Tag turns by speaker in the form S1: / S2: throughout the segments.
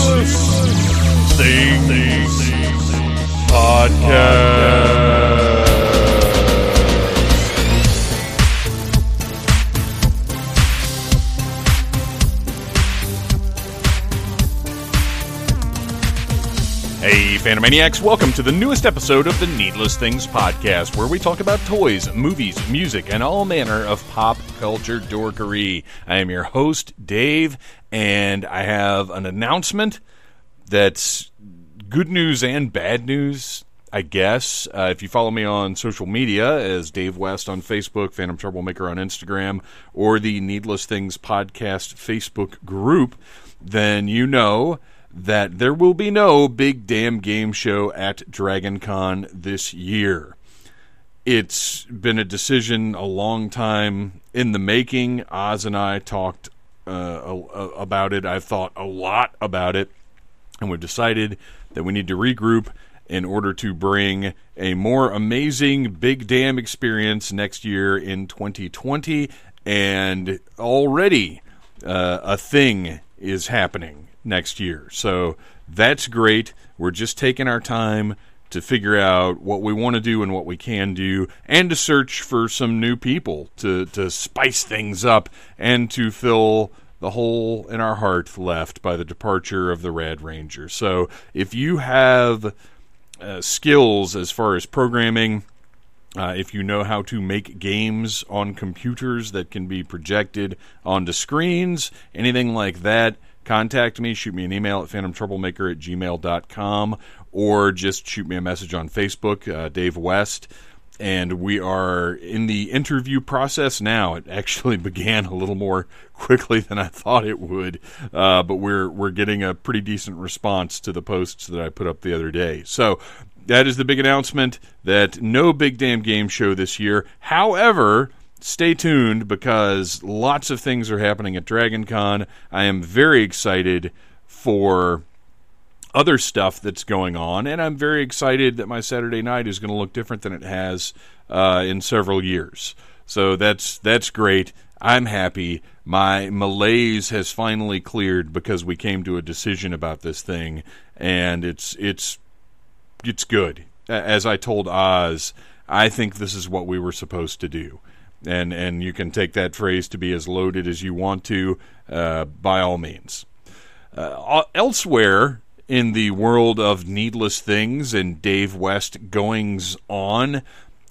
S1: Needless Things Podcast.
S2: Hey, Phantomaniacs, welcome to the newest episode of the Needless Things Podcast, where we talk about toys, movies, music, and all manner of pop culture dorkery. I am your host, Dave, and I have an announcement that's good news and bad news, I guess. Uh, if you follow me on social media as Dave West on Facebook, Phantom Troublemaker on Instagram, or the Needless Things Podcast Facebook group, then you know that there will be no big damn game show at Dragon Con this year it's been a decision a long time in the making. Oz and I talked uh, a- a- about it. I've thought a lot about it, and we've decided that we need to regroup in order to bring a more amazing big damn experience next year in 2020. And already, uh, a thing is happening next year. So that's great. We're just taking our time to figure out what we want to do and what we can do, and to search for some new people to, to spice things up and to fill the hole in our heart left by the departure of the Rad Ranger. So if you have uh, skills as far as programming, uh, if you know how to make games on computers that can be projected onto screens, anything like that, contact me. Shoot me an email at phantomtroublemaker at gmail.com or just shoot me a message on Facebook, uh, Dave West. And we are in the interview process now. It actually began a little more quickly than I thought it would, uh, but we're we're getting a pretty decent response to the posts that I put up the other day. So that is the big announcement that no big damn game show this year. However, stay tuned because lots of things are happening at Dragon Con. I am very excited for other stuff that's going on, and I'm very excited that my Saturday night is going to look different than it has uh, in several years. So that's that's great. I'm happy. My malaise has finally cleared because we came to a decision about this thing, and it's it's it's good. A- As I told Oz, I think this is what we were supposed to do. And and you can take that phrase to be as loaded as you want to, uh, by all means. Uh, elsewhere in the world of needless things and Dave West goings on, uh,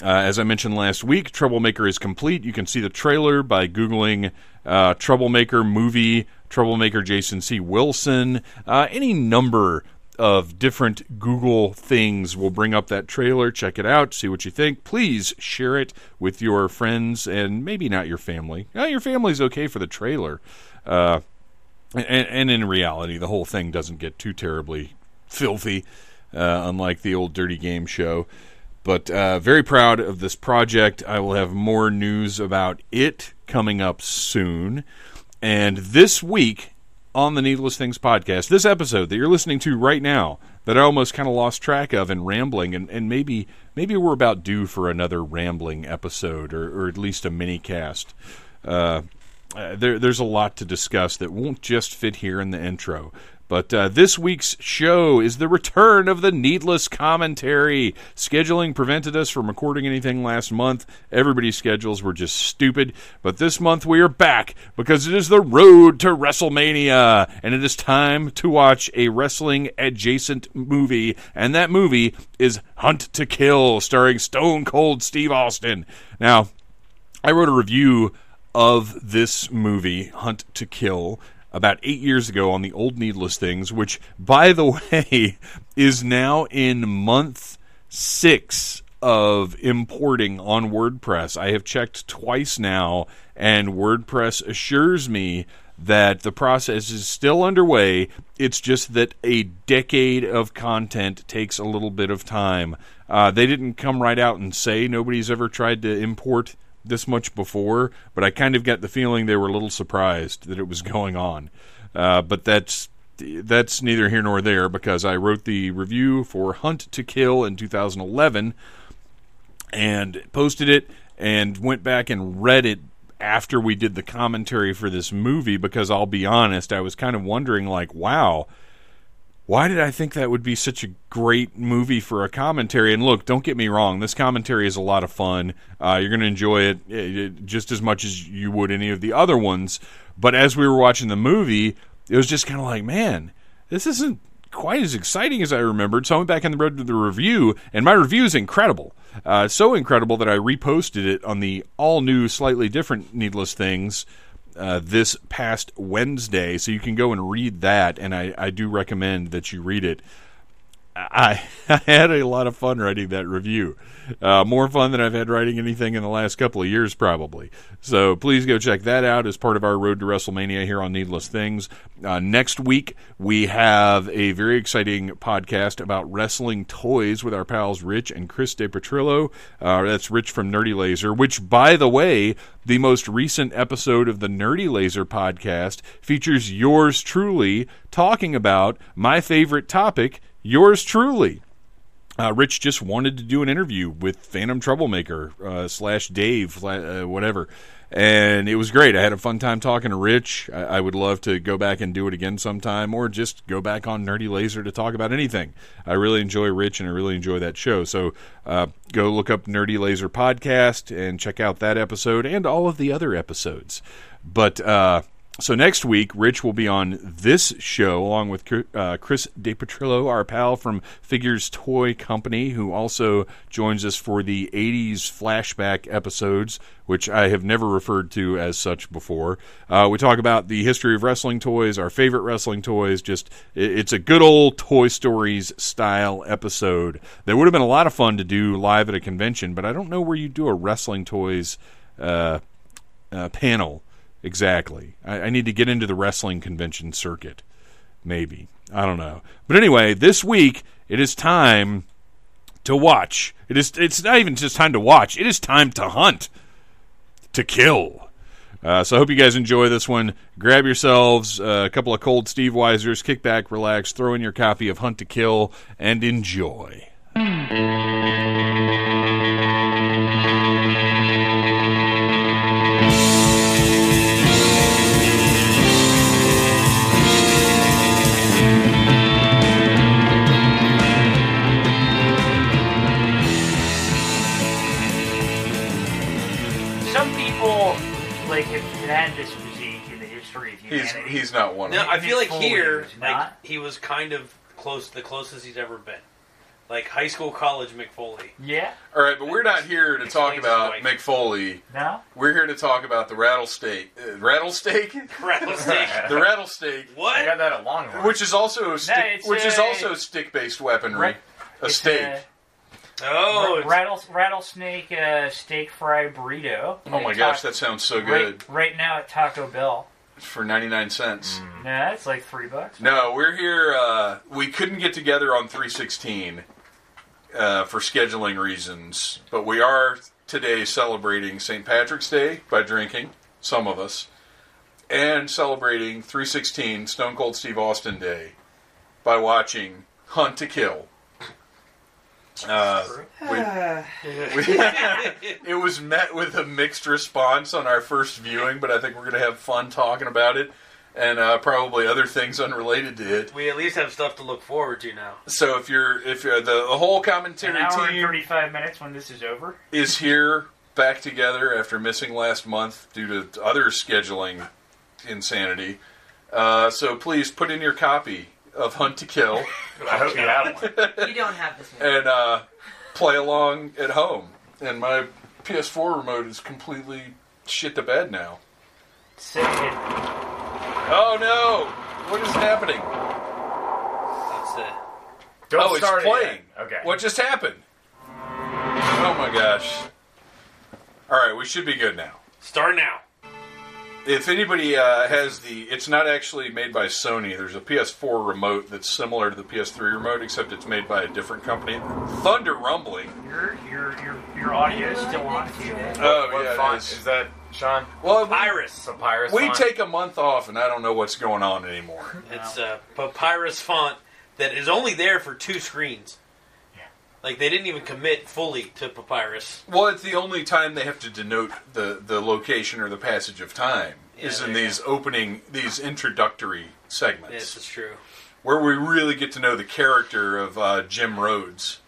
S2: as I mentioned last week, Troublemaker is complete. You can see the trailer by Googling uh, Troublemaker movie, Troublemaker Jason C. Wilson, uh, any number of different Google things will bring up that trailer. Check it out, see what you think. Please share it with your friends and maybe not your family. Uh, your family's okay for the trailer. Uh, and, and in reality, the whole thing doesn't get too terribly filthy, uh, unlike the old Dirty Game show. But uh, very proud of this project. I will have more news about it coming up soon. And this week on the Needless Things podcast, this episode that you're listening to right now, that I almost kind of lost track of in rambling, and, and maybe maybe we're about due for another rambling episode, or, or at least a mini cast. Uh, uh, there, there's a lot to discuss that won't just fit here in the intro. But uh, this week's show is the return of the needless commentary. Scheduling prevented us from recording anything last month. Everybody's schedules were just stupid. But this month we are back because it is the road to WrestleMania. And it is time to watch a wrestling adjacent movie. And that movie is Hunt to Kill, starring Stone Cold Steve Austin. Now, I wrote a review of this movie, Hunt to Kill, about eight years ago on the old Needless Things, which, by the way, is now in month six of importing on WordPress. I have checked twice now, and WordPress assures me that the process is still underway. It's just that a decade of content takes a little bit of time. Uh, they didn't come right out and say nobody's ever tried to import this much before, but I kind of got the feeling they were a little surprised that it was going on. Uh, but that's that's neither here nor there because I wrote the review for Hunt to Kill in 2011 and posted it and went back and read it after we did the commentary for this movie because I'll be honest, I was kind of wondering like, wow, why did I think that would be such a great movie for a commentary? And look, don't get me wrong, this commentary is a lot of fun. Uh, you're going to enjoy it, eh, eh, just as much as you would any of the other ones. But as we were watching the movie, it was just kind of like, man, this isn't quite as exciting as I remembered. So I went back on the road to the review, and my review is incredible. Uh, so incredible that I reposted it on the all new, slightly different Needless Things uh, this past Wednesday. So you can go and read that, and I, I do recommend that you read it. I, I had a lot of fun writing that review. Uh, more fun than I've had writing anything in the last couple of years, probably. So please go check that out as part of our Road to WrestleMania here on Needless Things. Uh, next week, we have a very exciting podcast about wrestling toys with our pals Rich and Chris DePetrillo. Uh, that's Rich from Nerdy Laser, which, by the way, the most recent episode of the Nerdy Laser podcast features yours truly talking about my favorite topic yours truly. Uh, Rich just wanted to do an interview with Phantom Troublemaker uh, slash Dave, fla- uh, whatever. And it was great. I had a fun time talking to Rich. I, I would love to go back and do it again sometime or just go back on Nerdy Laser to talk about anything. I really enjoy Rich and I really enjoy that show. So uh, go look up Nerdy Laser Podcast and check out that episode and all of the other episodes. But uh, so next week, Rich will be on this show along with Cr- uh, Chris DePetrillo, our pal from Figures Toy Company, who also joins us for the 80s flashback episodes, which I have never referred to as such before. Uh, we talk about the history of wrestling toys, our favorite wrestling toys, just i- it's a good old Toy Stories style episode that would have been a lot of fun to do live at a convention, but I don't know where you do a wrestling toys uh, uh, panel exactly. I, I need to get into the wrestling convention circuit, maybe. I don't know. But anyway, this week it is time to watch. It is. It's not even just time to watch. It is time to hunt, to kill. Uh, so I hope you guys enjoy this one. Grab yourselves uh, a couple of cold Steve Weisers, kick back, relax, throw in your copy of Hunt to Kill, and enjoy.
S3: Some people like have had this physique in the history of humanity.
S2: not one.
S4: No, I feel like
S3: Fully
S4: here,
S3: was
S4: like
S3: not.
S4: he was kind of close, the closest he's ever been, like high school, college McFoley.
S3: yeah.
S2: All right, but we're not here to
S4: talk about Explains why.
S2: McFoley.
S3: No.
S2: We're here to talk about the rattlesnake. Uh, rattlesnake?
S4: Rattlesnake.
S2: the rattlesnake,
S5: I got
S4: what?
S5: that at Longhorn.
S2: which is also a stick,
S3: it's
S2: which is
S3: a-
S2: also stick-based weaponry,
S3: Right.
S2: a
S3: It's
S2: steak.
S3: a
S4: Oh,
S3: ra-
S4: it's-
S3: rattle, rattlesnake uh, steak fry burrito.
S2: oh my
S3: At
S2: gosh,
S3: Taco-
S2: that sounds so good
S3: right, right now at Taco Bell.
S2: for ninety-nine cents.
S3: Nah, it's like three bucks.
S2: No, we're here. Uh, we couldn't get together on three sixteen uh, for scheduling reasons, but we are today celebrating St. Patrick's Day by drinking. Some of us. And celebrating 316 Stone Cold Steve Austin Day by watching Hunt to Kill. Uh, we- it was met with a mixed response on our first viewing, but I think we're going to have fun talking about it and uh, probably other things unrelated to it.
S4: we at least have stuff to look forward to now.
S2: So if you're if you're, the, the whole
S3: An
S2: commentary
S3: hour and
S2: team
S3: thirty-five minutes when this is over.
S2: is here back together after missing last month due to other scheduling insanity. Uh, so please put in your copy of Hunt to Kill
S5: I hope you have one.
S6: You don't have this one.
S2: and uh, play along at home. And my PS4 remote is completely shit to bed now.
S3: Sick. It-
S2: Oh no! What is happening?
S4: That's the
S5: Don't
S2: oh, it's
S5: start it
S2: playing.
S5: yet. Okay.
S2: What just happened? Oh my gosh! All right, we should be good now.
S4: start now.
S2: If anybody uh, has the, it's not actually made by Sony. There's a PS4 remote that's similar to the PS3 remote, except it's made by a different company. Thunder Rumbling.
S3: Your your your your audio is still on to you.
S2: Oh
S5: What
S2: yeah, it
S5: font
S2: is. Uh,
S5: is that, Sean?
S2: Well, we,
S4: Papyrus.
S5: Papyrus.
S2: we
S5: font?
S2: take a month off, and I don't know what's going on anymore.
S4: It's a papyrus font that is only there for two screens. Like they didn't even commit fully to papyrus.
S2: Well, it's the only time they have to denote the, the location or the passage of time
S4: Yeah,
S2: is in
S4: there you
S2: these opening, these introductory segments.
S4: This is true.
S2: where we really get to know the character of uh, Jim Rhodes.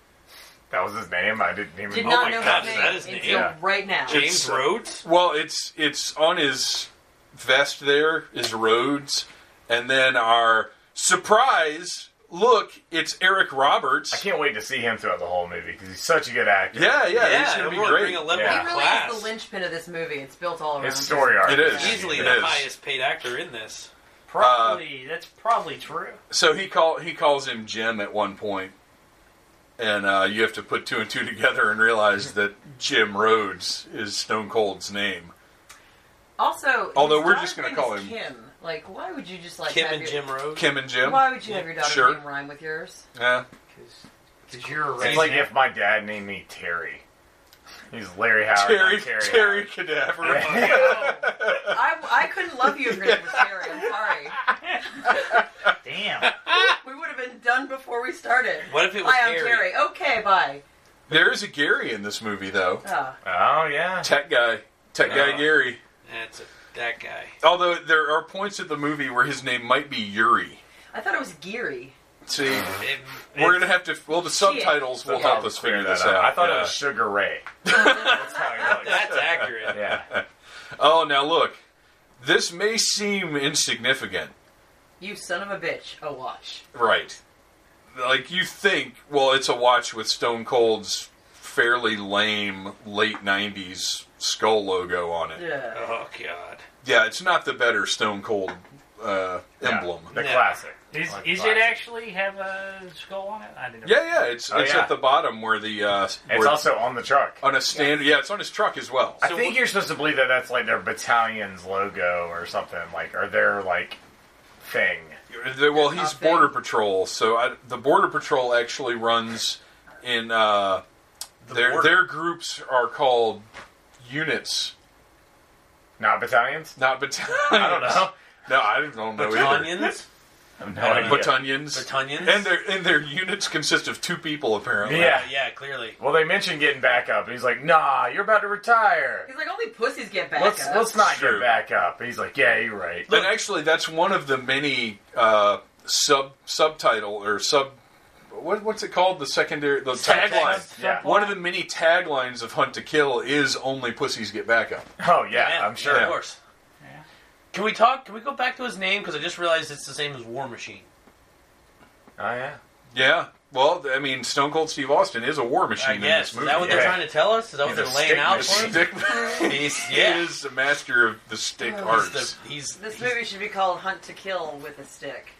S5: That was his name. I didn't even.
S7: Did
S5: oh
S7: not
S5: my
S7: know
S4: God,
S5: God.
S7: his
S4: is
S7: name
S4: that his name?
S7: until
S5: Yeah.
S7: right now.
S4: James
S2: It's, uh,
S4: Rhodes?
S2: Well, it's it's on his vest. There is Rhodes, and then our surprise look. It's Eric Roberts.
S5: I can't wait to see him throughout the whole movie because he's such a good actor.
S2: Yeah, yeah, he's
S4: yeah,
S2: gonna be
S4: we're
S2: great.
S4: bringing eleven
S5: Yeah.
S7: He
S4: to
S7: really
S4: class.
S7: is the linchpin of this movie. It's built all around
S5: His story arc.
S2: It is.
S4: Easily
S2: It
S4: the
S2: is.
S4: highest paid actor in this.
S3: Probably that's probably true.
S2: So he call he calls him Jim at one point, and uh, you have to put two and two together and realize that Jim Rhodes is Stone Cold's name.
S7: Also,
S2: Although
S7: his
S2: we're
S7: daughter's
S2: just gonna
S7: name
S2: call
S7: is
S2: him-
S7: Kim. Like, why would you just like
S4: Kim
S7: have
S4: and
S7: your,
S4: Jim Rhodes.
S2: Kim and Jim.
S7: Why would you have your daughter's
S2: Sure.
S7: name rhyme with yours?
S2: Yeah.
S3: Because you're
S5: It's
S3: right.
S5: like if my dad named me Terry. He's Larry Howard.
S2: Terry
S5: not Terry.
S2: Terry Cadaver.
S7: I, I couldn't love you if your name was Terry. I'm sorry.
S3: Damn.
S7: We would have been done before we started.
S4: What if it was
S7: Hi, I'm
S4: Harry?
S7: Terry. Okay, bye.
S2: there is a Gary in this movie though.
S7: Uh,
S5: Oh yeah.
S2: Tech guy. Tech guy
S5: Uh.
S4: Oh.
S2: Gary.
S4: That's a, that guy.
S2: Although there are points of the movie where his name might be Yuri.
S7: I thought it was Geary.
S2: See,
S4: It-
S2: we're gonna have to. Well, the subtitles will
S5: We'll
S2: help us figure this out.
S5: I thought
S2: yeah.
S5: it was Sugar Ray. That's how I know it.
S4: that's accurate.
S5: Yeah.
S2: Oh, now look. This may seem insignificant,
S7: You son of a bitch. A watch.
S2: Right. Like you think, well, it's a watch with Stone Cold's fairly lame late '90s skull logo on it.
S7: Yeah.
S4: Oh God.
S2: Yeah, it's not the better Stone Cold uh,
S5: Yeah.
S2: emblem.
S5: The
S4: Yeah.
S5: classic.
S3: Is,
S5: Like
S3: is it
S5: classic.
S3: actually have a skull on it? I didn't know.
S2: Yeah, yeah, it's
S5: Oh,
S2: it's
S5: yeah.
S2: at the bottom where the uh,
S5: It's
S2: where-
S5: also on the truck.
S2: on a stand. Yeah, it's on his truck as well.
S5: I think you're supposed to believe that that's like their battalion's logo or something like, or their like thing.
S2: The- well, he's
S7: Up there.
S2: Border Patrol, so I, the Border Patrol actually runs in uh, their
S4: border.
S2: their groups are called units,
S5: Not battalions.
S2: not battalions.
S5: I don't know.
S2: No, I don't know either.
S4: Batonians.
S5: I have no
S4: I don't
S5: idea.
S4: know.
S2: Batonians.
S4: Batonians.
S2: And their and their units consist of two people apparently.
S5: Yeah.
S4: Uh, yeah, clearly.
S5: Well, they mentioned getting back up. He's like, Nah, you're about to retire.
S7: He's like, only pussies get back
S5: Let's
S7: up.
S5: let's not
S2: True.
S5: get back up. He's like, Yeah, you're right.
S2: And actually, that's one of the many uh, sub subtitle or sub what, what's it called? The secondary the tagline.
S5: Yeah.
S2: One of the many taglines of Hunt to Kill is "Only pussies get back up."
S5: Oh yeah, I'm sure.
S4: Of course. Can we talk? Can we go back to his name? Because I just realized it's the same as War Machine.
S5: Oh yeah.
S2: Yeah. Well, I mean, Stone Cold Steve Austin is a war
S4: I
S2: machine in
S4: guess.
S2: this
S4: Is
S2: movie.
S4: that what they're
S5: yeah.
S4: trying to tell us? Is that what
S5: He's
S4: they're
S5: a
S4: laying
S5: stick
S4: out for
S5: machine.
S4: us?
S2: Stick-
S4: He's
S2: he
S4: yeah.
S2: is a master of the stick
S4: He's
S2: arts.
S4: the he's,
S7: This
S4: he's
S7: movie should be called Hunt to Kill with a Stick.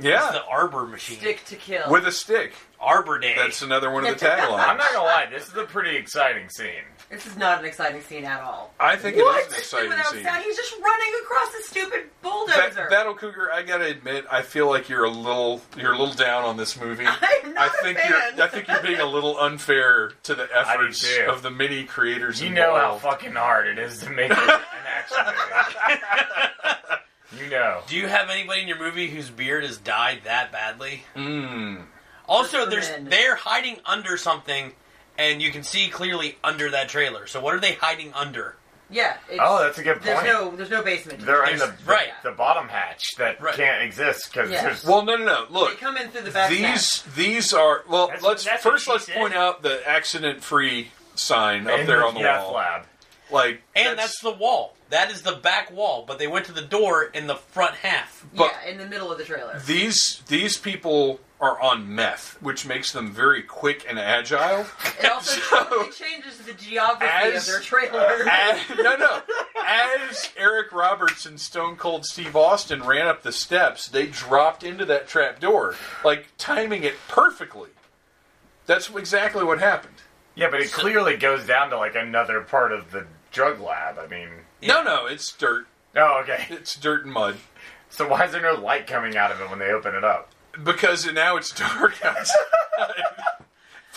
S2: yeah,
S4: the Arbor Machine.
S7: Stick to Kill.
S2: with a stick.
S4: Arbor Day.
S2: That's another one of the taglines.
S5: I'm not gonna lie. This is a pretty exciting scene.
S7: this is not an exciting scene at all.
S2: I think it is an
S7: This is
S2: exciting
S7: without
S2: scene.
S7: sound. He's just running across the stupid
S2: Ba-
S7: bulldozer.
S2: Battle Cougar, I gotta admit, I feel like you're a little you're a little down on this movie.
S7: I'm not
S2: I think
S7: a fan.
S2: you're I think you're being a little unfair to the efforts
S5: too.
S2: of the many creators.
S5: You know how
S2: involved.
S5: fucking hard it is to make it an action movie. you know.
S4: Do you have anybody in your movie whose beard has dyed that badly?
S2: Mm.
S4: Also,
S7: Just for
S4: there's
S7: men.
S4: they're hiding under something, and you can see clearly under that trailer. So what are they hiding under?
S7: yeah. It's,
S5: Oh, that's a good
S7: there's
S5: point.
S7: no there's no basement.
S5: They're in the,
S4: There's- right.
S5: the bottom hatch that
S4: Right.
S5: can't exist because
S7: Yeah.
S5: there's
S2: Well, no, no, no.
S7: they
S2: Look,
S7: come in through the back. hatch.
S2: these these are well.
S3: That's-
S2: let's
S3: that's what
S2: first
S3: she
S2: let's
S3: said.
S2: point out the accident-free sign up
S5: and
S2: there on the
S5: death
S2: wall.
S5: lab.
S2: Like,
S4: And that's, the wall. That is the back wall, but they went to the door in the front half.
S2: but-
S7: yeah, in the middle of the trailer.
S2: these these people are on meth, which makes them very quick and agile.
S7: It also totally changes the geography
S2: As-
S7: of their trailer.
S2: As, no, no. As Eric Roberts and Stone Cold Steve Austin ran up the steps, they dropped into that trap door, like timing it perfectly. That's exactly what happened.
S5: Yeah, but it clearly goes down to like another part of the drug lab. I mean,
S2: No, no, it's dirt.
S5: oh okay.
S2: It's dirt and mud
S5: So why is there no light coming out of it when they open it up?
S2: because now it's dark outside.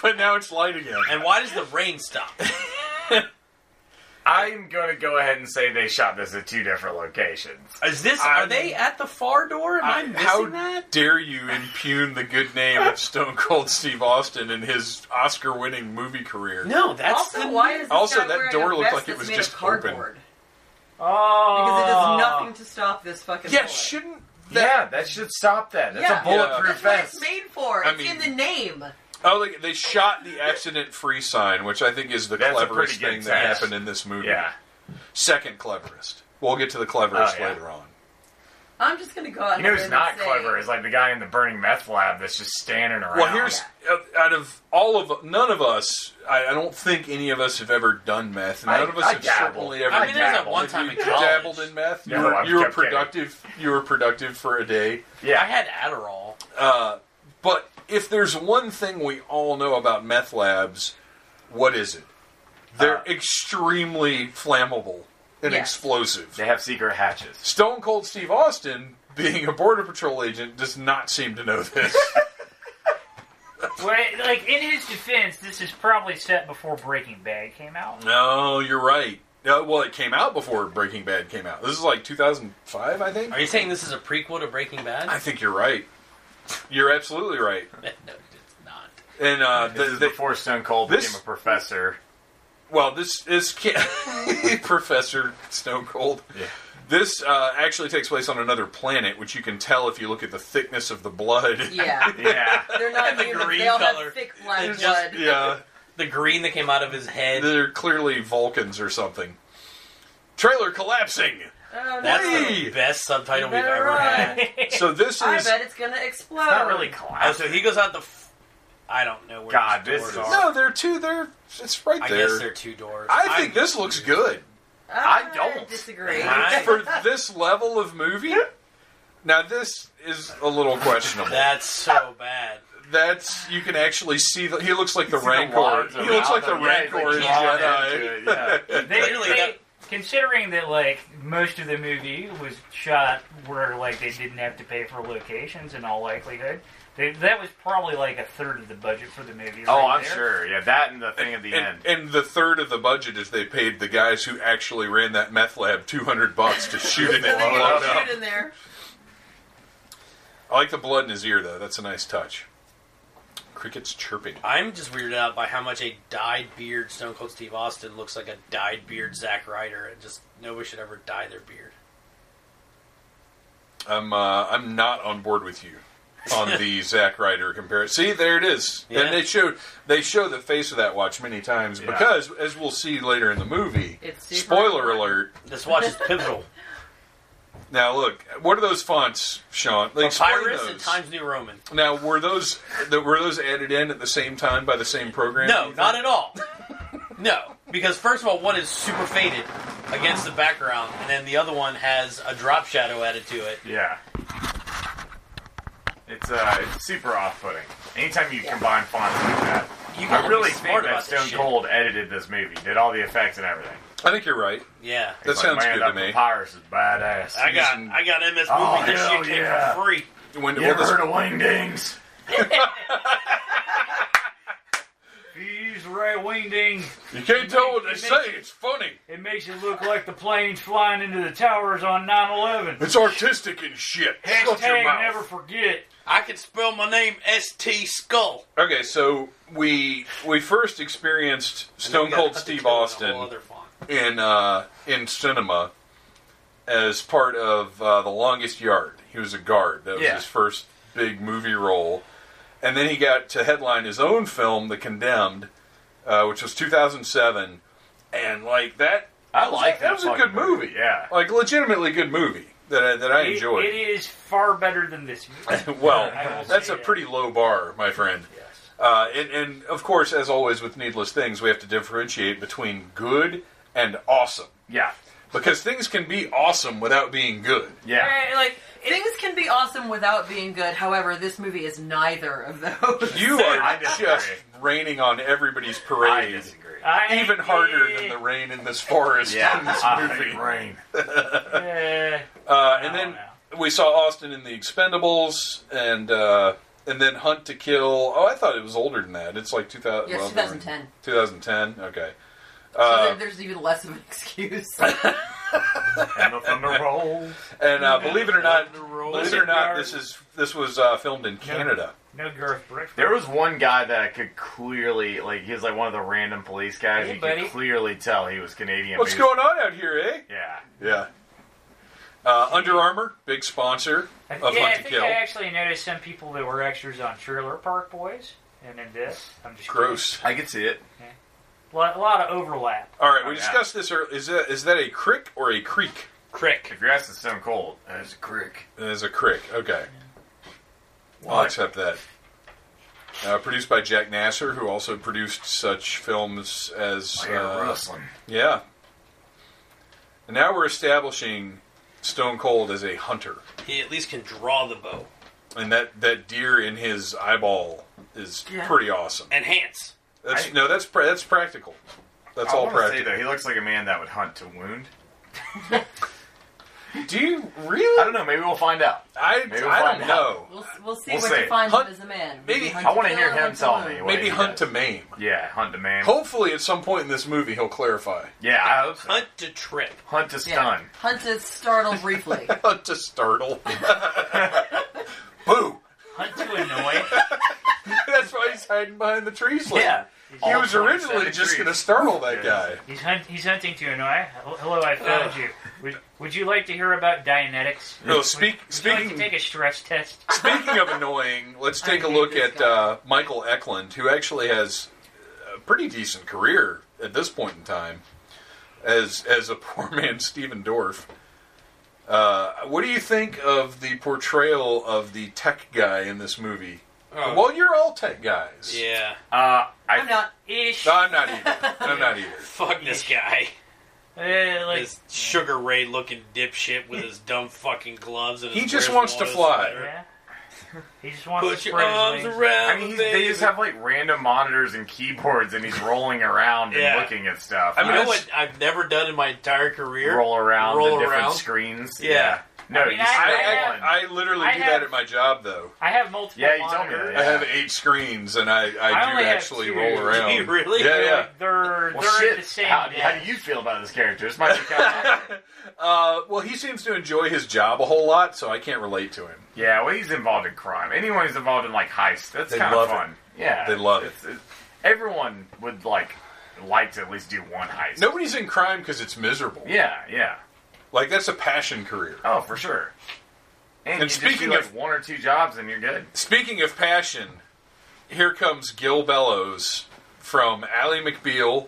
S2: but now it's light again.
S4: And why does the rain stop?
S5: I'm gonna go ahead and say they shot this at two different locations.
S4: Is this? are
S5: I'm-
S4: they at the far door? Am I, missing
S2: How
S4: that?
S2: dare you impugn the good name of Stone Cold Steve Austin and his Oscar-winning movie career?
S4: No, that's
S7: also,
S4: the
S7: why is this
S2: Also,
S7: guy
S2: that
S7: wearing
S2: door
S7: a
S2: looked
S7: vest
S2: like it
S7: that's
S2: was
S7: made
S2: just
S7: of
S2: open.
S7: cardboard?
S3: Oh.
S5: Ah.
S7: Because it does nothing to stop this fucking.
S2: Yeah,
S7: bullet.
S2: shouldn't
S5: yeah, that should stop that. That's
S7: Yeah.
S5: a bulletproof
S7: That's
S5: vest.
S7: what it's made for. It's
S2: I
S7: in
S2: mean-
S7: the name.
S2: Oh, they, they shot the accident-free sign, which I think is the
S5: That's a
S2: cleverest
S5: pretty
S2: thing
S5: good
S2: that
S5: test.
S2: happened in this movie.
S5: Yeah.
S2: Second cleverest. We'll get to the cleverest
S5: Oh, yeah.
S2: later on.
S7: I'm just gonna go out.
S5: You know
S7: on a
S5: who's
S7: limb
S5: not
S7: and say-
S5: clever is like the guy in the burning meth lab that's just standing around.
S2: Well, here's uh, out of all of none of us. I, I don't think any of us have ever done meth. None
S5: I-
S2: of us
S5: I
S2: have
S5: dabbled.
S2: certainly ever.
S4: I mean, there's that
S5: dabbled.
S4: one time in
S2: you
S4: college.
S2: dabbled in meth. You
S5: No,
S2: were,
S5: I've
S2: you were
S5: kept getting-
S2: productive. You were productive for a day.
S5: yeah,
S4: I had Adderall.
S2: Uh, but if there's one thing we all know about meth labs, what is it? They're
S5: Uh,
S2: extremely flammable and
S7: Yes.
S2: explosive.
S5: they have secret hatches.
S2: Stone Cold Steve Austin, being a border patrol agent, does not seem to know this.
S3: Well, like in his defense, this is probably set before Breaking Bad came out.
S2: no, you're right. Uh, well, it came out before Breaking Bad came out. This is like 2005, I think.
S4: Are you saying this is a prequel to Breaking Bad?
S2: I think you're right. You're absolutely right.
S4: no, it's not.
S2: And uh,
S5: This
S2: the,
S5: is
S2: the-
S5: before Stone Cold
S2: this-
S5: became a professor.
S2: well, this is Professor Stone Cold.
S5: Yeah.
S2: This uh, actually takes place on another planet, which you can tell if you look at the thickness of the blood.
S7: Yeah.
S5: Yeah.
S7: They're not
S4: And the
S7: human.
S4: green
S7: They all
S4: color.
S7: have thick black
S4: It's just-
S7: blood.
S2: yeah,
S4: The green that came out of his head.
S2: they're clearly Vulcans or something. Trailer collapsing.
S7: Oh,
S4: That's
S7: no.
S2: Hey!
S4: the best subtitle we've
S7: Better
S4: ever
S7: run.
S4: had.
S2: So this
S7: I
S2: is
S7: bet it's gonna explode.
S5: It's not really
S4: Oh,
S5: collapsing.
S4: so he goes out the. F- I don't know where.
S5: God,
S4: these
S5: this
S4: doors
S5: is-
S4: are.
S2: no, they're two. They're it's right
S4: I guess they're
S2: there.
S4: two doors.
S2: I think
S4: I'm
S2: this looks
S4: confused.
S2: good
S5: I don't.
S7: disagree.
S4: I-
S2: for this level of movie. Now this is a little questionable.
S4: That's so bad.
S2: That's you can actually see that he looks like the
S5: See the
S2: Rancor.
S5: lines
S2: he looks like the
S5: around them.
S2: Rancor in
S5: Yeah,
S2: Jedi.
S5: he's drawn into it, yeah.
S3: They,
S4: Clearly
S3: they-
S4: that-
S3: considering that like most of the movie was shot where like they didn't have to pay for locations in all likelihood, they, that was probably like a third of the budget for the movie.
S5: Oh,
S3: right
S5: I'm
S3: there.
S5: sure. Yeah, that and the thing at the end.
S2: And, and the third of the budget is they paid the guys who actually ran that meth lab 200 bucks to shoot it and blow
S7: They're
S2: it
S7: gonna
S2: up.
S7: shoot in there.
S2: I like the blood in his ear, though. That's a nice touch. Crickets chirping.
S4: I'm just weirded out by how much a dyed beard Stone Cold Steve Austin looks like a dyed beard Zack Ryder, and just nobody should ever dye their beard.
S2: I'm uh, I'm not on board with you on the Zack Ryder comparison. See, there it is.
S4: Yeah.
S2: And they showed they show the face of that watch many times
S5: Yeah.
S2: because, as we'll see later in the movie,
S7: It's super
S2: spoiler
S7: important.
S2: alert.
S4: This watch is pivotal.
S2: Now look, what are those fonts, Sean? Like, explain
S4: Papyrus and
S2: those.
S4: Times New Roman.
S2: Now, were those that were those added in at the same time by the same program?
S4: No, not at all. No, because first of all, one is super faded against the background, and then the other one has a drop shadow added to it.
S5: Yeah. It's uh, it's super off-putting. Anytime you combine fonts like that,
S4: You
S5: I
S4: gotta
S5: really
S4: be smart
S5: think
S4: about
S5: that
S4: this
S5: Stone
S4: shit.
S5: Cold edited this movie, did all the effects and everything.
S2: I think you're right.
S4: Yeah,
S2: That
S5: He's
S2: sounds
S5: like, man,
S2: good to
S5: that
S2: me.
S5: Papyrus is badass.
S4: I got I got MS Movie.
S5: Oh,
S4: this
S5: hell
S4: shit came
S5: yeah.
S4: for free.
S2: When
S5: you
S2: all
S5: ever
S2: this-
S5: heard of Wing Dings?
S3: He's right winging.
S2: you can't tell what they
S3: It makes-
S2: say. It's funny.
S3: It makes it look like the planes flying into the towers on 9/11.
S2: It's artistic and shit. Shut your
S3: Hashtag
S2: mouth.
S3: never forget.
S4: I can spell my name S T Skull.
S2: Okay, so we we first experienced Stone Cold Steve Austin in uh, in cinema as part of uh, the Longest Yard. He was a guard. That was
S4: Yeah.
S2: his first big movie role, and then he got to headline his own film, The Condemned, uh, which was 2007, and like that.
S5: I like
S2: that. was a
S5: fucking
S2: good movie.
S5: Yeah.
S2: like legitimately good movie that I, that I
S3: It-
S2: enjoyed.
S3: it is far better than this movie.
S2: well,
S3: I will
S2: that's
S3: say
S2: a
S3: that.
S2: pretty low bar, my friend.
S3: Yes.
S2: Uh, and, and of course, as always with needless things, we have to differentiate between good and awesome
S5: Yeah.
S2: because things can be awesome without being good.
S5: Yeah.
S3: Right, like
S7: Things can be awesome without being good. However, this movie is neither of those.
S2: You
S5: I
S2: are
S5: disagree.
S2: just raining on everybody's
S5: I
S2: parade,
S5: disagree.
S3: I,
S2: even harder than the rain in this forest
S5: Yeah.
S2: in this
S5: I
S2: movie.
S5: hate rain.
S3: Uh,
S2: Uh, and
S3: I
S2: then
S3: don't
S2: we saw Austin in The Expendables, and uh, and then Hunt to Kill. Oh, I thought it was older than that. It's like 2000.
S7: Yes,
S2: well,
S7: 2010.
S2: 2010. Okay.
S7: so
S2: Uh,
S7: there- there's even less of an excuse.
S5: And the thunder rolls.
S2: and uh, believe it or not, believe it or
S4: Lizard
S2: not,
S4: guard.
S2: this is this was uh, filmed in Canada.
S3: no Garth Brooks.
S5: There was one guy that I could clearly, like, he was like one of the random police guys.
S3: Hey,
S5: you
S3: buddy.
S5: could clearly tell he was Canadian.
S2: What's
S5: but he was-
S2: going on out here, eh?
S5: Yeah.
S2: Yeah. Uh, Under Armour, big sponsor
S3: I-
S2: of
S3: yeah, I
S2: Hunt to
S3: think
S2: Kill.
S3: I actually noticed some people that were extras on Trailer Park Boys and in this. I'm just
S2: Gross.
S5: I could see it.
S3: A lot, a lot of overlap.
S2: All right, we
S5: Yeah.
S2: discussed this. earlier. Is that is that a crick or a creek?
S4: Crick.
S5: If you're asking Stone Cold, that's a crick.
S2: It's a crick. Okay, I'll
S5: Why?
S2: accept that. Uh, produced by Jack Nasser, who also produced such films as
S5: I hear
S2: uh,
S5: rustling.
S2: Yeah. And now we're establishing Stone Cold as a hunter,
S4: He at least can draw the bow.
S2: and that that deer in his eyeball is
S7: Yeah.
S2: pretty awesome.
S4: And hands.
S2: That's
S5: I-
S2: no, that's pra- that's practical. That's
S5: I
S2: all
S5: want to say
S2: practical.
S5: though, he looks like a man that would hunt to wound.
S2: Do you
S5: I
S2: really?
S5: don't know. Maybe we'll find out.
S2: I,
S5: Maybe we'll
S2: I
S5: find
S2: don't
S5: out.
S2: know.
S7: We'll, we'll see
S5: We'll
S7: what
S5: see.
S7: defines
S2: Hunt-
S7: him as a man.
S2: maybe-
S7: Maybe hunt
S5: I want to
S7: kill
S5: hear
S7: or
S5: him
S7: hunt
S5: tell
S7: alone.
S5: me. what
S2: Maybe
S5: he
S2: hunt to
S5: does.
S2: maim.
S5: Yeah, hunt to man.
S2: Hopefully, at some point in this movie, he'll clarify.
S5: Yeah, I hope so.
S4: Hunt to trip.
S5: Hunt to
S7: Yeah.
S5: stun.
S7: Hunt is startled briefly.
S2: Hunt to startle. Boo!
S3: Hunt to annoy.
S2: That's why he's hiding behind the trees. like-
S5: Yeah.
S2: He
S5: All
S2: was
S5: 27
S2: originally just
S5: trees.
S2: going to startle that guy.
S5: Yes.
S3: he's, hunt, he's hunting to annoy. Hello, I found you. Would, would you like to hear about Dianetics?
S2: No, speak,
S3: Would you like
S2: speaking
S3: to take a stress test?
S2: Speaking of annoying, let's take
S7: I
S2: a
S7: hate
S2: look
S7: this
S2: at
S7: guy.
S2: uh, Michael Eklund, who actually has a pretty decent career at this point in time as as a poor man Stephen Dorff. Uh, what do you think of the portrayal of the tech guy in this movie?
S3: Oh.
S2: Well, you're all tech guys.
S4: uh, Yeah.
S5: Uh, I,
S7: I'm not.
S3: Ish.
S2: No, I'm not either. I'm not either.
S4: Fuck this guy.
S3: Uh, like,
S4: This Sugar Ray looking dipshit with his dumb fucking gloves and his
S2: He just
S4: weird
S2: wants to
S4: walrus
S2: fly.
S4: sweater.
S3: yeah. He just wants to
S4: Put your
S3: spread his
S4: arms
S3: wings.
S4: around.
S5: I mean, he's, they
S4: baby.
S5: just have like random monitors and keyboards, and he's rolling around and
S4: Yeah.
S5: looking at stuff.
S2: I
S4: You
S2: mean,
S4: know
S2: that's-
S4: what I've never done in my entire career?
S5: roll around
S4: roll
S5: the different
S4: around.
S5: screens.
S4: Yeah.
S5: No,
S3: I mean,
S5: you
S3: I-
S5: scroll
S3: I-
S5: on.
S2: I, I literally
S3: I
S2: do
S3: have-
S2: that at my job, thougugh.
S3: I have multiple.
S5: Yeah, you told me
S3: monitors.
S5: that,
S2: I have eight screens, and I, I,
S3: I
S2: do
S3: only have
S2: actually
S3: two.
S2: roll around.
S4: You really?
S2: Yeah,
S4: You're
S2: yeah.
S4: like,
S3: They're
S5: well,
S3: they're
S5: shit.
S3: at the same.
S5: how, how
S3: depth.
S5: do you feel about this character? This might be kind of
S2: Uh, well, he seems to enjoy his job a whole lot, so I can't relate to him.
S5: yeah. Well, he's involved in crime. Anyone who's involved in like heist, that's
S2: They
S5: kind of
S2: love it.
S5: fun. Yeah,
S2: They love it.
S5: it's, It's, everyone would like like to at least do one heist.
S2: Nobody's in crime because it's miserable.
S5: Yeah, yeah.
S2: Like that's a passion career.
S5: Oh, for sure. And,
S2: And
S5: you
S2: speaking
S5: just do, like,
S2: of-
S5: one or two jobs, and you're good.
S2: Speaking of passion, here comes Gil Bellows from Ally McBeal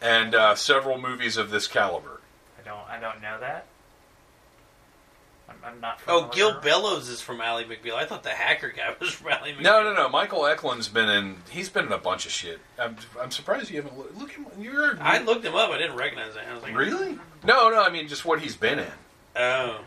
S2: and uh, several movies of this caliber.
S3: I don't. I don't know that. I'm, I'm not.
S4: Oh, Gil
S3: familiar.
S4: Bellows is from Ally McBeal. I thought the hacker guy was from Ally McBeal.
S2: No, no, no. Michael Eklund's been in. He's been in a bunch of shit. I'm, I'm surprised you haven't looked. Look him. You're
S4: I looked him up. I didn't recognize him. I was like,
S2: really? No, no. I mean, just what he's been in.
S4: Oh.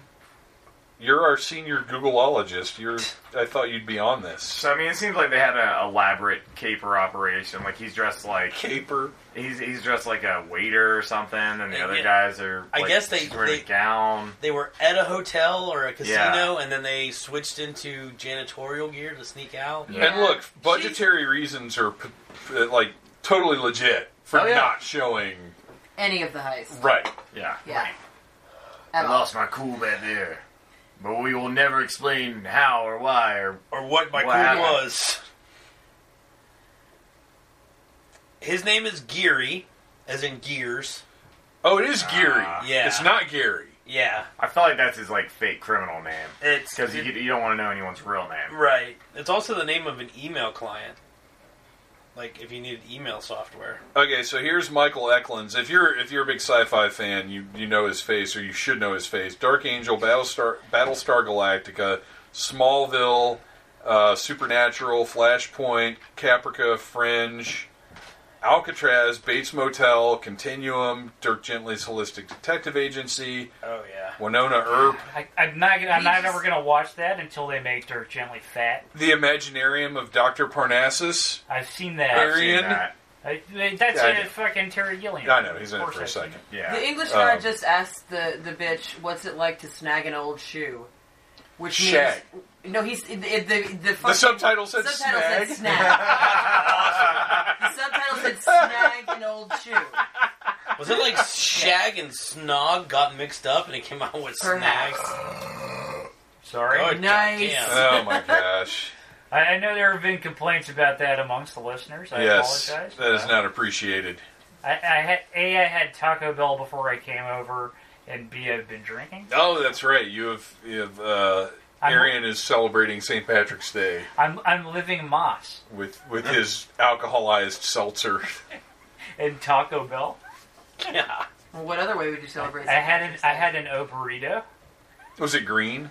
S2: You're our senior Googleologist. You're. I thought you'd be on this.
S5: So I mean, it seems like they had an elaborate caper operation. Like he's dressed like
S2: Caper.
S5: he's he's dressed like a waiter or something, and the
S4: Yeah.
S5: other guys are.
S4: I
S5: like,
S4: guess they-
S5: just wearing
S4: they-
S5: a gown.
S4: They were at a hotel or a casino,
S5: Yeah.
S4: and then they switched into janitorial gear to sneak out.
S5: Yeah.
S2: And look, budgetary reasons are p- p- like totally legit for
S5: Oh, yeah.
S2: not showing.
S7: Any of the heist.
S2: Right.
S5: Yeah.
S7: Yeah. At
S5: I
S7: all.
S5: lost my cool back there, but we will never explain how or why or.
S4: Or what my
S5: What
S4: cool
S5: happened?
S4: was. His name is Geary, as in gears.
S2: Oh, it is Geary.
S5: Ah.
S4: Yeah.
S2: It's not Geary.
S4: Yeah.
S5: I feel like that's his like fake criminal name
S4: It's
S5: because you, you don't want to know anyone's real name.
S4: Right. It's also the name of an email client. Like if you needed email software.
S2: Okay, so here's Michael Eklund's. If you're if you're a big sci-fi fan, you you know his face, or you should know his face. Dark Angel, Battlestar, Battlestar Galactica, Smallville, uh, Supernatural, Flashpoint, Caprica, Fringe, Alcatraz, Bates Motel, Continuum, Dirk Gently's Holistic Detective Agency,
S4: Oh yeah.
S2: Winona Earp,
S3: I, I'm not. gonna- I'm
S7: He
S3: not
S7: just-
S3: ever gonna watch that until they make Dirk Gently fat.
S2: The Imaginarium of Doctor Parnassus.
S3: I've seen that.
S5: I've seen
S2: Arian?
S5: that.
S3: I, I- that's
S2: Yeah, I
S3: in a
S2: know.
S3: fucking Terry Gilliam.
S2: I know he's in
S3: Of
S2: it
S3: course
S2: for a
S3: I've
S2: second.
S3: seen it.
S5: Yeah.
S7: The English guy
S2: Um,
S7: just asked the, the bitch, "What's it like to snag an old shoe?" Which means
S2: Shag.
S7: no. He's the the, the,
S2: The
S7: fucking-
S2: subtitle said
S7: subtitle
S2: "Snag."
S7: said snag. the subtitle said snag an old shoe.
S4: Was it like Shag and Snog got mixed up and it came out with
S7: Perhaps.
S4: Snags?
S3: Sorry.
S4: God
S7: Nice.
S5: Uh,
S4: damn.
S2: Oh my gosh.
S3: I, I know there have been complaints about that amongst the listeners. I
S2: yes,
S3: apologize. Uh,
S2: that is not appreciated.
S3: I, I had a I had Taco Bell before I came over, and B, I've been drinking.
S2: Oh, that's right. You have, you have uh,
S3: I'm-
S2: Arian is celebrating St. Patrick's Day
S3: I'm I'm living moss
S2: with with his alcoholized seltzer.
S3: and Taco Bell.
S4: Yeah.
S7: Well, what other way would you celebrate?
S3: I had an
S7: St.
S3: I had
S7: Patrick's
S3: an O burrito.
S2: Was it green?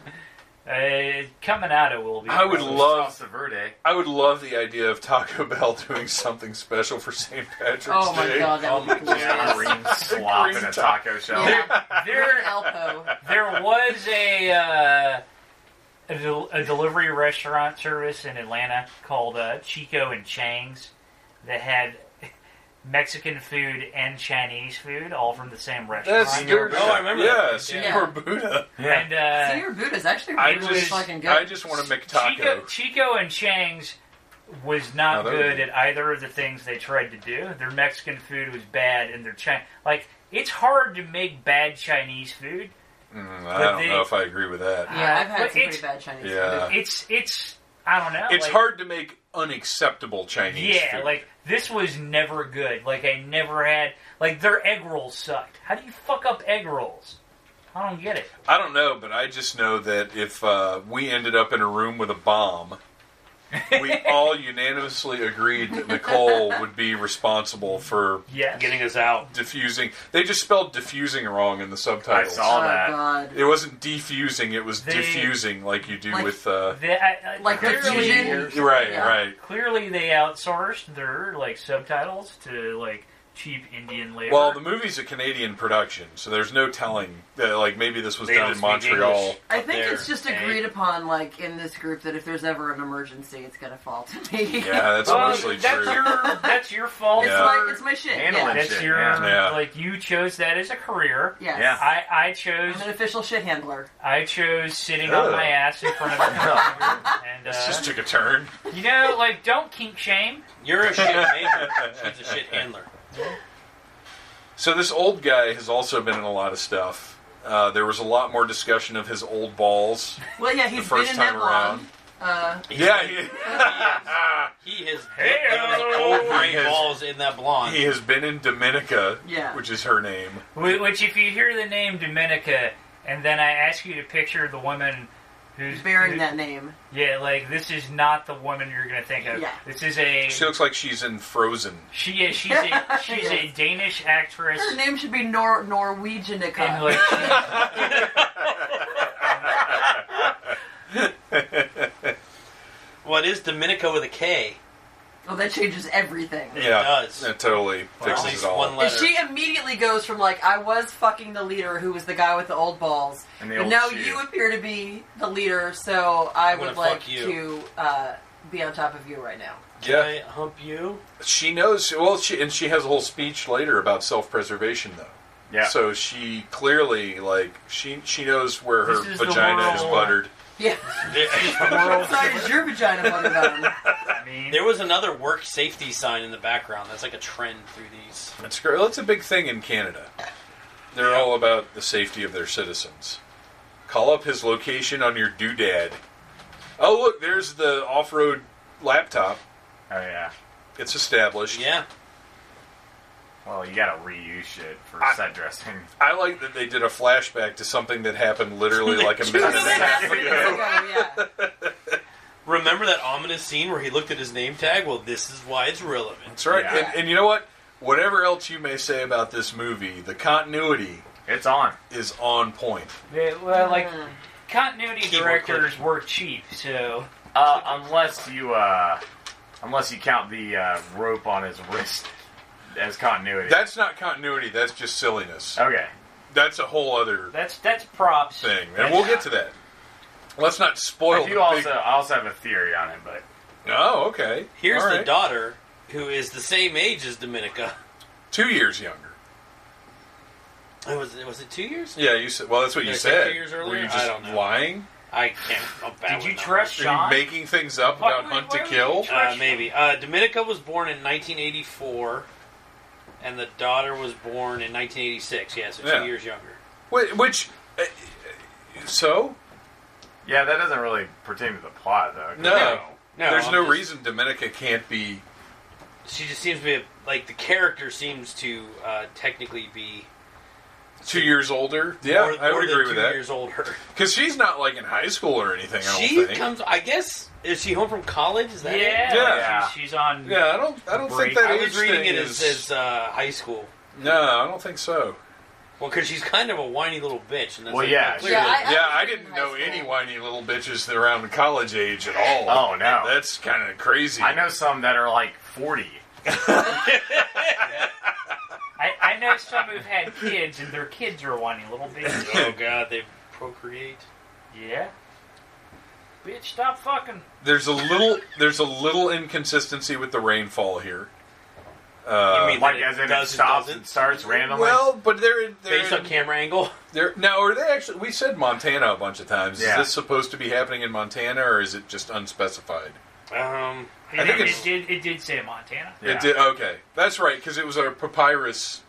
S3: Uh, coming out, it will be.
S2: I would love
S5: Salsa Verde.
S2: I would love the idea of Taco Bell doing something special for St. Patrick's
S7: Day? Oh my
S2: Day.
S7: god, that
S5: Oh my
S7: would be
S5: god,
S7: glorious.
S5: green slop in a taco shell.
S7: Yeah,
S3: there.
S7: Alpo.
S3: There was a uh, a, del- a delivery restaurant service in Atlanta called uh, Chico and Chang's that had Mexican food and Chinese food all from the same restaurant.
S2: That's
S5: Senor
S2: good.
S5: Buddha. Oh, I
S4: remember
S2: Yeah,
S4: that.
S2: Senor
S7: Yeah.
S2: Buddha.
S3: And uh,
S7: Senior Buddha's actually
S2: I
S7: really
S2: just
S7: fucking good.
S2: I just want to make
S3: Chico,
S2: taco.
S3: Chico and Chang's was
S2: No,
S3: not
S2: that would
S3: good
S2: be-
S3: at either of the things they tried to do. Their Mexican food was bad, and their Chinese like it's hard to make bad Chinese food.
S2: Mm, I
S3: But
S2: don't
S3: they-
S2: know if I agree with that.
S7: yeah, I've had
S3: But
S7: some pretty
S3: it's-
S7: bad Chinese
S2: Yeah.
S7: food.
S3: It's it's I don't know.
S2: It's
S3: like-
S2: hard to make unacceptable Chinese
S3: Yeah,
S2: food.
S3: like this was never good. Like I never had like their egg rolls sucked. How do you fuck up egg rolls? I don't get it.
S2: I don't know, but I just know that if uh, we ended up in a room with a bomb, we all unanimously agreed that Nicole would be responsible for
S3: Yes.
S4: Getting us out.
S2: diffusing. They just spelled diffusing wrong in the
S5: I
S2: subtitles.
S5: saw
S7: oh
S5: that.
S7: god.
S2: It wasn't defusing; it was
S3: They-
S2: diffusing, like you do
S7: Like-
S2: with. Uh,
S3: The- I- I-
S7: Like the
S3: clearly-
S7: fusion.
S2: right,
S7: Yeah.
S2: right.
S3: clearly they outsourced their like subtitles to like cheap Indian labor.
S2: Well, the movie's a Canadian production, so there's no telling. Uh, like maybe this was
S4: They
S2: done
S4: don't
S2: in
S4: speak
S2: Montreal.
S4: English.
S7: I
S4: up
S7: think
S4: there,
S7: it's just
S4: eh?
S7: agreed upon, like in this group, that if there's ever an emergency, it's gonna fall to me.
S2: Yeah, that's
S3: Well,
S2: mostly
S3: that's
S2: true.
S3: your that's your fault.
S7: it's
S2: Yeah.
S7: my
S3: for-
S7: it's my shit.
S5: Handle
S7: Yeah.
S5: it.
S3: that's
S5: shit,
S3: your
S2: yeah.
S3: like you chose that as a career.
S7: Yes.
S5: Yeah.
S3: I I chose
S7: I'm an official shit handler.
S3: I chose sitting on
S2: Ugh.
S3: my ass in front of a computer and uh,
S2: This just took a turn.
S3: you know like don't kink shame.
S4: You're a shit maker. She's a shit handler.
S2: So this old guy has also been in a lot of stuff. Uh, there was a lot more discussion of his old balls
S7: Well, yeah,
S2: the
S7: he's been
S2: first
S7: in
S2: time
S7: that
S2: around.
S7: long. Uh,
S2: Yeah, he,
S4: He has
S3: Hey-o.
S4: old gray
S2: He has-
S4: balls in that blonde.
S2: he has been in Dominica,
S7: Yeah.
S2: which is her name.
S3: Wh- Which if you hear the name Dominica and then I ask you to picture the woman who's
S7: uh, bearing
S3: who-
S7: that name.
S3: Yeah, like this is not the woman you're gonna think of.
S7: Yeah.
S3: This is a
S2: She looks like she's in Frozen.
S3: She is. She's a she's a Danish actress.
S7: Her name should be Nor
S3: And
S7: Norwegianica.
S3: like, she-
S4: What is Dominica with a K?
S7: Well, that changes everything.
S2: Yeah,
S4: does.
S2: that totally
S4: At
S2: fixes
S4: least
S2: it all.
S4: one
S7: And
S4: letter.
S7: she immediately goes from like I was fucking the leader, who was the guy with the old balls,
S5: And the
S7: but
S5: old
S7: now
S5: shoe.
S7: you appear to be the leader, so I
S4: I'm
S7: would
S4: gonna
S7: like
S4: fuck you.
S7: to uh, be on top of you right now.
S4: Can
S2: Yeah.
S4: I hump you?
S2: She knows. Well, she and she has a whole speech later about self-preservation, though.
S5: Yeah.
S2: So she clearly like she she knows where her
S3: This is the
S2: vagina is
S3: world.
S2: buttered.
S7: Yeah.
S4: There,
S7: Sorry, is your vagina butter bone?
S3: I mean,
S4: there was another work safety sign in the background. That's like a trend through these.
S2: That's great. Well, it's a big thing in Canada. They're all about the safety of their citizens. Call up his location on your doodad. Oh look, there's the off-road laptop.
S5: Oh yeah.
S2: It's established.
S4: Yeah.
S5: Well, you gotta reuse shit for
S2: I-
S5: set dressing.
S2: I like that they did a flashback to something that happened literally like a minute and a half ago.
S7: yeah.
S4: Remember that ominous scene where he looked at his name tag? Well, this is why it's relevant.
S2: That's right.
S5: Yeah.
S2: And, and you know what? Whatever else you may say about this movie, the continuity
S5: It's on.
S2: is on point.
S3: they, well, like
S7: Uh.
S3: continuity
S4: Keyboard
S3: directors were cheap, so
S5: Uh, unless you uh, unless you count the uh, rope on his wrist as continuity.
S2: That's not continuity. That's just silliness.
S5: okay.
S2: That's a whole other
S3: that's that's props.
S2: thing, and we'll get to that. Let's not spoil.
S5: I
S2: the
S5: do
S2: big-
S5: also I also have a theory on it, but
S2: Oh, okay.
S4: Here's
S2: All
S4: the
S2: right.
S4: daughter, who is the same age as Dominica.
S2: Two years younger.
S4: It was it was it two years?
S2: Yeah, you said. Well, that's what
S4: Did
S2: you
S4: I say
S2: said.
S4: two years
S2: Were
S4: earlier?
S2: you
S4: I
S2: just
S4: don't know.
S2: lying?
S4: I can't. I'm bad
S3: Did
S4: with
S3: you
S4: numbers.
S3: trust
S2: Are
S3: Sean?
S2: you making things up
S3: Why
S2: about
S3: would-
S2: Hunt
S3: why
S2: to
S3: would you
S2: Kill?
S3: try-
S4: Uh, maybe. Uh, Dominica was born in 1984, and the daughter was born in 1986. Yeah, so two
S2: Yeah.
S4: years younger.
S2: Whi- Which, uh, so
S5: yeah, that doesn't really pertain to the plot though. 'cause-
S2: no,
S4: No,
S2: there's
S4: I'm
S2: no
S4: just-
S2: reason Dominica can't be.
S4: She just seems to be a, like the character seems to uh, technically be
S2: Two years older. Yeah,
S4: More-
S2: I
S4: more
S2: would
S4: than
S2: agree
S4: two
S2: with that.
S4: Years older.
S2: Because she's not like in high school or anything. I don't
S4: She
S2: think.
S4: comes. I guess is she home from college? Is
S3: Yeah,
S4: that it?
S2: Yeah.
S3: She's, she's on.
S2: yeah, I don't. I don't
S3: Break.
S2: think that
S4: I
S2: age
S4: was reading
S2: thing
S4: it as,
S2: is-
S4: as uh, high school.
S2: No, I don't think so.
S4: Well, because she's kind of a whiny little bitch. And that's
S5: Well,
S4: like,
S5: yeah,
S4: clearly-
S7: Yeah, I, I
S2: yeah,
S7: was
S2: I
S7: in
S2: didn't
S7: high
S2: know
S7: school.
S2: any whiny little bitches that are around the college age at all.
S5: Oh, no.
S2: that's kind of crazy.
S5: I know some that are like 40.
S3: I, I know some who've had kids, and their kids are whiny little bitches.
S4: oh god, they procreate.
S3: yeah. Bitch, stop fucking.
S2: There's a little. There's a little inconsistency with the rainfall here.
S4: You
S2: Uh,
S4: mean
S5: Like,
S4: that
S5: as in it
S4: does and
S5: stops
S4: doesn't?
S5: and starts randomly.
S2: well, but they're they're
S4: based on camera angle?
S2: There now are they actually we said Montana a bunch of times.
S5: Yeah.
S2: Is this supposed to be happening in Montana or is it just unspecified?
S4: Um,
S3: It,
S2: think
S3: it,
S2: it's-
S3: did. It did say Montana.
S5: Yeah.
S2: It did, okay. That's right cuz it was a papyrus.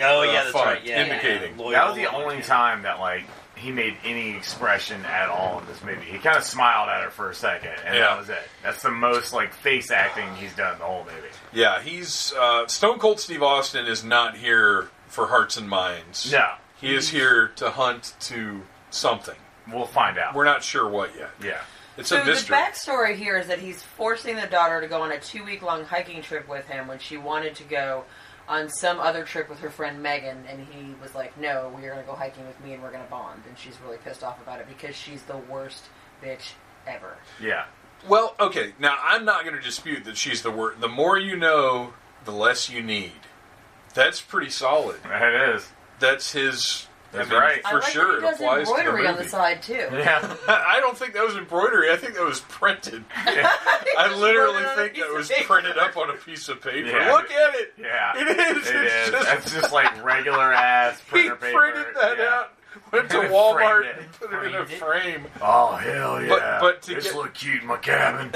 S4: oh
S2: Uh,
S4: yeah, that's
S2: fine.
S4: right. Yeah,
S2: Indicating.
S4: yeah. Loyal
S5: that was the
S4: Montana.
S5: only time that like he made any expression at all in this movie. He kind of smiled at her for a second, and
S2: Yeah.
S5: that was it. That's the most like face acting he's done the whole movie.
S2: Yeah, he's uh, Stone Cold Steve Austin is not here for hearts and minds.
S5: No,
S2: He is here to hunt to something.
S5: we'll find out.
S2: We're not sure what yet.
S5: yeah,
S2: It's
S7: So
S2: a
S7: the
S2: mystery.
S7: backstory here is that he's forcing the daughter to go on a two-week-long hiking trip with him when she wanted to go on some other trip with her friend Megan, and he was like, "No, we are going to go hiking with me, and we're going to bond." And she's really pissed off about it because she's the worst bitch ever.
S5: yeah.
S2: well, okay. Now I'm not going to dispute that she's the word. The more you know, the less you need. That's pretty solid.
S5: It is.
S2: That's his.
S5: That's right.
S2: For
S7: I like
S2: sure,
S7: that he
S2: it
S7: does
S2: applies to the
S7: embroidery on the
S2: movie.
S7: side too.
S5: Yeah,
S2: I don't think that was embroidery. I think that was printed. I
S7: wrote
S2: literally
S7: it on a
S2: think
S7: piece
S2: that
S7: of
S2: was
S7: paper.
S2: printed up on a piece of paper.
S5: Yeah.
S2: Look at it.
S5: yeah.
S2: It is.
S5: It
S2: it's
S5: is.
S2: Just,
S5: That's just like regular ass
S2: he
S5: printer paper.
S2: printed that
S5: yeah.
S2: out. Went to
S5: Framed
S2: Walmart
S5: it.
S2: and put it in a
S3: Framed it.
S2: frame.
S5: Oh hell yeah!
S2: but to
S5: this
S2: get-
S5: look cute in my cabin.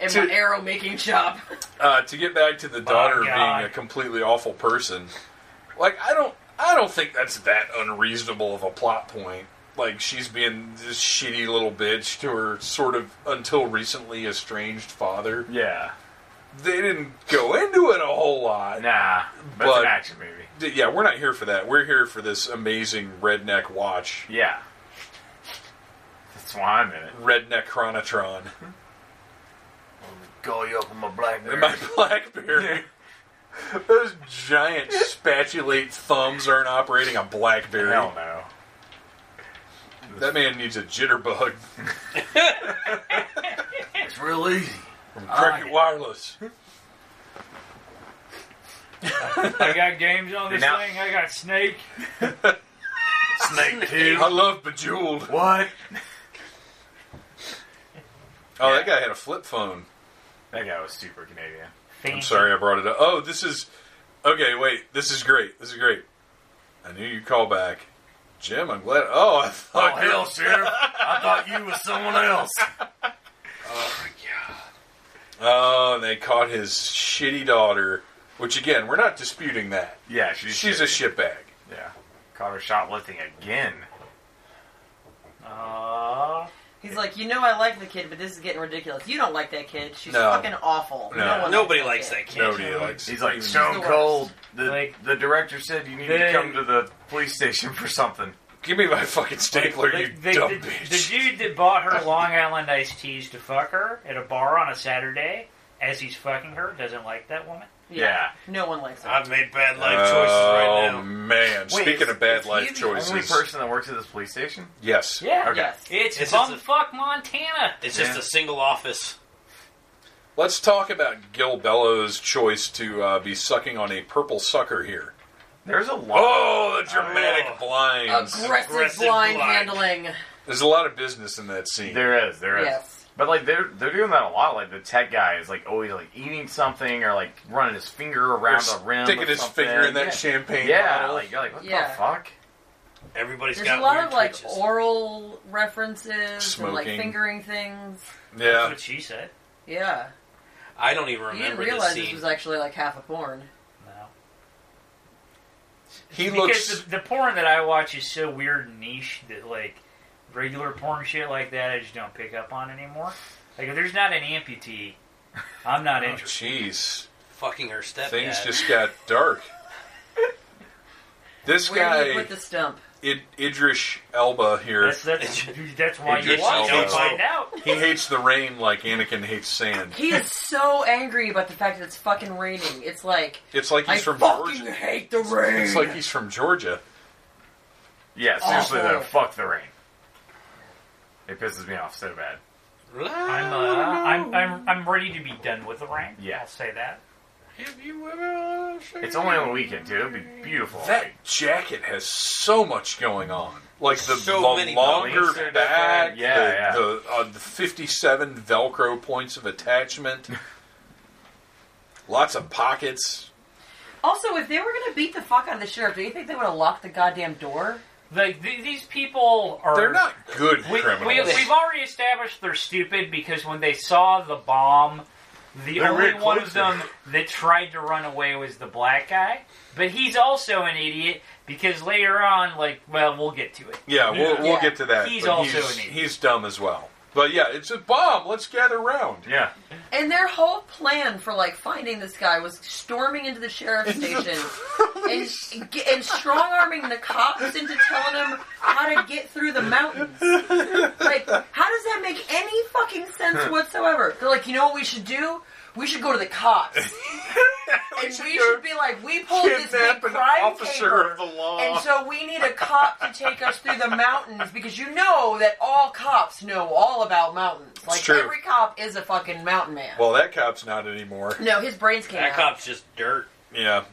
S7: In
S2: To-
S7: my arrow making shop.
S2: Uh, to get back to the daughter
S3: God.
S2: being a completely awful person, like I don't, I don't think that's that unreasonable of a plot point. Like she's being this shitty little bitch to her sort of until recently estranged father.
S5: yeah,
S2: They didn't go into it a whole lot.
S5: nah, but, it's
S2: But-
S5: an action movie.
S2: D- Yeah, we're not here for that. We're here for this amazing redneck watch,
S5: Yeah, that's why I'm in it.
S2: redneck chronotron.
S5: Call you up on my BlackBerry.
S2: And my BlackBerry, those giant spatulate thumbs aren't operating a BlackBerry.
S5: Hell no.
S2: That man needs a jitterbug from
S5: It's real easy. Oh,
S2: Cricket Wireless.
S3: I got games on this
S5: Now-
S3: thing. I got Snake.
S5: Snake too.
S2: I love Bejeweled.
S5: What?
S2: Oh, that guy had a flip phone.
S5: That guy was super Canadian.
S3: Fancy.
S2: I'm sorry I brought it up. Oh, this is okay. Wait, this is great. This is great. I knew you'd call back, Jim. I'm glad. Oh, I thought you-
S5: Sheriff. I thought you was someone else.
S2: Oh, and they caught his shitty daughter, which again, we're not disputing that.
S5: Yeah, she's,
S2: She's a shitbag.
S5: Yeah. Caught her shoplifting again.
S3: Uh,
S7: He's like, you know, I like the kid, but this is getting ridiculous. You don't like that kid. She's
S2: No.
S7: fucking awful.
S2: No.
S7: one
S4: Nobody likes that kid.
S2: Nobody likes.
S5: He's like,
S2: even-
S5: Stone
S7: the
S5: Cold, the,
S3: Like-
S5: the director said you need to
S3: They-
S5: come to the police station for something.
S2: give me my fucking stapler,
S3: the,
S2: you
S3: the,
S2: dumb
S3: the-
S2: bitch.
S3: the dude that bought her Long Island iced teas to fuck her at a bar on a Saturday, as he's fucking her, doesn't like that woman.
S5: Yeah.
S7: No one likes that.
S4: I've made bad life choices right
S2: oh
S4: now.
S2: man! Speaking
S5: is-
S2: of bad
S5: is he
S2: life choices,
S5: The only person that works at this police station?
S2: yes,
S3: Yeah.
S5: Okay.
S7: Yes.
S3: It's,
S4: It's just a-
S3: bumfuck Montana.
S4: It's just
S5: Yeah.
S4: a single office.
S2: Let's talk about Gil Bellows' choice to uh, be sucking on a purple sucker here.
S5: There's a lot.
S2: Oh, the dramatic
S4: Oh.
S2: blinds.
S7: aggressive,
S4: Aggressive
S7: blind,
S4: blind.
S7: handling.
S2: There's a lot of business in that scene.
S5: There is, there is.
S7: Yes.
S5: But like they're they're doing that a lot. Like the tech guy is like always like eating something or like running his finger
S2: Or
S5: around the rim.
S2: sticking
S5: or
S2: his
S5: something.
S2: finger in that
S7: Yeah.
S2: champagne
S5: Yeah,
S2: bottle.
S5: like you're like what
S7: Yeah.
S5: the fuck?
S4: Everybody's
S7: There's
S4: got
S7: a lot
S4: weird
S7: of like
S4: twitches.
S7: oral references and like
S2: Smoking.
S7: fingering things.
S3: That's
S2: yeah,
S3: what she said.
S7: Yeah.
S4: I don't even
S7: You didn't
S4: remember this
S7: realize this
S4: scene.
S7: was actually like half a porn.
S3: No.
S2: he
S3: because
S2: looks.
S3: the, the porn that I watch is so weird and niche that like regular porn shit like that I just don't pick up on anymore. Like if there's not an amputee, I'm not
S2: Oh,
S3: interested.
S2: Jeez,
S4: Fucking her stepdad.
S2: things just got dark. This
S7: Where do you
S2: guy,
S7: put the stump?
S2: Id- Idrish Elba here,
S3: That's, that's, that's why
S2: It
S3: you
S2: just
S3: watch
S2: helps.
S3: to find out.
S2: he hates the rain like Anakin hates sand.
S7: He is so angry about the fact that it's fucking raining. It's like
S2: It's like he's
S7: I
S2: from
S7: fucking
S2: Georgia.
S7: hate the rain.
S2: It's like he's from Georgia.
S5: Yeah, seriously
S7: Awful.
S5: though, fuck the rain. It pisses me off so bad.
S3: I'm, uh, I'm, I'm, I'm ready to be done with the rain.
S5: Yeah.
S3: I'll say that.
S5: It's only on the weekend, dude. It'd be beautiful.
S2: That jacket has so much going on. Like the,
S4: So
S2: the
S4: many
S5: buttons.
S2: longer
S5: They're
S2: back,
S5: different. Yeah,
S2: the,
S5: yeah.
S2: The, uh, the 57 Velcro points of attachment, lots of pockets.
S7: also, if they were gonna beat the fuck out of the sheriff, do you think they would have locked the goddamn door?
S3: Like, th- these people are.
S2: They're not good
S3: We,
S2: criminals.
S3: we, we've already established they're stupid because when they saw the bomb, the
S5: They're
S3: only
S5: very
S3: one
S5: close
S3: of them that tried to run away was the black guy. But he's also an idiot because later on, like, well, we'll get to it.
S2: yeah, we'll, we'll
S7: Yeah.
S2: get to that.
S3: He's
S2: but
S3: also
S2: he's,
S3: an idiot.
S2: he's dumb as well. But yeah, it's a bomb. Let's gather round.
S5: Yeah.
S7: And their whole plan for like finding this guy was storming into the sheriff's station and, and strong arming the cops into telling them how to get through the mountains. Like, how does that make any fucking sense whatsoever? They're like, you know what we should do? We should go to the cops. and we should,
S2: go
S7: be like, we pulled this big
S2: Kidnap an
S7: crime
S2: officer
S7: caper,
S2: of the law.
S7: and so we need a cop to take us through the mountains because you know that all cops know all about mountains. Like
S2: true.
S7: every cop is a fucking mountain man.
S2: Well, that cop's not anymore.
S7: No, his brains came
S4: That
S7: out.
S4: cop's just dirt.
S2: Yeah.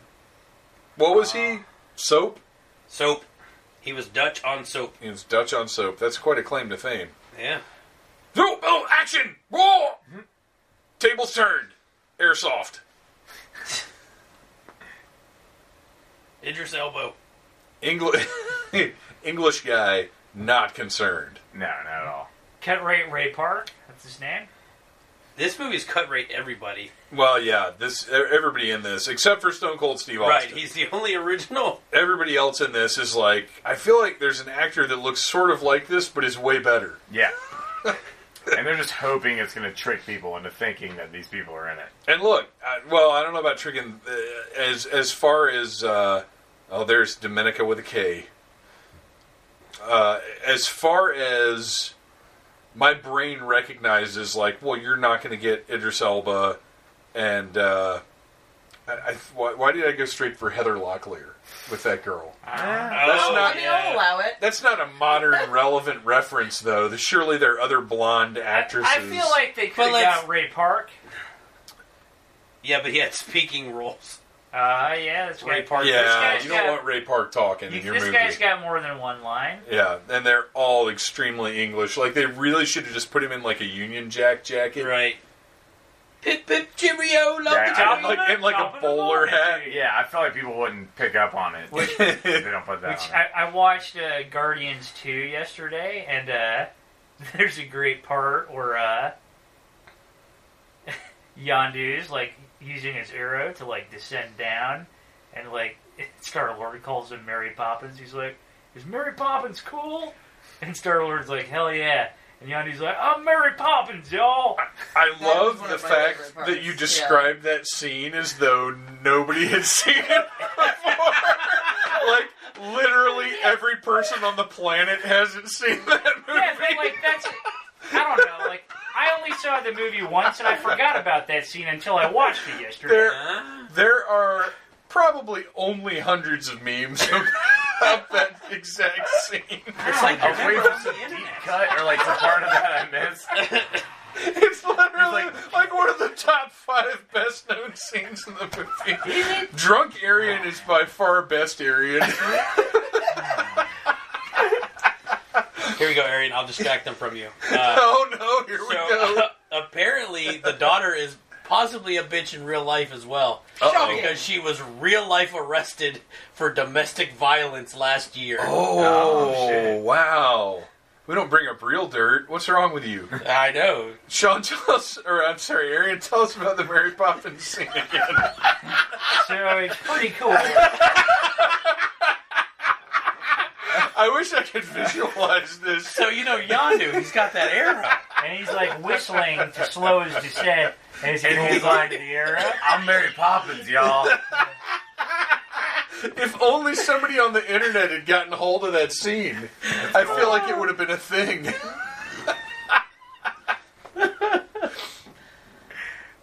S2: What was he? Soap?
S4: Soap. He was Dutch on soap.
S2: He was Dutch on soap. That's quite a claim to fame.
S4: Yeah.
S2: Zoom, boom, action, roar! Tables turned, airsoft.
S4: Idris Elbow.
S2: English, English guy, not concerned.
S5: No, not at all.
S3: Cut rate Ray Park, that's his name.
S4: This movie's cut rate everybody.
S2: Well, yeah, this e-, everybody in this, except for Stone Cold Steve Austin.
S4: Right. He's the only original.
S2: everybody else in this is like, I feel like there's an actor that looks sort of like this, but is way better.
S5: Yeah. and they're just hoping it's going to trick people into thinking that these people are in it.
S2: And look, I, well, I don't know about tricking. Uh, as as far as uh, oh, there's Dominica with a K. Uh, as far as my brain recognizes, like, well, you're not going to get Idris Elba, and uh, I, I, why, why did I go straight for Heather Locklear with that girl?
S4: That's
S7: Oh,
S2: not-
S7: I mean, I'll allow it.
S2: That's not a modern relevant reference, though. Surely there are other blonde
S3: I,
S2: actresses.
S3: I feel like they could
S4: But
S3: have
S4: let's-
S3: got Ray Park.
S4: Yeah, but he had speaking roles.
S3: Uh, yeah, that's
S4: Ray
S3: Ray
S4: Park.
S3: Park.
S2: yeah,
S3: guy's
S2: you don't
S3: got-
S2: want Ray Park talking in your
S3: this
S2: movie.
S3: guy's got more than one line.
S2: Yeah, and they're all extremely English. Like they really should have just put him in like a Union Jack jacket,
S4: Right. Pip pip cheerio, love
S5: Yeah,
S4: the
S5: I-
S2: And
S4: top.
S2: like and like a bowler hat.
S5: Yeah, I feel like people wouldn't pick up on it if they don't put that
S3: Which
S5: on. it.
S3: I, I watched uh, Guardians 2 yesterday, and uh, there's a great part where uh, Yondu's like using his arrow to like descend down, and like Star Lord calls him Mary Poppins. He's like, "Is Mary Poppins cool?" And Star Lord's like, "Hell yeah!" And Yondu's like, "I'm Mary Poppins, y'all."
S2: I
S7: was
S2: love
S7: one
S2: the
S7: of my
S2: fact
S7: favorite parts,
S2: that you
S7: yeah.
S2: described that scene as though nobody had seen it before. like literally every person on the planet hasn't seen that movie.
S3: Yeah, but like that's I don't know. Like I only saw the movie once, and I forgot about that scene until I watched it yesterday.
S2: There,
S4: Huh?
S2: there are probably only hundreds of memes about that exact scene.
S5: It's like,
S3: I
S5: are we
S3: remember
S5: supposed to deep cut or like the part of that I missed?
S2: It's literally
S5: He's
S2: like, one of the top five best known scenes in the movie. Drunk Arian is by far best Arian.
S4: Here we go, Arian. I'll distract them from you. Uh,
S2: oh no, here we go.
S4: so apparently, the daughter is possibly a bitch in real life as well.
S2: Uh-oh.
S4: Because she was real life arrested for domestic violence last year.
S2: Oh,
S5: Oh, shit.
S2: wow. We don't bring up real dirt. What's wrong with you?
S4: I know.
S2: Sean, tell us, or I'm sorry, Arian, tell us about the Mary Poppins scene again.
S3: So it's pretty cool.
S2: I wish I could visualize this.
S4: So you know Yandu, he's got that arrow.
S3: And he's like whistling to slow his descent as he holds on to the arrow.
S5: I'm Mary Poppins, y'all.
S2: If only somebody on the internet had gotten hold of that scene, I feel like it would have been a thing.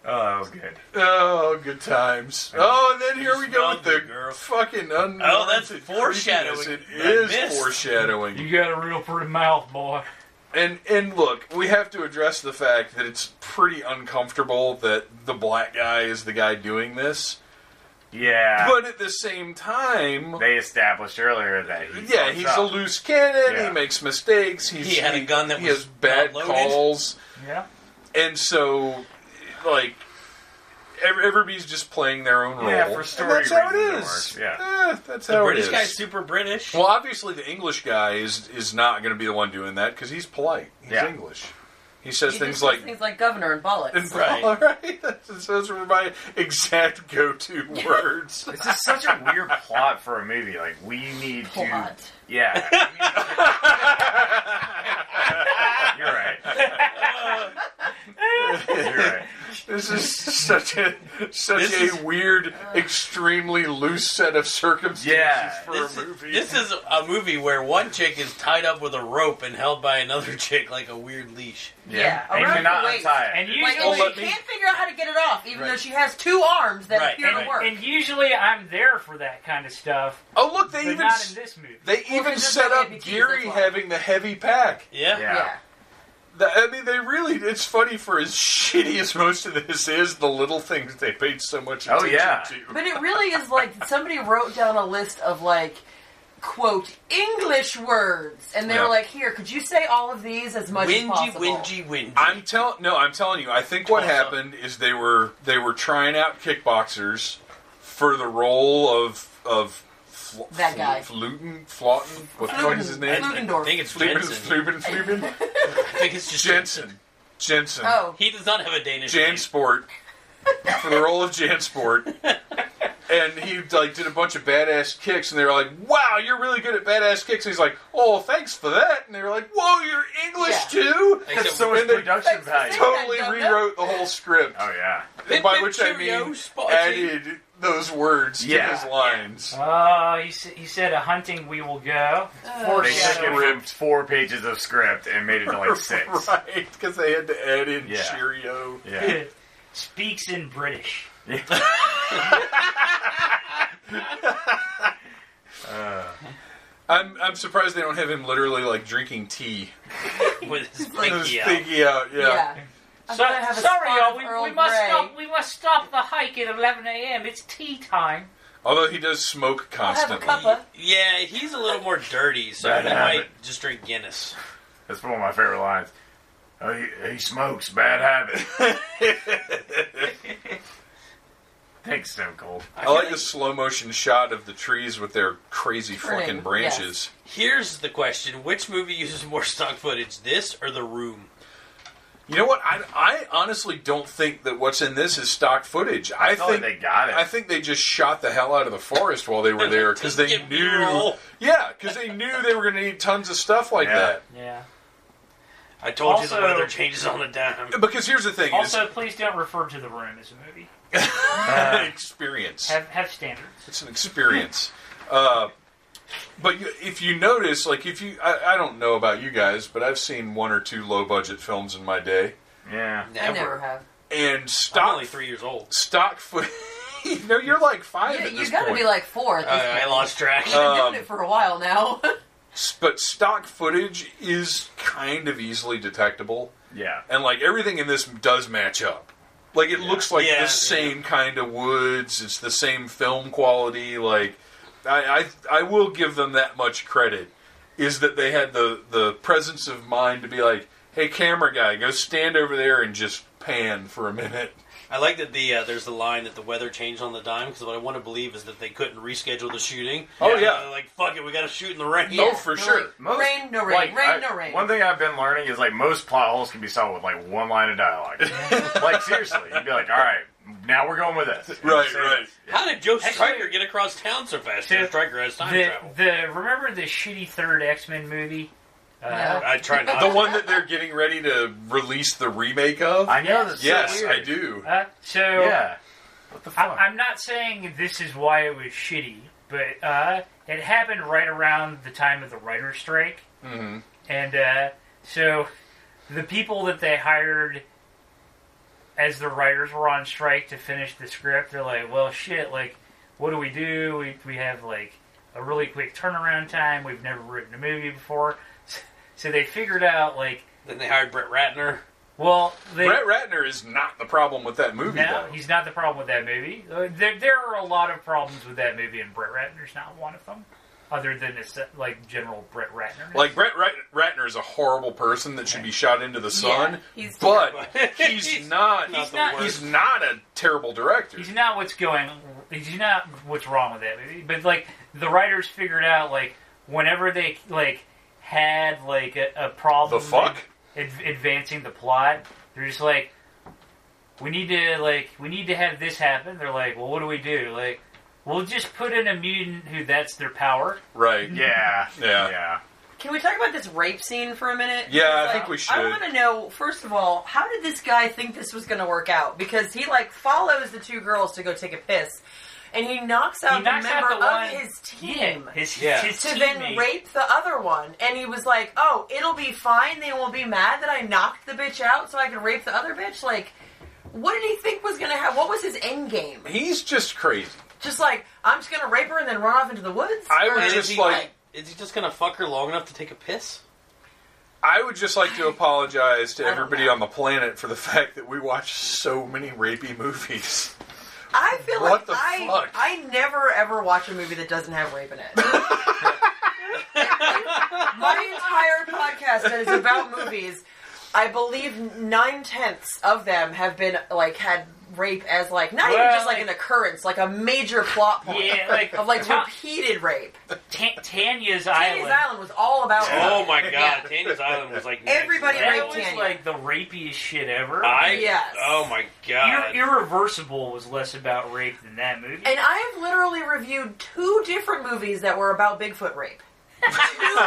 S5: Oh, that was good.
S2: Oh, good times. Oh, and then here we go with the
S4: Smelled you, girl.
S2: fucking un.
S4: Oh, that's foreshadowing.
S2: It
S4: I
S2: is
S4: missed.
S2: foreshadowing.
S3: You got a real pretty mouth, boy.
S2: And and look, we have to address the fact that it's pretty uncomfortable that the black guy is the guy doing this.
S5: Yeah.
S2: But at the same time,
S5: they established earlier that he
S2: yeah,
S5: fucks
S2: he's
S5: up.
S2: a loose cannon.
S5: Yeah.
S2: He makes mistakes. He's,
S4: He had a gun that
S2: he
S4: was
S2: has bad
S4: not loaded.
S2: calls,
S3: Yeah.
S2: and so like ev- everybody's just playing their own role.
S5: Yeah, for story
S2: and that's how it
S5: reasons
S2: is. Eh,
S5: it works, yeah.
S2: that's
S4: The
S2: how
S4: British
S2: it is.
S4: guy's super British.
S2: Well, obviously the English guy is is not going to be the one doing that because he's polite. He's
S5: Yeah.
S2: English. He says
S7: He
S2: things
S7: just
S2: like
S7: does things like governor and bullets.
S2: and
S4: Right.
S2: all right. That's, those were my exact go-to words.
S5: This is such a weird plot for a movie. Like we need
S7: Plot.
S5: to. Yeah. You're right.
S4: Uh,
S5: You're right.
S2: This is such a such
S4: This
S2: a
S4: is-
S2: weird,
S7: Uh.
S2: extremely loose set of circumstances
S5: Yeah,
S2: for
S4: This
S2: a
S4: is-
S2: movie.
S4: this is a movie where one chick is tied up with a rope and held by another chick like a weird leash.
S7: Yeah,
S5: They
S7: around
S5: cannot
S7: the waist.
S5: untie it.
S3: And
S7: Like,
S3: usually,
S2: Oh,
S7: and she
S2: let me-
S7: can't figure out how to get it off, even
S4: Right.
S7: though she has two arms that
S4: Right,
S7: appear to
S3: and,
S7: work.
S3: and usually I'm there for that kind of stuff,
S2: oh look, they
S3: but
S2: even
S3: not in this movie.
S2: they
S7: Well,
S2: even
S7: it's just
S2: set
S7: like
S2: up
S7: ABTs, that's
S2: Geary
S7: why.
S2: having the heavy pack.
S4: Yeah.
S5: Yeah.
S7: yeah.
S2: The, I mean, they really. It's funny for as shitty as most of this is, the little things they paid so much
S5: Oh,
S2: attention
S5: yeah.
S2: to.
S7: But it really is like somebody wrote down a list of like quote English words, and they
S2: Yeah.
S7: were like, "Here, could you say all of these as much as
S4: Wingy,
S7: possible?"
S4: wingy, wingy.
S2: I'm telling no, I'm telling you. I think what
S4: Toss up.
S2: happened is they were they were trying out kickboxers for the role of of fl-
S7: That guy.
S2: Flutin, Flautin, what the fuck is his name?
S7: Fluten.
S4: I think it's
S2: Fluben,
S4: Jensen.
S2: Fluben, Fluben,
S4: I think it's just
S2: Jensen, Jensen,
S7: Oh,
S4: He does not have a Danish name.
S2: Jansport for the role of Jansport. And he like did a bunch of badass kicks, and they were like, "Wow, you're really good at badass kicks." And he's like, "Oh, thanks for that." And they were like, "Whoa, you're English
S7: Yeah.
S2: too."
S4: Except
S5: So much
S2: And they-
S5: production value.
S2: totally
S7: Don't know.
S2: rewrote the whole script.
S5: Oh yeah.
S4: Bit
S2: By
S4: bit
S2: which I
S4: Cheerio,
S2: mean
S4: spicy.
S2: added those words
S5: Yeah.
S2: to his lines.
S3: Oh, he, sa- he said, "A hunting we will go."
S5: They took it
S3: Foreshadowing.
S5: from four pages of script and made it to like six.
S2: right, because they had to add in
S5: Yeah.
S2: Cheerio.
S5: Yeah.
S3: Speaks in British.
S5: Uh,
S2: I'm I'm surprised they don't have him literally like drinking tea.
S4: with his E
S2: His
S4: pinky out.
S2: pinky out, yeah.
S7: yeah.
S3: So,
S7: gonna have a
S3: sorry,
S7: spot
S3: y'all.
S7: of
S3: We,
S7: Earl
S3: we must
S7: Grey.
S3: stop. We must stop the hike at 11 a.m. It's tea time.
S2: Although he does smoke
S7: I'll have a
S2: constantly.
S7: cuppa.
S4: Yeah, he's a little more dirty, so
S5: Bad
S4: he might
S5: habit.
S4: just drink Guinness.
S5: That's one of my favorite lines. Oh, he, he smokes. Bad habit. Thanks, Stone Cold.
S2: I like
S4: feel
S2: the slow motion shot of the trees with their crazy
S7: Turning,
S2: fucking branches.
S4: Here's the question: Which movie uses more stock footage, this or The Room?
S2: You know what? I, I honestly don't think that what's in this is stock footage. I,
S5: I feel like
S2: think
S5: they got it.
S2: I think they just shot the hell out of the forest while they were there because they
S4: Get
S2: knew.
S4: B-roll.
S2: Yeah, because they knew they were going to need tons of stuff like
S5: Yeah.
S3: Yeah.
S4: I told you
S3: Also-
S4: the weather changes on the dime.
S2: that. Because here's the thing:
S3: Also, please don't refer to the room as a movie.
S2: it's
S5: uh,
S2: an experience.
S3: Have have standards.
S2: It's an experience. Uh, but you, if you notice, like if you, I, I don't know about you guys, but I've seen one or two low budget films in my day,
S5: Yeah.
S7: I never have.
S2: and
S4: I'm
S2: stock
S4: only three years old.
S2: stock footage. no, you're like five
S7: You,
S2: at
S7: you
S2: this
S7: gotta
S2: point.
S7: be like four. At this
S4: I, I
S7: point.
S4: lost track.
S7: You've been
S2: um,
S7: doing it for a while now.
S2: S- but stock footage is kind of easily detectable,
S5: Yeah.
S2: and like everything in this does match up. Like it looks like
S4: Yeah,
S2: the
S4: yeah.
S2: same kind of woods. It's the same film quality. Like I, I, I will give them that much credit. Is that they had the the presence of mind to be like, hey, camera guy, go stand over there and just pan for a minute.
S4: I like that the uh, there's the line that the weather changed on the dime because what I want to believe is that they couldn't reschedule the shooting.
S2: Oh,
S4: And
S2: yeah.
S4: they're like fuck it, we got to shoot in the rain.
S2: Oh, for
S7: they're
S2: sure.
S7: like, rain, no rain,
S5: like,
S7: rain,
S5: I-
S7: no rain.
S5: One thing I've been learning is like most plot holes can be solved with like one line of dialogue. like seriously, you'd be like, all right, now we're going with this. And
S2: Right,
S5: say
S2: right.
S5: this.
S4: How did Joe
S3: Actually-
S4: Stryker get across town so fast? Joe
S3: The-
S4: Stryker has time
S3: The,
S4: travel.
S3: the remember the shitty third X Men movie. Uh,
S7: Yeah.
S4: I tried not.
S2: The one that they're getting ready to release the remake of.
S5: I know this. Is
S2: yes,
S5: so weird.
S2: I do.
S3: uh, so
S5: Yeah. What the
S3: I,
S5: fuck?
S3: I'm not saying this is why it was shitty. But uh, it happened right around the time of the writer's strike. Mm-hmm. And uh, so the people that they hired as the writers were on strike to finish the script, they're like, well, shit, like, what do we do? We, we have, like, a really quick turnaround time. We've never written a movie before. So they figured out, like,
S4: Then they hired Brett Ratner.
S3: well, they,
S2: Brett Ratner is not the problem with that movie,
S3: no,
S2: though.
S3: he's not the problem with that movie. Uh, There, there are a lot of problems with that movie, and Brett Ratner's not one of them. Other than it's uh, like general Brett Ratner,
S2: Like Brett Rat- Ratner is a horrible person that should be shot into the sun,
S7: he's
S2: but he's not.
S4: He's
S2: He's
S4: not
S2: not,
S4: the
S2: he's not a terrible director.
S3: he's not what's going. He's not what's wrong with that movie. But like the writers figured out, like whenever they like had like a, a problem,
S2: The fuck?
S3: ad- advancing the plot, they're just like, we need to like we need to have this happen. They're like, well, what do we do? Like, we'll just put in a mutant who that's their power.
S2: Right.
S5: Yeah.
S2: Yeah.
S5: Yeah.
S7: Can we talk about this rape scene for a minute?
S2: Yeah, I
S7: Because,
S2: think
S7: like,
S2: we should.
S7: I want to know first of all, how did this guy think this was going to work out? Because he like follows the two girls to go take a piss, and he knocks out
S3: He knocks
S7: the
S3: out
S7: member
S3: the one-
S7: of his team.
S3: His,
S4: Yeah.
S3: his
S7: to then
S3: teammate.
S7: rape the other one, and he was like, "Oh, it'll be fine. They won't be mad that I knocked the bitch out, so I can rape the other bitch." Like, what did he think was gonna happen? What was his end game?
S2: He's just crazy.
S7: Just like I'm just gonna rape her and then run off into the woods?
S2: I
S7: Or
S2: would
S7: is
S4: And
S2: just
S4: is he,
S2: like-
S4: is he just gonna fuck her long enough to take a piss?
S2: I would just like to apologize to
S7: I don't
S2: everybody
S7: know.
S2: on the planet for the fact that we watch so many rapey movies.
S7: I feel
S2: What
S7: like
S2: the
S7: I
S2: fuck?
S7: I never ever watch a movie that doesn't have rape in it. My entire podcast that is about movies, I believe nine tenths of them have been like had rape as like not even
S3: Well,
S7: just like an
S3: like-
S7: occurrence, like a major plot point
S3: Yeah, like
S7: of like
S3: Ta-
S7: repeated rape.
S3: Ta- Tanya's
S7: Tanya's
S3: Island.
S7: Island. was all about
S4: Oh
S7: rape.
S4: my god, Tanya's Island was like
S7: Everybody
S4: next
S3: That
S7: raped
S4: level.
S3: was
S7: Tanya.
S3: like the rapiest shit ever.
S4: I
S7: Yes.
S4: Oh my
S3: Ir-
S4: god.
S3: Irreversible was less about rape than that movie.
S7: And I have literally reviewed two different movies that were about Bigfoot rape. two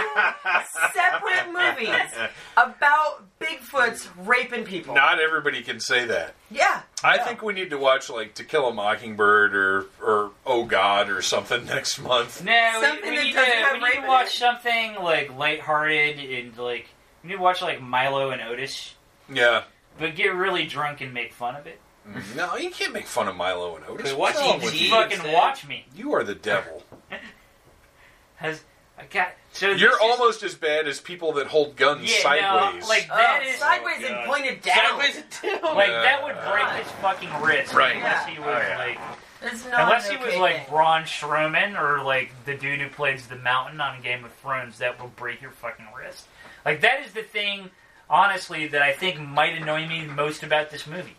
S7: separate movies about Bigfoot's raping people.
S2: Not everybody can say that.
S7: yeah.
S2: I think we need to watch like To Kill a Mockingbird or or Oh God or something next month.
S3: no, we-
S7: Something
S3: we,
S7: that
S3: need
S7: doesn't
S3: to,
S7: have
S3: we
S7: rape
S3: need
S7: in
S3: to
S7: it.
S3: watch something like lighthearted and like we need to watch like Milo and Otis,
S2: Yeah.
S3: but get really drunk and make fun of it.
S2: No, you can't make fun of Milo and Otis.
S4: Okay, watch
S2: What's wrong
S4: E.T.
S2: with
S4: Jeez,
S2: you?
S3: Fucking
S4: eh?
S3: watch me.
S2: You are the devil.
S3: Has I got so this
S2: You're
S3: is-
S2: almost as bad as people that hold guns
S3: yeah,
S2: sideways.
S3: No, like
S7: Oh,
S3: that is
S7: sideways
S4: God.
S7: and pointed down.
S4: Sideways and down.
S3: like that would break his fucking wrist
S2: Right.
S3: unless he was
S5: Oh, yeah.
S3: like
S7: It's not
S3: Unless
S7: an
S3: he was
S7: okay
S3: like
S7: thing.
S3: Braun Strowman or like the dude who plays the Mountain on Game of Thrones, that will break your fucking wrist. Like that is the thing, honestly, that I think might annoy me most about this movie.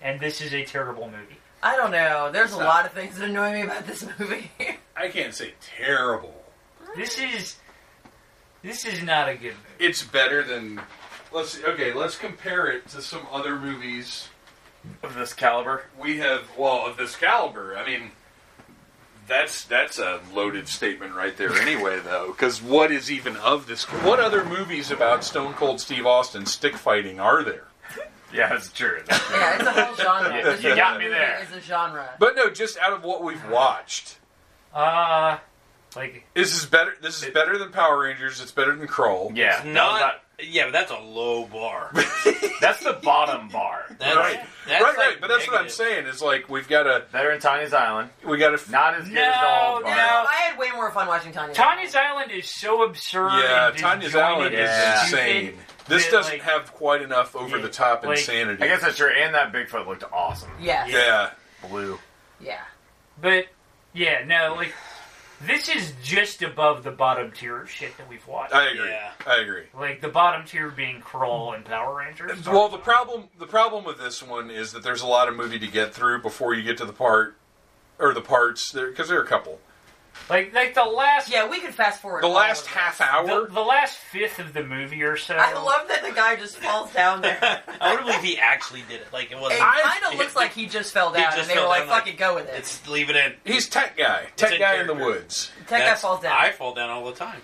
S3: And this is a terrible movie.
S7: I don't know. There's a lot of things that annoy me about this movie.
S2: I can't say terrible.
S3: This is this is not a good movie.
S2: It's better than let's see, okay, let's compare it to some other movies
S5: Of this caliber.
S2: we have well of this caliber. I mean that's that's a loaded statement right there anyway though cuz what is even of this what other movies about Stone Cold Steve Austin stick fighting are there?
S5: Yeah, that's true. That's true.
S7: yeah, it's a whole genre.
S5: You
S7: This
S5: got
S7: whole
S5: me
S7: movie
S5: there.
S7: is a genre.
S2: But no, just out of what we've watched.
S3: Uh like
S2: This is better this is better than Power Rangers, it's better than Crawl.
S5: yeah,
S4: Not yeah, but that's a low bar.
S5: that's the bottom bar.
S4: That's,
S2: Right.
S4: that's
S2: right,
S4: like
S2: right, but that's what I'm
S4: negative.
S2: saying is like we've got to
S5: Better in Tanya's Island.
S2: we got to
S5: Not as good as the
S3: No,
S5: old bar.
S3: no.
S7: I had way more fun watching Tanya.
S3: Tanya's Island is so absurd.
S2: Yeah,
S3: and
S2: Tanya's Allen
S3: disjointed
S2: is
S3: and
S5: Yeah.
S3: stupid
S2: insane. This
S3: that,
S2: doesn't
S3: like,
S2: have quite enough over the top
S3: Like-
S2: insanity.
S5: I guess that's true. And that Bigfoot looked awesome.
S7: Yes. Yeah.
S2: yeah.
S5: Blue.
S7: yeah.
S3: But yeah, no, like this is just above the bottom tier of shit that we've watched.
S2: I agree.
S4: Yeah.
S2: I agree.
S3: Like the bottom tier being Kroll and Power Rangers.
S2: Well, the problem the problem with this one is that there's a lot of movie to get through before you get to the part or the parts there because there are a couple.
S3: like like the last
S7: we could fast forward.
S2: The
S7: all
S2: last
S7: of this.
S2: half
S3: the,
S2: hour.
S3: the last fifth of the movie or so.
S7: I love that the guy just falls down there.
S4: I wouldn't believe he actually did it. Like it
S7: It
S4: wasn't.
S7: kind of looks like he just fell down,
S4: just
S7: and they
S4: fell
S7: were like,
S4: down, like,
S7: "Fucking go with it."
S4: It's leave it in.
S2: He's tech guy. Tech
S4: in
S2: guy in the
S4: character.
S2: woods.
S7: Tech guy
S4: That's-
S7: falls down.
S4: I fall down all the time.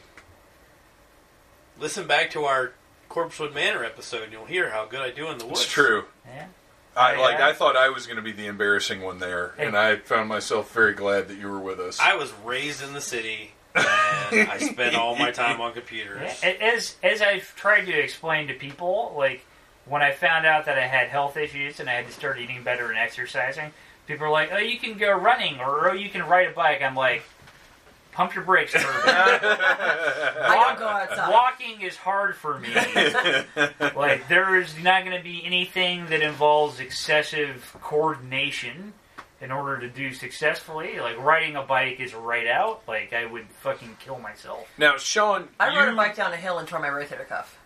S4: Listen back to our Corpsewood Manor episode, and you'll hear how good I do in the woods.
S2: It's true.
S3: Yeah.
S2: I
S3: Yeah.
S2: like. I thought I was going to be the embarrassing one there,
S3: Hey.
S2: and I found myself very glad that you were with us.
S4: I was raised in the city, and I spent all my time on computers.
S3: A- As as I've tried to explain to people, like when I found out that I had health issues and I had to start eating better and exercising, people are like, "Oh, you can go running," or "Oh, you can ride a bike." I'm like, "Pump your brakes, turbo."
S7: I don't go outside.
S3: Walking is hard for me. like there is not going to be anything that involves excessive coordination in order to do successfully. Like riding a bike is right out. Like I would fucking kill myself.
S2: now, Sean,
S7: I rode
S2: you,
S7: a bike down a hill and tore my rotator cuff.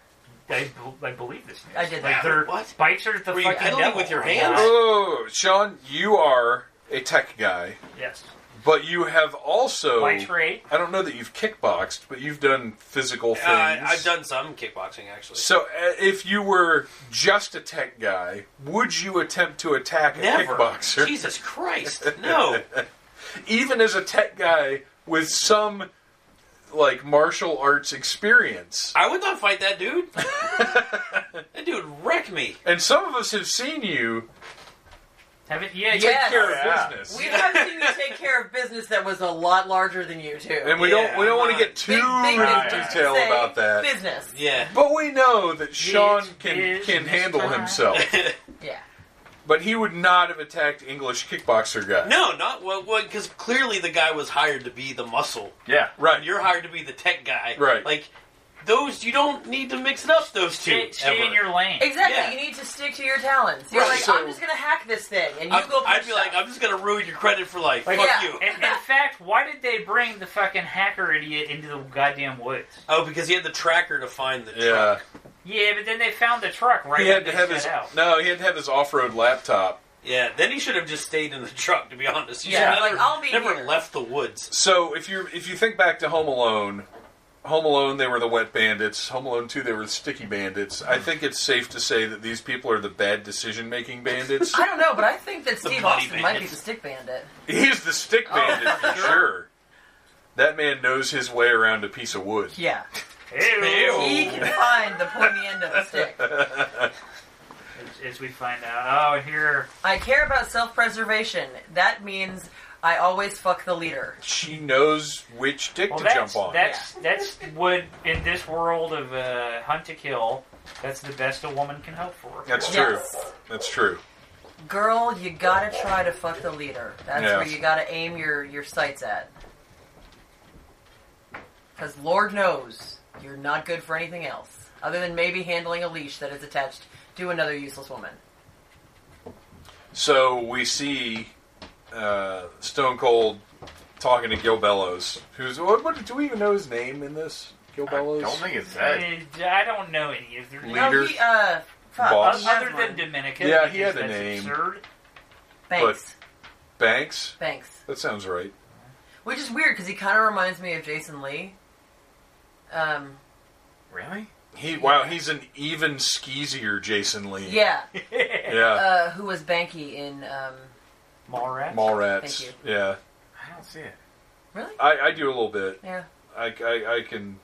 S3: I, be- I believe this. News.
S7: I did
S3: Like,
S7: that.
S3: they're-
S4: What?
S3: Bikes are the
S4: Were you
S3: fucking
S4: pedaling
S3: devil.
S4: with your
S3: Like,
S4: hands?
S3: uh,
S2: Oh, Sean, you are a tech guy,
S3: Yes.
S2: but you have also.
S3: By trade.
S2: I don't know that you've kickboxed, but you've done physical things.
S4: Uh, I've done some kickboxing actually.
S2: So, uh, if you were just a tech guy, would you attempt to attack a
S4: Never.
S2: kickboxer?
S4: Jesus Christ, no.
S2: Even as a tech guy with some like martial arts experience,
S4: I would not fight that dude. that dude wrecked me.
S2: and some of us have seen you
S3: Haven't yeah.
S7: Yes.
S3: yeah.
S2: take care
S5: Yeah.
S2: of business,
S7: Oh, We have seen you take care of business that was a lot larger than you two.
S2: and we
S4: Yeah,
S2: don't we don't want to
S4: I'm
S2: get
S4: not-
S2: too
S7: Big- big
S5: Right.
S7: business.
S2: detail
S7: Say
S2: about that.
S7: Business.
S4: Yeah.
S2: But we know that Sean
S3: It
S2: can
S3: is
S2: can
S3: Mr.
S2: handle
S3: Hyde.
S2: himself.
S7: Yeah.
S2: But he would not have attacked English kickboxer guy.
S4: No, not well, because clearly the guy was hired to be the muscle.
S5: Yeah.
S2: Right.
S4: You're hired to be the tech guy.
S2: Right.
S4: Like those, you don't need to mix it up. Those two.
S3: Stay, stay
S4: ever.
S3: in your lane.
S7: Exactly.
S4: Yeah.
S7: You need to stick to your talents. You're
S4: Right,
S7: like,
S2: so-
S7: I'm just gonna hack this thing, and you
S4: I'd,
S7: go.
S4: I'd
S7: push
S4: be like,
S7: stuff.
S4: I'm just gonna ruin your credit for life.
S3: Like,
S4: Fuck
S7: yeah.
S4: you.
S3: In, in fact, why did they bring the fucking hacker idiot into the goddamn woods?
S4: Oh, because he had the tracker to find the
S2: Yeah.
S4: truck.
S3: Yeah, but then they found the truck right.
S2: He
S3: when
S2: had to
S3: they
S2: have
S3: set
S2: his
S3: out.
S2: no. He had to have his off-road laptop.
S4: Yeah. Then he should have just stayed in the truck. To be honest, he
S7: Yeah,
S4: should
S7: like,
S4: never,
S7: I'll be
S4: never
S7: here.
S4: left the woods.
S2: So if you if you think back to Home Alone, Home Alone they were the wet bandits. Home Alone two they were the sticky bandits. I think it's safe to say that these people are the bad decision-making bandits.
S7: I don't know, but I think that Steve
S4: bloody
S7: Austin might be
S4: bandit.
S7: the stick bandit.
S2: He's the stick bandit for sure. That man knows his way around a piece of wood.
S7: Yeah.
S3: Ew.
S7: He can find the pointy end of a stick.
S3: As, as we find out, oh here,
S7: I care about self-preservation. That means I always fuck the leader.
S2: She knows which dick
S3: well
S2: to
S3: that's
S2: jump on.
S3: that's that's what in this world of uh, hunt to kill, that's the best a woman can hope for.
S2: That's true.
S7: Yes.
S2: That's true.
S7: Girl, you gotta try to fuck the leader. That's
S2: Yeah.
S7: where you gotta aim your, your sights at. Because Lord knows you're not good for anything else, other than maybe handling a leash that is attached to another useless woman.
S2: So we see uh, Stone Cold talking to Gil Bellows, who's what, what do we even know his name in this? Gil
S5: I
S2: Bellows.
S5: don't think it's
S3: Uh,
S5: that.
S3: I don't know any of their
S2: Leader.
S7: No, he, uh, fuck,
S2: Boss.
S7: he has
S3: other
S7: one.
S3: than Dominica.
S2: Yeah, he
S3: because
S2: had a
S3: that's
S2: name.
S3: Absurd.
S7: Banks.
S2: Banks.
S7: Banks.
S2: That sounds right.
S7: Which is weird, because he kind of reminds me of Jason Lee. Um,
S5: Really?
S2: He wow, he's an even skeezier Jason Lee.
S7: yeah,
S2: Yeah.
S7: uh, who was Banky in, um,
S3: Mallrats.
S2: Mallrats.
S7: Thank
S2: Yeah.
S5: I don't see it.
S7: really?
S2: I, I do a little bit.
S7: Yeah.
S2: I, I, I can.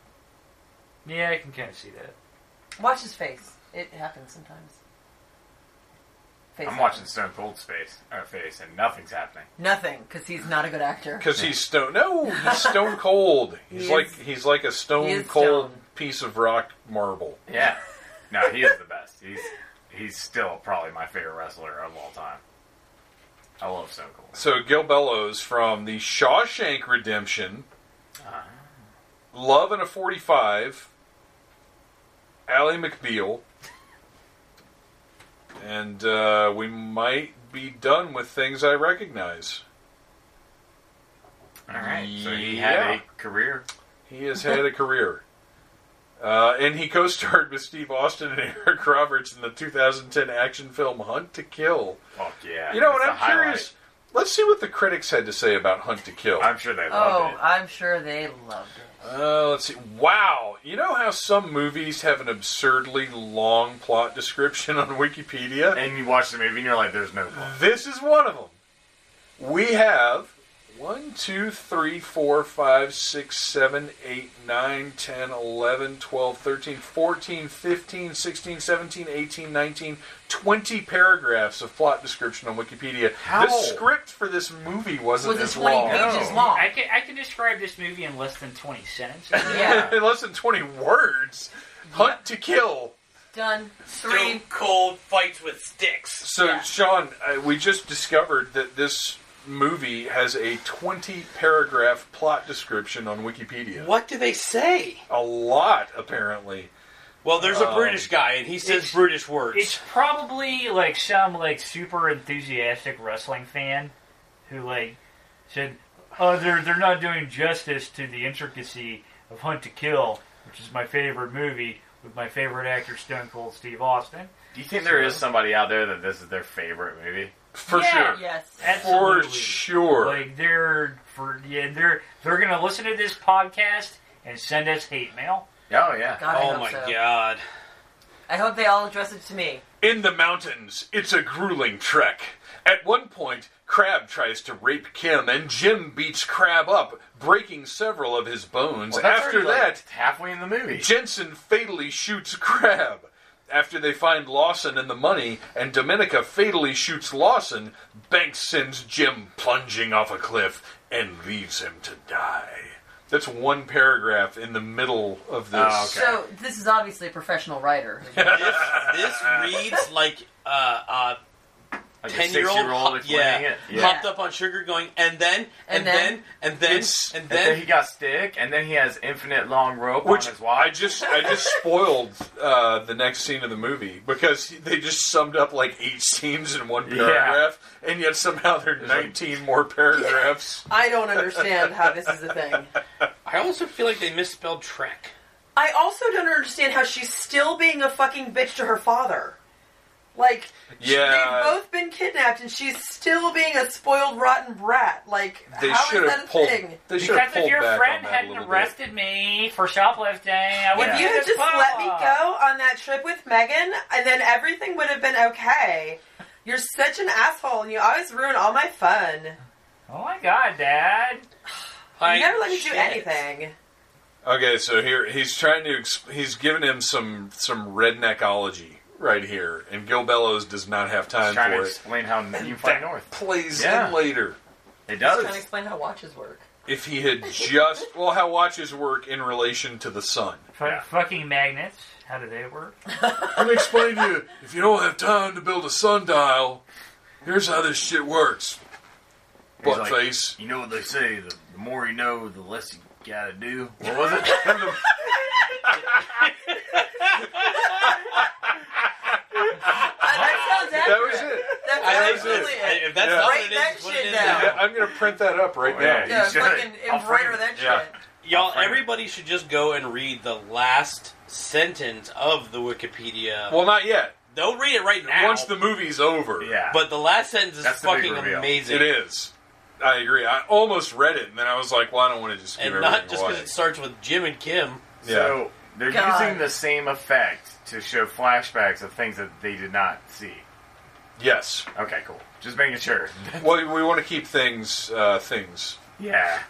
S3: yeah, I can kind of see that.
S7: Watch his face. It happens sometimes. Face
S5: I'm
S7: happens.
S5: watching Stone Cold's face, or face, and nothing's happening.
S7: Nothing, because he's not a good actor.
S2: Because he's stone. No, he's stone cold. He's
S7: He is-
S2: like he's like a
S7: he
S2: stone
S7: is
S2: cold
S7: stone.
S2: piece of rock marble.
S5: Yeah. No, he is the best. He's he's still probably my favorite wrestler of all time. I love Stone Cold.
S2: So Gil Bellows from the Shawshank Redemption, Love and a Forty Five, Ally McBeal, and uh, we might be done with things I recognize.
S5: All right. So he had
S2: Yeah.
S5: a career.
S2: He has had a career. Uh, and he co-starred with Steve Austin and Eric Roberts in the 2010 action film Hunt to Kill.
S5: Fuck yeah.
S2: You know
S5: That's
S2: what?
S5: the
S2: I'm curious. Let's see what the critics had to say about Hunt to Kill.
S5: highlight. I'm sure they
S7: Oh,
S5: loved it.
S7: I'm sure they loved it.
S2: Uh, let's see. Wow. You know how some movies have an absurdly long plot description on Wikipedia?
S5: And you watch the movie and you're like, there's no plot.
S2: This is one of them. We have One, two, three, four, five, six, seven, eight, nine, 10, 11, 12, 13, 14, 15, 16, 17, 18, 19, 20 paragraphs of plot description on Wikipedia.
S5: How?
S2: The script for this movie wasn't
S7: Was it
S2: as
S7: 20
S2: long.
S7: pages
S5: No.
S7: long?
S3: I can I can describe this movie in less than twenty sentences.
S7: yeah.
S2: Less than 20 words. Hunt to kill.
S7: Done.
S4: Stone
S7: Three.
S4: cold fights with sticks.
S2: So,
S7: Yeah.
S2: Sean, uh, we just discovered that this movie has a 20 paragraph plot description on Wikipedia.
S4: What do they say?
S2: A lot, apparently.
S4: Well, there's
S2: Um,
S4: a British guy, and he says
S3: it's-
S4: British words.
S3: It's probably like some like super enthusiastic wrestling fan who like said, "Oh, they're they're not doing justice to the intricacy of Hunt to Kill, which is my favorite movie with my favorite actor Stone Cold Steve Austin."
S5: Do you think there is somebody out there that this is their favorite movie?
S2: For
S3: Yeah.
S2: sure.
S7: Yes.
S2: For
S3: Absolutely.
S2: sure.
S3: Like they're for yeah they're they're gonna listen to this podcast and send us hate mail.
S5: Oh yeah.
S7: God, I
S4: oh
S7: hope
S4: my
S7: so.
S4: god.
S7: I hope they all address it to me.
S2: In the mountains, it's a grueling trek. At one point, Crab tries to rape Kim, and Jim beats Crab up, breaking several of his bones.
S5: Well, that's
S2: After
S5: already, like,
S2: that,
S5: halfway in the movie.
S2: Jensen fatally shoots Crab. After they find Lawson and the money, and Dominica fatally shoots Lawson, Banks sends Jim plunging off a cliff and leaves him to die. That's one paragraph in the middle of this.
S5: Oh, okay.
S7: So this is obviously a professional writer.
S4: This, this reads like uh, uh,
S5: Like a
S4: ten year old,
S5: six-year-old explaining
S4: yeah,
S5: it. Yeah.
S4: hopped up on sugar, going, and then, and,
S7: And
S4: then,
S7: then-
S4: and then,
S2: It's-
S4: and
S5: And then he
S4: then.
S5: got stick, and then he has infinite long rope
S2: Which
S5: on his
S2: I
S5: watch.
S2: just I just spoiled uh, the next scene of the movie because they just summed up like eight scenes in one
S5: Yeah.
S2: paragraph, and yet somehow there are
S5: like-
S2: nineteen more paragraphs.
S7: I don't understand how this is a thing.
S4: I also feel like they misspelled Trek.
S7: I also don't understand how she's still being a fucking bitch to her father. Like,
S2: Yeah.
S7: they've both been kidnapped, and she's still being a spoiled, rotten brat. Like,
S2: They
S7: how
S2: should
S7: is
S2: have
S7: that a
S2: pulled.
S7: thing?
S2: They should have
S3: Because if
S2: pulled
S3: your
S2: back
S3: friend
S2: on that a
S3: hadn't
S2: little bit.
S3: arrested me for shoplifting, I would
S5: Yeah.
S7: If you had just let me go on that trip with Megan, and then everything would have been okay. You're such an asshole, and you always ruin all my fun.
S3: Oh my god, Dad!
S7: You
S4: I
S7: never let me do anything.
S2: Okay, so here he's trying to exp- he's giving him some some redneckology right here, and Gil Bellows does not have time
S5: trying to
S2: for it.
S5: explain how you
S2: That
S5: fight north.
S2: plays
S5: Yeah.
S2: in later.
S5: It
S7: Just trying to
S5: does.
S7: explain how watches work.
S2: If he had just well, how watches work in relation to the sun.
S3: Fu
S5: Yeah.
S3: Fucking magnets. How do they work?
S2: Let me explain to you. If you don't have time to build a sundial, here's how this shit works.
S5: He's
S2: Butt
S5: like,
S2: face.
S5: You know what they say: the, the more you know, the less you gotta do. What was it?
S7: Uh, That sounds
S2: That
S7: accurate.
S2: was it.
S7: That's
S4: I like
S7: absolutely
S4: this.
S7: it.
S4: I- If that's
S2: Yeah.
S4: not what
S7: Write
S4: it is,
S7: that
S4: it's what
S7: shit
S4: it is
S7: down.
S4: now.
S2: Yeah, I'm gonna print that up right
S5: Oh,
S2: now.
S5: yeah.
S7: Yeah,
S5: should.
S7: fucking
S5: I'll
S7: embroider
S5: frame
S7: that
S5: it. Yeah.
S7: shit.
S4: Y'all,
S5: I'll find it.
S4: everybody should just go and read the last sentence of the Wikipedia.
S2: Well, not yet.
S4: Don't read it right now.
S2: Once the movie's over.
S5: yeah,
S4: but the last sentence is
S5: That's the big
S4: fucking
S5: reveal.
S4: amazing.
S2: It is. I agree. I almost read it, and then I was like, "Well, I don't want to just give
S4: and
S2: everything
S4: not just
S2: away."
S4: because it starts with Jim and Kim.
S5: so they're
S7: God.
S5: using the same effect to show flashbacks of things that they did not see.
S2: yes.
S5: Okay, cool. Just making sure.
S2: Well, we want to keep things uh, things.
S5: Yeah,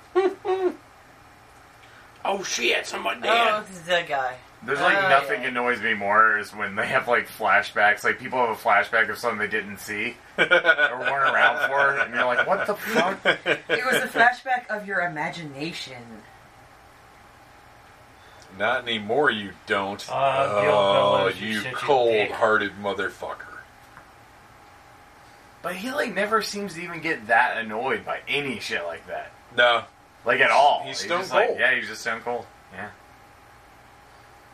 S4: Oh shit! Someone did.
S7: Oh, this is that guy.
S5: there's like
S7: Oh,
S5: nothing
S7: yeah.
S5: annoys me more is when they have like flashbacks. Like people have a flashback of something they didn't see or weren't around for, and you're like, "What the fuck?"
S7: It was a flashback of your imagination.
S2: Not anymore. You don't.
S3: Uh, Gil
S2: oh,
S3: Bellows, you're
S2: you
S3: such a
S2: cold-hearted motherfucker.
S5: But he like never seems to even get that annoyed by any shit like that,
S2: No,
S5: like at all.
S2: He's
S5: just
S2: stone
S5: like,
S2: cold.
S5: yeah, he's just stone cold. Yeah.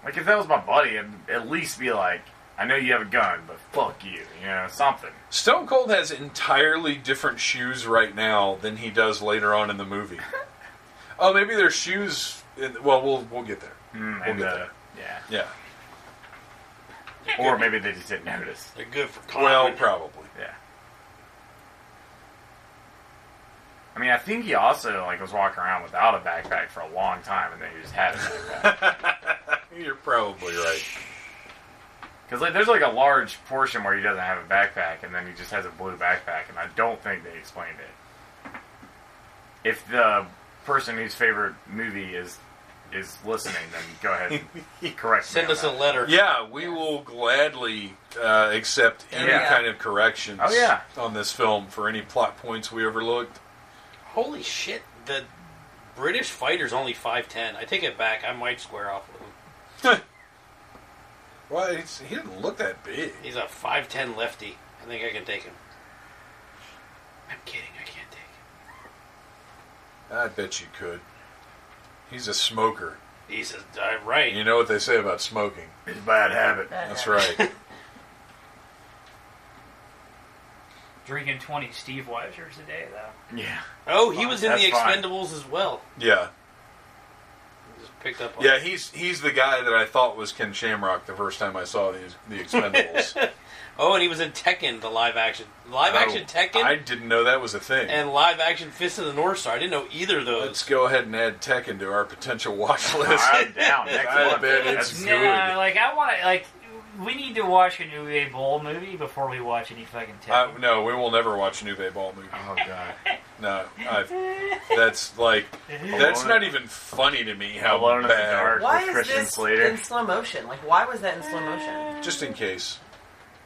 S5: Like if that was my buddy, I'd at least be like, I know you have a gun, but fuck you, you know something.
S2: Stone Cold has entirely different shoes right now than he does later on in the movie. oh, maybe their shoes. In, well, we'll we'll get there.
S5: Mm,
S2: We'll
S5: and,
S2: get
S5: uh,
S2: there.
S5: yeah.
S2: Yeah.
S5: Or maybe they just didn't notice.
S4: They're good for
S2: Well,
S4: clown.
S2: probably.
S5: Yeah. I mean, I think he also like was walking around without a backpack for a long time, and then he just had a backpack.
S2: You're probably right.
S5: Because like, there's like a large portion where he doesn't have a backpack, and then he just has a blue backpack, and I don't think they explained it. if the person whose favorite movie is is listening, then go ahead and correct me
S4: Send
S5: on
S4: us a
S5: that.
S4: letter.
S2: Yeah, we will gladly uh, accept any
S5: Yeah.
S2: kind of corrections
S5: Oh, yeah.
S2: on this film for any plot points we overlooked.
S4: Holy shit! The British fighter's only five ten. I take it back. I might square off with him.
S2: Well, it's, he didn't look that big.
S4: He's a five ten lefty. I think I can take him. I'm kidding. I can't take him.
S2: I bet you could. He's a smoker.
S4: He's a, uh, right.
S2: You know what they say about smoking.
S5: It's a bad habit.
S2: That's right.
S3: Drinking 20 Steve Weisers a day, though.
S5: Yeah.
S4: Oh, he was in
S5: That's
S4: the
S5: fine.
S4: Expendables as well.
S2: Yeah.
S4: Just picked up. On
S2: Yeah, he's he's the guy that I thought was Ken Shamrock the first time I saw the, the Expendables.
S4: Oh, and he was in Tekken, the live action, live action
S2: I-
S4: Tekken,
S2: I didn't know that was a thing.
S4: and live action Fist of the North Star. I didn't know either of those.
S2: Let's go ahead and add Tekken to our potential watch list.
S5: I'm down. Next
S2: I
S5: one.
S2: bet
S5: That's-
S2: it's-
S3: No,
S2: Good.
S3: like, I want to, like, we need to watch a new EA Bowl movie before we watch any fucking
S2: I,
S3: Tekken.
S2: no, we will never watch a New Bay Ball movie.
S5: Oh god.
S2: No, I've, that's like that's
S5: Alone-
S2: not even funny to me. How
S5: Alone in the
S2: bad.
S5: dark.
S7: Why
S5: With
S7: is
S5: Christian
S7: this
S5: Slater.
S7: in slow motion? Like, why was that in slow motion?
S2: Just in case.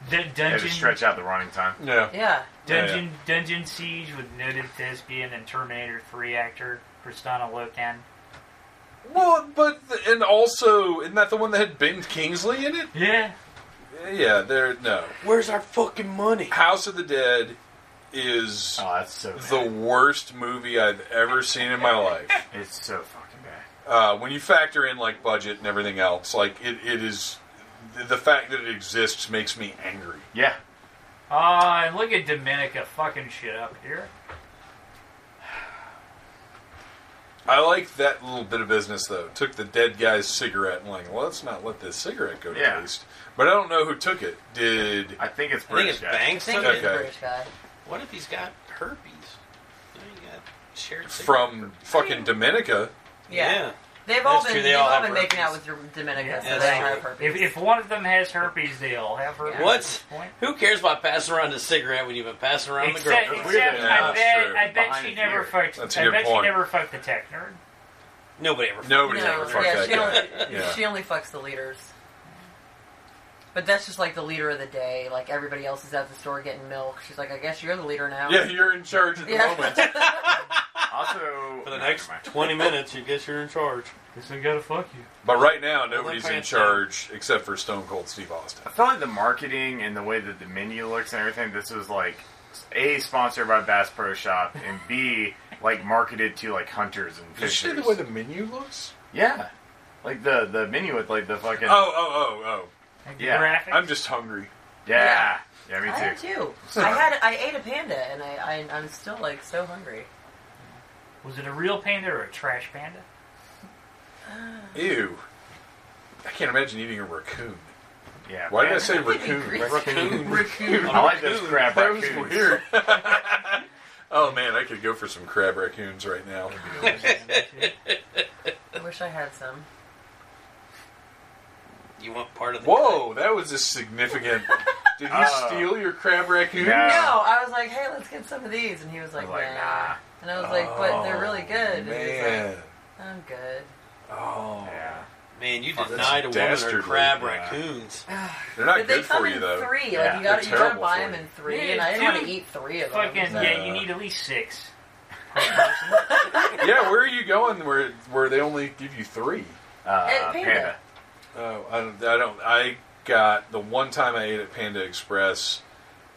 S3: Dun-
S5: Had
S3: dungeon,
S5: to stretch out the running time.
S2: Yeah.
S7: Yeah.
S3: dungeon, dungeon Siege with noted thespian and Terminator 3 actor Kristana Loken.
S2: Well, but th- and also isn't that the one that had Ben Kingsley in it?
S3: Yeah.
S2: Yeah. There. No.
S4: Where's our fucking money?
S2: House of the Dead is
S5: Oh, that's so. Bad.
S2: the worst movie I've ever seen in my life.
S5: it's so fucking bad.
S2: Uh, when you factor in like budget and everything else, like it, it is th- the fact that it exists makes me angry.
S5: Yeah.
S3: Ah, and look at Dominica fucking shit up here.
S2: I like that little bit of business though. Took the dead guy's cigarette and like, let's not let this cigarette go to
S5: Yeah.
S2: waste. But I don't know who took it. Did
S5: I think it's
S4: I think
S5: British.
S4: it's
S5: guy.
S7: I
S4: Banks.
S7: think
S4: took
S7: it's the
S2: Okay.
S7: British guy.
S4: What if he's got herpes? You know, you got shared sick-
S2: from fucking Dominica?
S7: Yeah.
S4: yeah.
S7: They've all
S4: That's
S7: been,
S4: true,
S7: they
S4: they all
S7: all
S4: have
S7: been making out with
S4: herpes.
S7: Dominica,
S3: Yeah,
S7: so
S4: that's
S7: they all have
S4: true.
S7: herpes.
S3: If, if one of them has herpes, they all have herpes.
S7: Yeah.
S3: at this
S4: What?
S3: point.
S4: Who cares about passing around a cigarette when you've been passing around the girl?
S3: Except,
S5: It's
S3: except
S5: weird that
S3: I,
S2: that's
S3: bet,
S2: true.
S3: I bet
S5: Behind
S3: she
S5: the
S3: never
S5: ear.
S3: fucked.
S2: That's a
S3: I
S2: good
S3: bet she
S2: point.
S3: never fucked the tech nerd.
S4: Nobody ever.
S2: Nobody's
S7: no,
S2: ever fucked
S7: yeah,
S2: that
S7: she,
S2: guy.
S7: Only,
S2: Yeah.
S7: she only fucks the leaders. But that's just like the leader of the day. Like everybody else is at the store getting milk. She's like, I guess you're the leader now.
S2: Yeah, you're in charge at the
S7: Yeah.
S2: moment.
S5: Also,
S4: For the next 20 minutes, you guess you're in charge.
S3: Guess I gotta fuck you.
S2: But right now, nobody's in
S4: pants
S2: charge except for Stone Cold Steve Austin.
S5: I felt like the marketing and the way that the menu looks and everything. This was like a sponsored by Bass Pro Shop and B like marketed to like hunters and
S2: Did you see
S5: fishers.
S2: the way the menu looks?
S5: yeah, like the the menu with like the fucking
S2: Oh, oh, oh,
S3: Like
S5: Yeah,
S2: oh!
S3: graphics.
S2: I'm just hungry.
S5: yeah yeah,
S7: I
S5: me
S7: had
S5: too.
S7: too. I had I ate a panda and I, I I'm still like so hungry.
S3: Was it a real panda or a trash panda?
S2: Ew! I can't imagine eating a raccoon.
S5: Yeah,
S2: Why did I
S5: man,
S2: say
S7: That'd be
S2: raccoon?
S7: greasy.
S4: Raccoon.
S2: Raccoon.
S5: I like those crab
S2: That was
S5: raccoons.
S2: weird. oh man, I could go for some crab raccoons right now.
S7: I wish I had some.
S4: You want part of the.
S2: Whoa, that was a significant. Did he
S5: Oh.
S2: steal your crab raccoon?
S5: No.
S7: No, I was like, hey, let's get some of these, and he was like,
S5: was like,
S7: nah.
S5: nah.
S7: And I was like, but they're really
S2: Oh,
S7: good. And he was
S2: Man.
S7: like, I'm good.
S2: Oh.
S5: Yeah.
S4: Man, you
S2: Fuck, that's
S4: denied a woman her
S2: dastardly.
S4: crab
S2: Yeah.
S4: raccoons.
S2: They're not
S7: But they
S2: good
S7: come
S2: for
S7: in
S2: you though.
S7: three. Like
S5: Yeah,
S2: they're
S7: you got you got to
S2: terrible
S7: buy
S2: for
S7: them
S2: you.
S7: in three,
S3: Yeah,
S7: and I didn't want to
S3: dude.
S7: eat three of them.
S3: Fucking
S7: so-
S3: yeah, you need at least six.
S2: yeah, where are you going? Where where they only give you three?
S5: Uh,
S7: And panda.
S5: panda.
S2: Oh, I don't. I, don't, I got the one time I ate at Panda Express.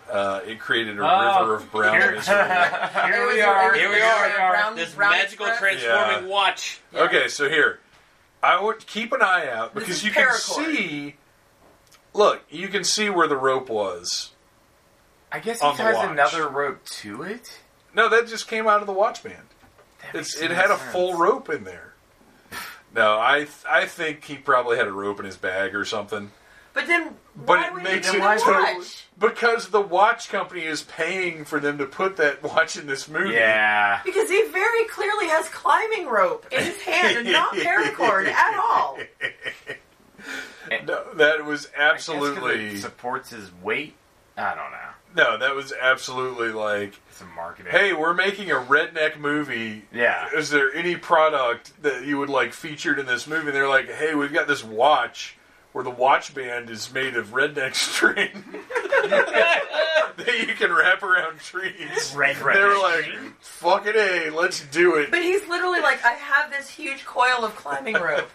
S2: Uh, it created a
S3: Oh,
S2: river of brown
S3: here-
S2: misery.
S3: Here
S7: It
S3: we
S7: was
S3: are.
S7: a-
S4: Here we
S7: it was
S4: are.
S7: a Round,
S4: This
S7: round
S4: magical
S7: express.
S4: transforming watch.
S7: Yeah.
S2: Okay, so here, I would keep an eye out
S7: This
S2: because
S7: is
S2: you can
S7: paracord.
S2: see. Look, you can see where the rope was.
S5: I guess
S2: On
S5: it
S2: the
S5: has
S2: watch.
S5: another rope to it.
S2: No, that just came out of the watch band.
S5: That
S2: It's
S5: makes
S2: it
S5: no
S2: had a
S5: sense.
S2: full rope in there. No, I th- I think he probably had a rope in his bag or something.
S7: But then
S2: But
S7: why
S2: it
S7: would
S2: makes
S7: you
S2: it
S7: do watch?
S2: totally- because the watch company is paying for them to put that watch in this movie.
S5: Yeah.
S7: Because he very clearly has climbing rope in his hand and not paracord at all.
S2: No, that was
S5: I guess 'cause
S2: absolutely
S5: it supports his weight. I don't know.
S2: No, that was absolutely like,
S5: Some marketing.
S2: hey, we're making a redneck movie.
S5: Yeah.
S2: Is there any product that you would like featured in this movie? And they're like, hey, we've got this watch where the watch band is made of redneck string that you can wrap around trees.
S3: Red
S2: they were
S3: redneck
S2: like,
S3: string?
S2: fuck it, hey, let's do it.
S7: But he's literally like, I have this huge coil of climbing rope.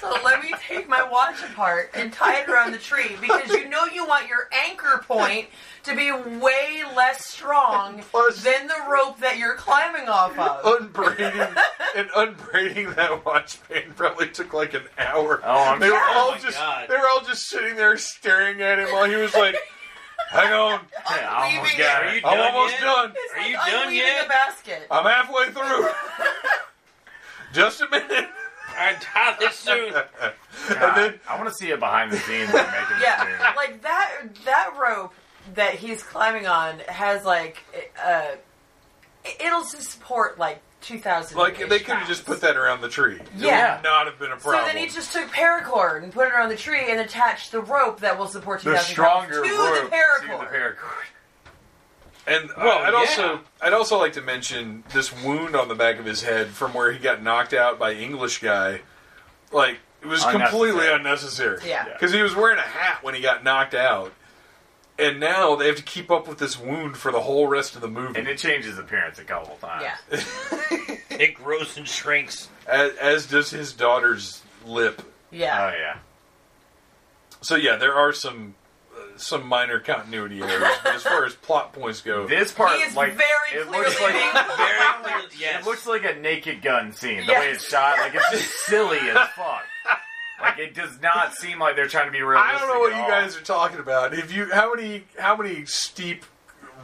S7: So let me take my watch apart and tie it around the tree because you know you want your anchor point to be way less strong
S2: Plus-
S7: than the rope that you're climbing off of.
S2: unbraiding and unbraiding that watch band probably took like an hour.
S5: Oh, I'm
S2: they were
S5: sure.
S2: all
S4: Oh my
S2: just
S4: God.
S2: they were all just sitting there staring at him while he was like, "Hang on,
S5: Yeah, I almost
S7: leaving
S5: got it.
S7: it.
S4: Are you
S2: I'm
S4: done
S2: almost
S4: yet?
S2: done.
S7: It's
S4: Are
S7: like
S4: you done
S7: unweaving
S4: yet?
S7: a basket.
S2: I'm halfway through. just a minute."
S4: I die this soon.
S2: and then
S5: I want to see it behind the scenes of making this
S7: Yeah,
S5: movie.
S7: like that that rope that he's climbing on has like uh, it- it'll support like two thousand.
S2: like they could have just put that around the tree. It
S7: Yeah.
S2: would not have been a
S7: So
S2: problem.
S7: then he just took paracord and put it on the tree and attached the rope that will support two
S5: The
S7: thousand
S5: stronger
S7: to
S5: rope
S7: the paracord.
S5: to the paracord.
S2: And uh,
S4: Well,
S2: I'd
S4: yeah.
S2: also I'd also like to mention this wound on the back of his head from where he got knocked out by English guy. Like it was completely
S5: Unnecessary.
S2: unnecessary.
S7: Yeah.
S2: because he was wearing a hat when he got knocked out, and now they have to keep up with this wound for the whole rest of the movie.
S5: And it changes appearance a couple times.
S7: yeah,
S4: It grows and shrinks.
S2: as, as does his daughter's lip.
S7: yeah.
S5: Oh, yeah.
S2: So yeah, there are some uh, some minor continuity errors, but as far as plot points go,
S5: This part,
S7: he is
S5: like,
S7: very
S5: it
S7: clearly
S5: looks like
S7: being
S4: Very clear. Yes.
S5: It looks like a naked gun scene. The way
S7: Yes.
S5: it's shot, like it's just silly as fuck. Like it does not seem like they're trying to be realistic.
S2: I don't know what
S5: at
S2: you
S5: all.
S2: guys are talking about. Have you how many how many steep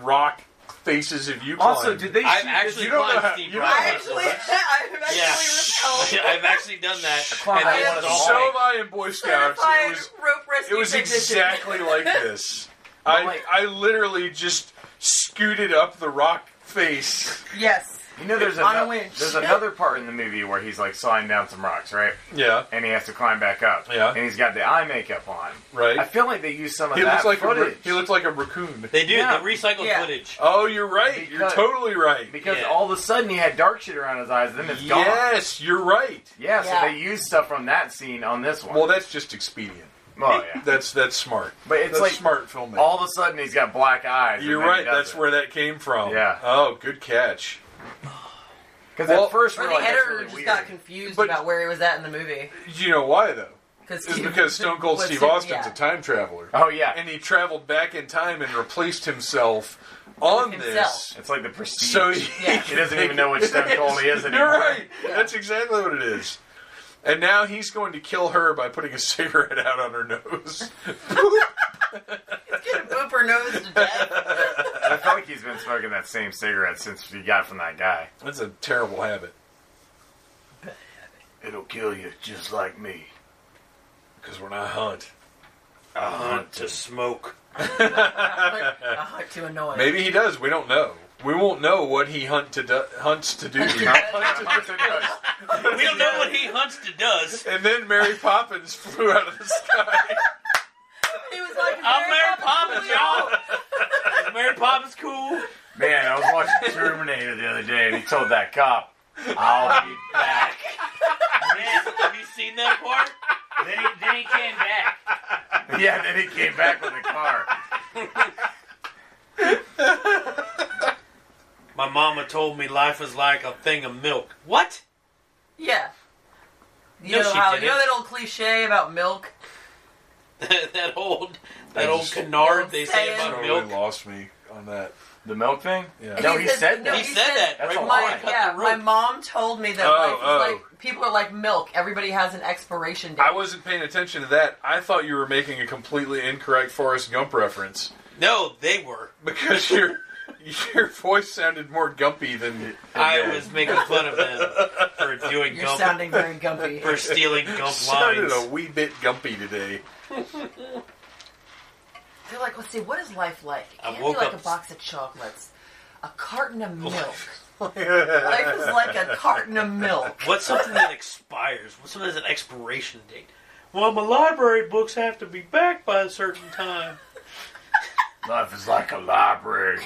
S2: rock faces have you climbed?
S5: Also, did they?
S4: I've
S5: shoot
S4: actually
S2: you don't know
S4: climbed
S2: how-
S4: Steve
S2: you don't
S7: I
S2: know
S4: Rogers.
S7: actually, I've actually
S4: Yeah.
S7: repelled
S4: I've actually done that.
S5: climbed
S4: and
S7: that
S4: it's
S7: one
S4: all
S2: so
S4: like-
S2: have I in Boy Scouts. It
S7: certified
S2: was
S7: rope rescue.
S2: it was
S7: technician.
S2: exactly like this. I
S5: like-
S2: I literally just scooted up the rock face.
S7: Yes.
S5: you know, there's
S7: on a
S5: ano-
S7: winch.
S5: there's another part in the movie where he's like sliding down some rocks, right?
S2: Yeah,
S5: And he has to climb back up.
S2: Yeah.
S5: And he's got the eye makeup on.
S2: Right.
S5: I feel like they used some of
S2: he looks
S5: that
S2: like a, ra-
S5: footage
S2: he looks like a raccoon.
S4: They do
S5: Yeah.
S4: the recycled
S7: Yeah.
S4: footage.
S2: Oh, you're right. you're
S5: Because-
S2: totally right.
S5: because
S4: Yeah.
S5: all of a sudden he had dark shit around his eyes. Then it's gone.
S2: Yes, you're right.
S5: Yeah. So
S7: Yeah.
S5: they used stuff from that scene on this one.
S2: Well, that's just expedient.
S5: oh, yeah.
S2: That's that's smart.
S5: But it's
S2: That's
S5: like
S2: smart filmmaking.
S5: all of a sudden he's got black eyes. and
S2: You're
S5: then he
S2: right.
S5: does
S2: That's
S5: it.
S2: where that came from.
S5: Yeah.
S2: Oh, good catch.
S5: Because
S2: Well-
S5: at first
S7: Or
S5: we're
S7: the
S5: like, that's
S7: editor
S5: really
S7: just
S5: weird.
S7: got confused
S2: But-
S7: about where he was at in the movie.
S2: You know why though?
S7: Cause
S2: It's
S7: he-
S2: because Stone Cold
S7: was
S2: Steve
S7: him-
S2: Austin's
S7: yeah.
S2: a time traveler,
S5: oh yeah,
S2: and he traveled back in time and replaced himself on
S7: With
S2: this.
S7: himself.
S5: it's like the prestige.
S2: So he,
S7: Yeah.
S5: he doesn't even know which Stone Cold he is anymore.
S2: You're right. That's exactly what it is. And now he's going to kill her by putting a cigarette out on her nose.
S7: Get a booper nose to death.
S5: I feel like he's been smoking that same cigarette since he got from that guy.
S2: That's a terrible habit.
S5: It'll kill you just like me.
S2: Because when I hunt,
S4: Hunt to smoke.
S7: like, ah, too annoying.
S2: maybe he does. We don't know. We won't know what he hunt to do, hunts to do.
S4: We don't know what he hunts to does.
S2: And then Mary Poppins flew out of the sky.
S7: He was like,
S4: I'm Mary
S7: Poppins,
S4: Poppins, y'all. Mary Poppins cool.
S5: Man, I was watching Terminator the other day, and he told that cop, "I'll be back."
S4: Man, have you seen that part?
S3: Then he, then he came back.
S5: Yeah, then he came back with a car.
S4: My mama told me life is like a thing of milk. What?
S7: Yeah. You
S4: No,
S7: know
S4: she
S7: how you
S4: didn't.
S7: know that old cliche about milk?
S4: that old that
S2: I
S4: old
S2: just-
S4: canard they say
S7: Saying.
S4: about
S2: totally
S4: milk.
S2: lost me on that.
S5: The milk thing?
S2: Yeah.
S5: No, he
S7: says-
S5: said
S7: no,
S5: that.
S4: He said that. right
S5: That's a
S4: before
S5: lie.
S7: My,
S4: he Oh, cut
S7: yeah,
S4: the
S7: my
S4: rope.
S7: mom told me that
S2: Oh,
S7: life is
S2: oh.
S7: like people are like milk. Everybody has an expiration date.
S2: I wasn't paying attention to that. I thought you were making a completely incorrect Forrest Gump reference
S4: No, they were.
S2: because your your voice sounded more gumpy than
S4: I was making fun of them for doing
S7: You're
S4: gump
S7: sounding very gumpy.
S4: for stealing gump
S2: sounded
S4: lines.
S2: a wee bit gumpy today.
S7: They're like, let's see, what is life like? It
S4: I
S7: can't
S4: woke
S7: be like
S4: up-
S7: a box of chocolates, a carton of milk. life is like a carton of milk.
S4: What's something that expires? What's something that has an expiration date? Well, my library books have to be back by a certain time.
S5: Life is like a library.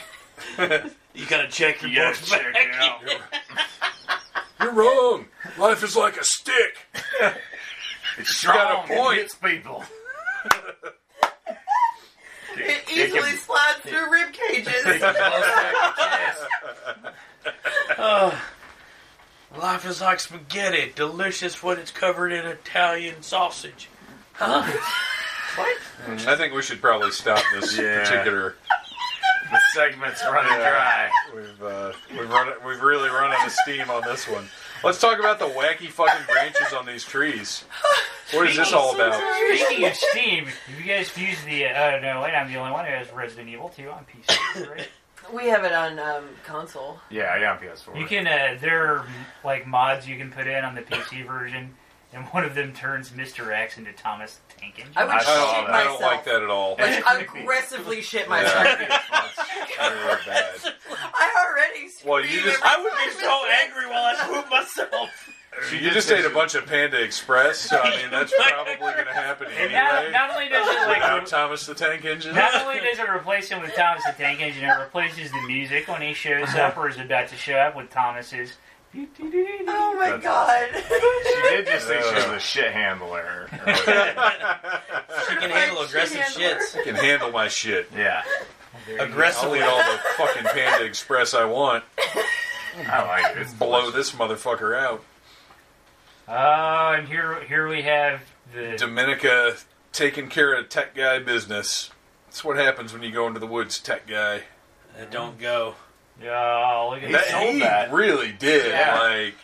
S4: You gotta check your
S5: You gotta
S4: books.
S5: check it out.
S2: You're wrong. Life is like a stick.
S5: It's
S2: You
S5: strong.
S2: got a point.
S5: It hits people.
S7: It easily
S5: can-
S7: slides through rib cages.
S4: Life is like spaghetti, delicious when it's covered in Italian sausage.
S2: I think we should probably stop this
S5: Yeah.
S2: particular.
S5: The segment's running dry.
S2: We've uh, we've run we've really run out of steam on this one. Let's talk about the wacky fucking branches on these trees. What is this all about?
S3: Speaking of Steam, if you guys use the uh, no, wait, I'm the only one who has Resident Evil 2 on PC. Right?
S7: we have it on um, console.
S5: Yeah, I got PS4.
S3: You can uh, there are like mods you can put in on the PC version, and one of them turns Mr. X into Thomas the Tank Engine.
S7: I would
S5: I
S7: shit
S2: I don't, Oh, I don't
S7: myself.
S2: like that at all.
S5: Yeah.
S7: Like, aggressively shit myself.
S2: Yeah. Very bad.
S7: I already.
S2: Well, you
S7: screamed
S2: just-
S7: every
S4: I would be
S7: time
S4: so
S7: Mr. X-
S4: angry while I poop myself.
S2: You, just ate a bunch of Panda Express, so I mean that's probably going to happen
S3: And now,
S2: anyway.
S3: not only does it like
S2: Without
S3: re-
S2: Thomas the Tank Engine.
S3: not only does it replace him with Thomas the Tank Engine, it replaces the music when he shows up or is about to show up with Thomas's.
S7: Oh my
S5: That's
S7: god.
S5: She did just think she was a shit handler.
S4: You can
S7: Like
S4: handle aggressive
S7: shit
S4: shits.
S2: I can handle my shit.
S5: yeah,
S2: I'll
S4: Aggressively.
S2: eat all the fucking Panda Express I want.
S5: I like it. It's
S2: Blow this motherfucker out.
S3: Oh, and here here we have the
S2: Dominica taking care of tech guy business. That's what happens when you go into the woods, tech guy.
S4: Uh, Don't go.
S3: oh look at
S5: That-
S3: that.
S5: sold that.
S2: really did.
S5: Yeah.
S2: Like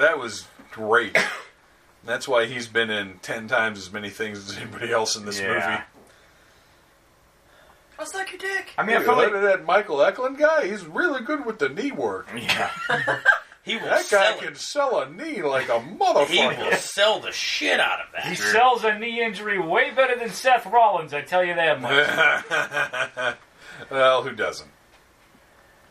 S2: that was great. That's why he's been in ten times as many things as anybody else in this
S5: Yeah.
S2: movie.
S7: I'll suck your dick.
S5: I mean, I
S2: Hey,
S5: feel
S2: look at
S5: like
S2: that Michael Eklund guy. He's really good with the knee work.
S5: yeah,
S4: He will
S2: That guy
S4: sell
S2: can
S4: it.
S2: sell a knee like a
S4: He will
S2: motherfucker.
S4: sell the shit out of
S3: He
S4: that.
S3: sells a knee injury way better than Seth Rollins, I tell you that much.
S2: well, who doesn't?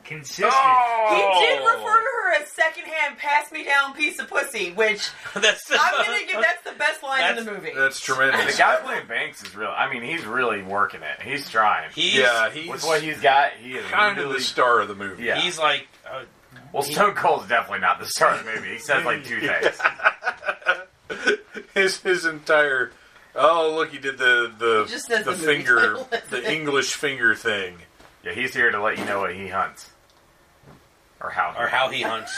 S3: Consistent.
S2: Oh.
S7: He did refer to her as secondhand pass me down piece of pussy, which
S4: That's the,
S7: I'm gonna give that's the best line in the movie.
S2: That's
S5: the
S2: tremendous.
S5: guy playing Banks is real. I mean, he's really working it. He's trying.
S4: He's,
S2: yeah, he's
S5: With what he's got, he is
S2: kind of
S5: really,
S2: the star of the movie.
S5: Yeah.
S4: he's like, uh,
S5: Well, Stone Cold's definitely not the star of the movie. He says like two things.
S2: his his entire oh look he did the the
S7: He just said
S2: the,
S7: the movie
S2: finger
S7: title.
S2: the English finger thing.
S5: Yeah, he's here to let you know what he hunts or how.
S4: or how he hunts.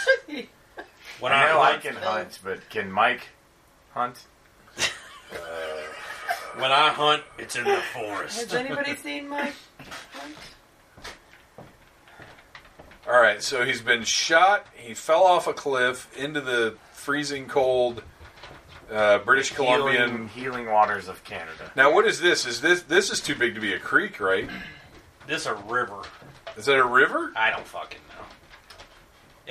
S4: When
S5: I
S4: I,
S5: know I
S4: hunt,
S5: can hunt, but can Mike hunt?
S4: when I hunt, it's in the
S7: Has
S4: forest.
S7: anybody seen my
S2: All right, so he's been shot. He fell off a cliff into the freezing cold uh, British
S5: Healing,
S2: Columbian.
S5: healing waters of Canada.
S2: Now what is this? Is this this is too big to be a creek, right?
S4: This a river.
S2: Is that a river?
S4: I don't fucking know.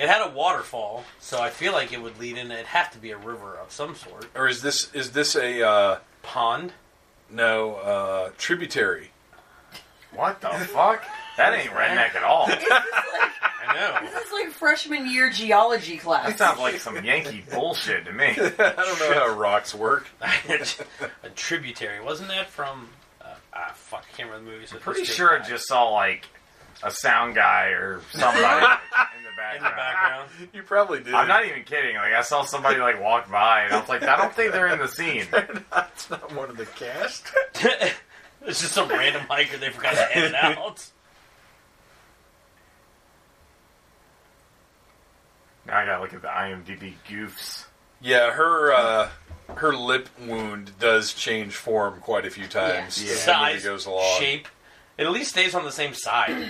S4: It had a waterfall, so I feel like it would lead in. It'd have to be a river of some sort.
S2: Or is this is this a uh,
S4: Pond.
S2: no uh, tributary?
S5: What the fuck? That ain't redneck at all.
S4: I know.
S7: This is like freshman year geology class.
S5: That sounds like some Yankee bullshit to me.
S2: I don't know how rocks work.
S4: a tributary. Wasn't that from? Uh, ah, fuck. I can't remember the movie. So
S5: Pretty
S4: this
S5: sure I
S4: guy
S5: just saw like a sound guy or somebody in the background.
S4: in the background.
S2: You probably did.
S5: I'm not even kidding. Like I saw somebody like walk by, and I was like, I don't think they're in the scene.
S2: That's not one of the cast.
S4: it's just some random hiker they forgot to hand out.
S5: Now I gotta look at the IMDb goofs.
S2: Yeah, her uh, her lip wound does change form quite a few times.
S5: Yeah.
S2: as the movie
S4: Size,
S2: goes along.
S4: shape. It at least stays on the same side.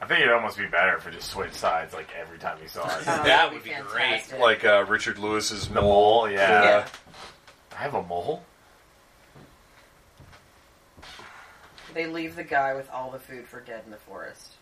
S5: I think it'd almost be better if it just switched sides like every time you saw it.
S7: Oh,
S4: That
S7: that'd
S4: would be great.
S7: fantastic.
S2: like uh, Richard Lewis's
S5: The
S2: mole.
S5: mole, yeah.
S7: Yeah.
S5: I have a mole.
S7: They leave the guy with all the food for dead in the forest.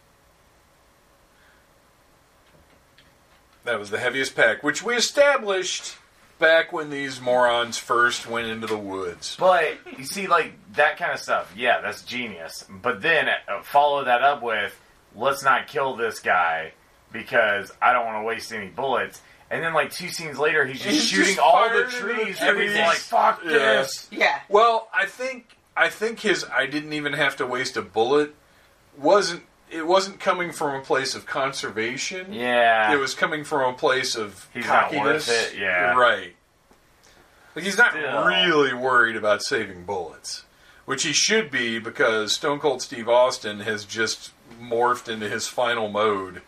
S2: That was the heaviest pack, which we established back when these morons first went into the woods.
S5: But you see, like that kind of stuff. Yeah, that's genius. But then uh, follow that up with, let's not kill this guy because I don't want to waste any bullets. And then like two scenes later, he's just
S2: He's
S5: shooting
S2: just
S5: all
S2: firing
S5: the
S2: into the
S5: trees. and he's
S4: trees.
S5: like, fuck
S2: Yeah.
S5: this.
S7: Yeah.
S2: Well, I think I think his I didn't even have to waste a bullet wasn't it wasn't coming from a place of conservation.
S5: Yeah.
S2: It was coming from a place of
S5: He's not
S2: cockiness.
S5: worth it, yeah.
S2: Right. Like he's not
S5: Still.
S2: really worried about saving bullets, which he should be because Stone Cold Steve Austin has just morphed into his final mode.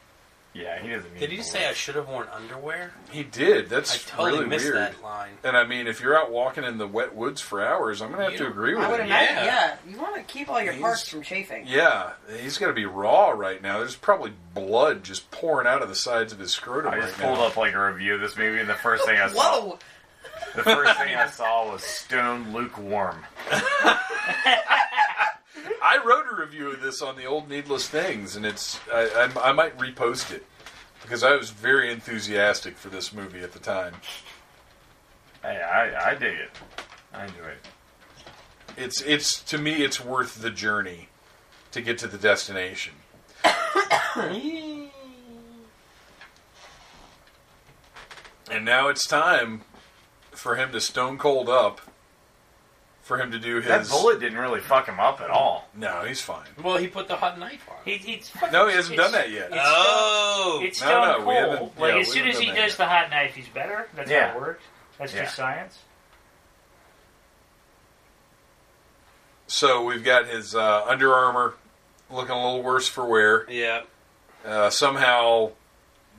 S5: yeah, he doesn't need
S4: Did you
S5: bullets.
S4: say I should have worn underwear?
S2: He did.
S4: I
S2: That's
S4: totally
S2: really
S4: missed
S2: weird.
S4: that line.
S2: And I mean, if you're out walking in the wet woods for hours, I'm gonna have
S4: You-
S2: to agree with
S7: I would
S2: him.
S7: imagine,
S4: Yeah.
S7: yeah. You want to keep all your
S2: He's-
S7: parts from chafing.
S2: Yeah, he's got to be raw right now. There's probably blood just pouring out of the sides of his scrotum
S5: I
S2: right
S5: just
S2: now.
S5: pulled up like a review of this movie, and the first thing I saw,
S7: Whoa!
S5: the first thing I saw was stone lukewarm.
S2: I wrote a review of this on the old Needless Things, and it's I, I, I might repost it because I was very enthusiastic for this movie at the time.
S5: Hey, I, I dig it. I enjoy it.
S2: It's it's to me it's worth the journey to get to the destination. and now it's time for him to stone cold up. For him to do his
S5: That bullet didn't really fuck him up at all.
S2: No, he's fine.
S4: Well, he put the hot knife on.
S3: He, he's
S2: No, he hasn't
S3: it's-
S2: done that yet.
S3: it's-
S4: oh,
S3: It's
S2: No,
S3: Stone
S2: no, we
S3: Cold.
S2: haven't-
S3: Like
S2: yeah,
S3: as
S2: we
S3: soon
S2: haven't
S3: as he
S2: done that
S3: does the hot knife, he's better. That's
S5: Yeah.
S3: how it works. That's
S5: Yeah.
S3: just science.
S2: So we've got his uh, Under Armour looking a little worse for wear.
S4: yeah.
S2: Uh, somehow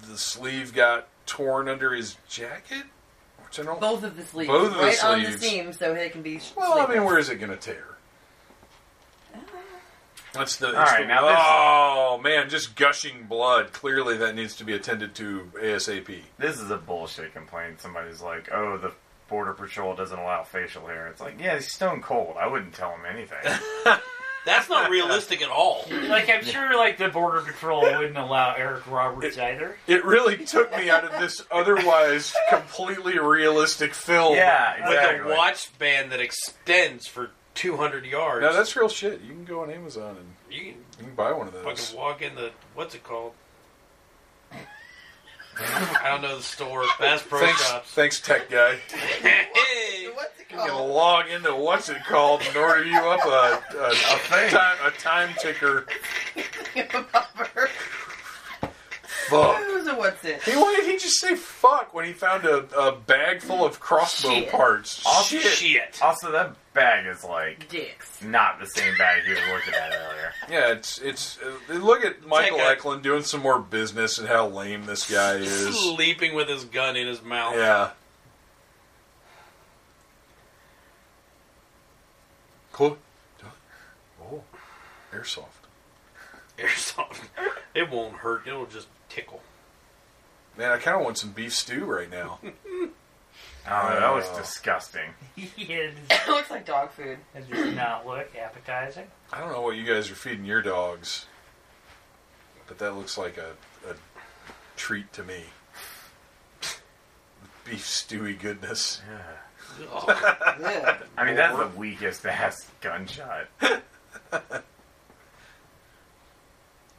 S2: the sleeve got torn under his jacket, which I don't.
S7: Both of the sleeves.
S2: Both of the
S7: right on the
S2: sleeves.
S7: seam so they can be.
S2: Well, I mean,
S7: sleeveless.
S2: where is it going to tear? That's the. it's
S5: All right,
S2: the-
S5: now this-
S2: oh man, just gushing blood. Clearly, that needs to be attended to ASAP.
S5: This is a bullshit complaint. Somebody's like, "Oh, the border patrol doesn't allow facial hair." It's like, yeah, he's stone cold. I wouldn't tell him anything.
S4: That's not realistic at all.
S3: Like I'm sure, like the border patrol wouldn't allow Eric Roberts either.
S2: It really took me out of this otherwise completely realistic film.
S5: yeah,
S4: With a
S5: exactly.
S4: watch band that extends for 200 yards.
S2: No, that's real shit. You can go on Amazon and
S4: you
S2: you can buy one of those.
S4: can fucking walk in the what's it called? I don't know the store. Bass Pro
S2: Thanks,
S4: Shops.
S2: thanks, tech guy.
S4: Hey,
S7: What's it
S2: You can
S7: called?
S2: log into what's it called and order you up a, a,
S5: A thing.
S2: time, a time ticker.
S7: Bumper.
S2: Fuck.
S7: Who's a what's it?
S2: Hey, why did he just say fuck when he found a, a bag full of crossbow
S7: Shit.
S2: parts?
S5: Also,
S4: shit.
S5: also, that bag is like
S7: Dicks.
S5: not the same bag he was looking at earlier.
S2: Yeah, it's it's. Uh, look at Michael
S4: Take a-
S2: Eklund doing some more business and how lame this guy is.
S4: Sleeping with his gun in his mouth.
S2: Yeah. Cool. Oh, airsoft.
S4: Airsoft. It won't hurt. It'll just tickle.
S2: Man, I kind of want some beef stew right now.
S5: Oh, that was
S2: Oh.
S5: disgusting.
S3: it
S7: it looks like dog food.
S3: does not look appetizing.
S2: I don't know what you guys are feeding your dogs, but that looks like a, a treat to me. Beef stewy goodness.
S4: Ugh.
S7: Ugh.
S5: I mean, that's the weakest ass gunshot.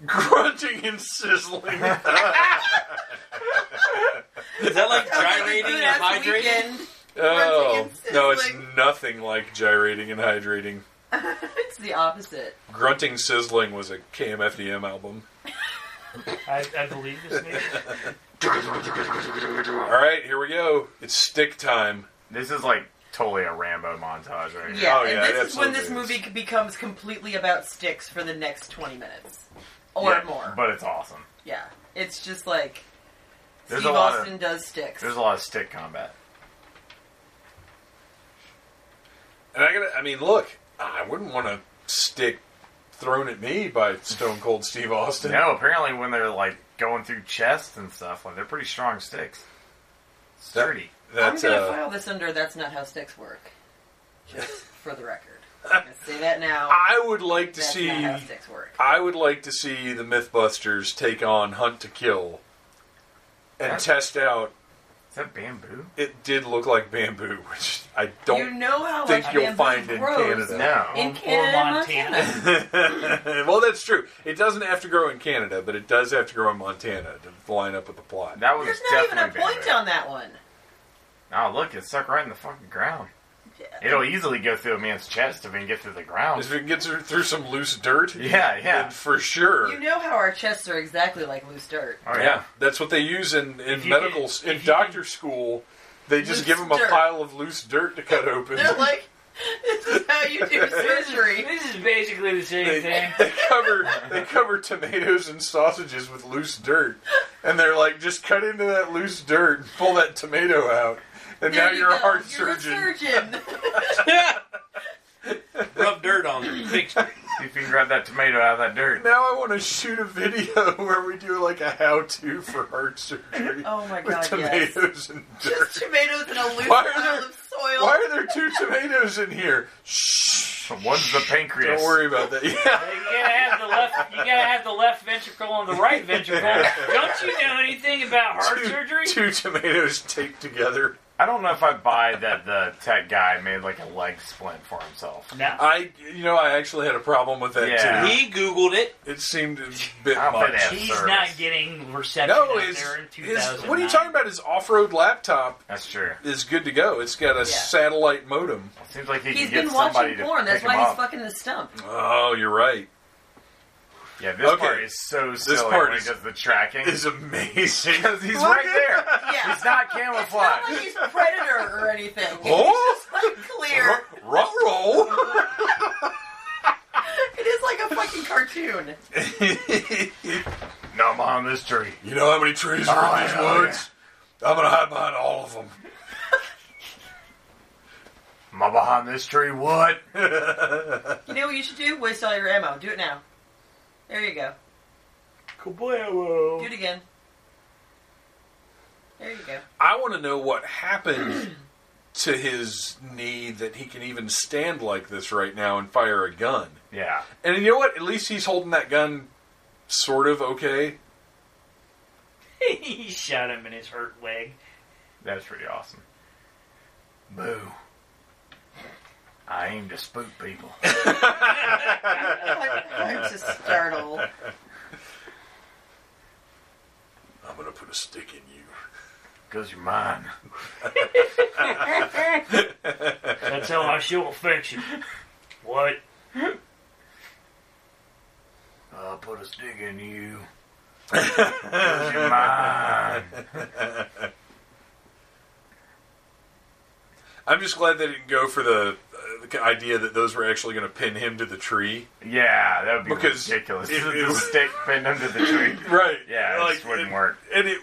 S2: Grunting and sizzling.
S4: Is that like
S7: Good
S4: gyrating and
S7: ass
S4: hydrating?
S7: weekend.
S2: oh,
S7: and
S2: no, it's
S7: sizzling.
S2: nothing like gyrating and hydrating.
S7: it's the opposite.
S2: Grunting Sizzling was a KMFDM album.
S3: I, I believe this movie.
S2: All right, here we go. It's stick time.
S5: This is like totally a Rambo montage right here.
S7: Yeah,
S2: Oh, yeah, it
S7: and this is when this
S2: absolutely
S7: movie
S2: is.
S7: becomes completely about sticks for the next 20 minutes. Or
S5: Yeah,
S7: more.
S5: But it's awesome.
S7: yeah. It's just like
S5: There's
S7: Steve
S5: a lot of-
S7: Austin does sticks.
S5: There's a lot of stick combat.
S2: And I gotta, I mean, look, I wouldn't want to stick thrown at me by Stone Cold Steve Austin.
S5: No, apparently when they're like going through chests and stuff, like they're pretty strong sticks. Sturdy.
S7: I'm
S2: That's
S7: going to
S2: uh,
S7: file this under that's not how sticks work. Just for the record. I'm gonna say that now.
S2: I would like to
S7: That's
S2: see.
S7: not how sticks work.
S2: I would like to see the MythBusters take on Hunt to Kill and
S5: That's-
S2: test out.
S5: Is that bamboo?
S2: It did look like bamboo, which I
S7: you
S2: don't
S7: know how
S2: think
S7: much
S2: you'll
S7: bamboo
S2: find in
S7: grows
S2: Canada.
S5: No.
S7: in
S3: Or
S7: Canada and
S3: Montana.
S7: Montana.
S2: well, that's true. It doesn't have to grow in Canada, but it does have to grow in Montana to line up with the plot.
S5: That was
S7: There's not even a
S5: definitely
S7: point
S5: bamboo.
S7: on that one.
S5: Oh, look, it stuck right in the fucking ground. It'll easily go through a man's chest if it can get through the ground.
S2: If we can get through, through some loose dirt,
S5: Yeah, yeah.
S2: then for sure.
S7: You know how our chests are exactly like loose dirt.
S5: Oh,
S2: yeah, that's what they use in, in
S3: If you
S2: medical
S3: can-
S2: s
S3: if
S2: in
S3: you
S2: doctor school. They just
S7: Loose
S2: give them a
S7: dirt.
S2: pile of loose dirt to cut open.
S7: They're like, this is how you do surgery.
S3: This is basically the same
S2: they,
S3: thing.
S2: they cover they cover tomatoes and sausages with loose dirt, and they're like, just cut into that loose dirt and pull that tomato out, and
S7: There
S2: now
S7: you
S2: you're
S7: go.
S2: a heart
S7: You're
S2: surgeon.
S7: A surgeon.
S4: Rub dirt on them. Fix it.
S5: See if you can grab that tomato out of that dirt.
S2: Now I want to shoot a video where we do like a how-to for heart surgery
S7: Oh my
S2: with
S7: god, yes.
S2: tomatoes and dirt.
S7: Just tomatoes in a loose
S2: Why are
S7: pile
S2: there-
S7: of soil.
S2: Why are there two tomatoes in here? Shh.
S5: One's the pancreas.
S2: Don't worry about that. Yeah.
S3: You gotta have the left. You gotta have the left ventricle and the right ventricle. Don't you know anything about heart
S2: Two-
S3: surgery?
S2: Two tomatoes taped together.
S5: I don't know if I buy that the tech guy made like a leg splint for himself.
S3: No.
S2: I, you know, I actually had a problem with that
S5: Yeah.
S2: too.
S4: He Googled it.
S2: It seemed a bit
S5: I don't think
S2: much.
S5: they
S3: He's
S5: service.
S3: not getting reception
S2: No,
S3: out
S2: his,
S3: there in
S2: his
S3: 2009.
S2: what are you talking about? His off-road laptop
S5: That's true.
S2: is good to go. It's got a satellite modem.
S5: Seems like he
S7: He's
S5: can
S7: been
S5: get somebody
S7: watching
S5: to
S7: porn. That's
S5: pick him
S7: why he's
S5: up.
S7: fucking the stump.
S2: Oh, you're right.
S5: Yeah, this
S2: Okay.
S5: part is so silly
S2: part
S5: when
S2: is-
S5: he does the tracking.
S2: It's amazing.
S5: Because he's right there.
S7: Yeah.
S5: He's not
S7: It's not like
S5: camouflaged.
S7: he's predator or anything.
S2: Oh.
S7: It's just like clear.
S2: Ruh roll.
S7: It is like a fucking cartoon.
S5: No, I'm on this tree.
S2: You know how many trees are
S5: Oh,
S2: in these
S5: yeah,
S2: woods? I'm gonna hide behind all of them.
S5: Am I behind this tree? What?
S7: You know what you should do? Waste all your ammo. Do it now. There you go. Do it again. There you go.
S2: I want to know what happened to his knee that he can even stand like this right now and fire a gun.
S5: Yeah.
S2: And you know what? At least he's holding that gun sort of okay.
S3: he shot him in his hurt leg.
S5: That's pretty awesome. Boo. I aim to spook people.
S7: I'm just startled.
S2: I'm gonna put a stick in you.
S5: Because you're mine.
S3: That's how I shoot fiction. What?
S5: I'll put a stick in you. 'Cause you're mine.
S2: I'm just glad they didn't go for the, uh, the idea that those were actually going to pin him to the tree.
S5: Yeah, that would be
S2: Because
S5: ridiculous.
S2: it-
S5: The
S2: it-
S5: stick pinned under the tree.
S2: Right.
S5: Yeah, it just wouldn't
S2: and,
S5: work.
S2: And it,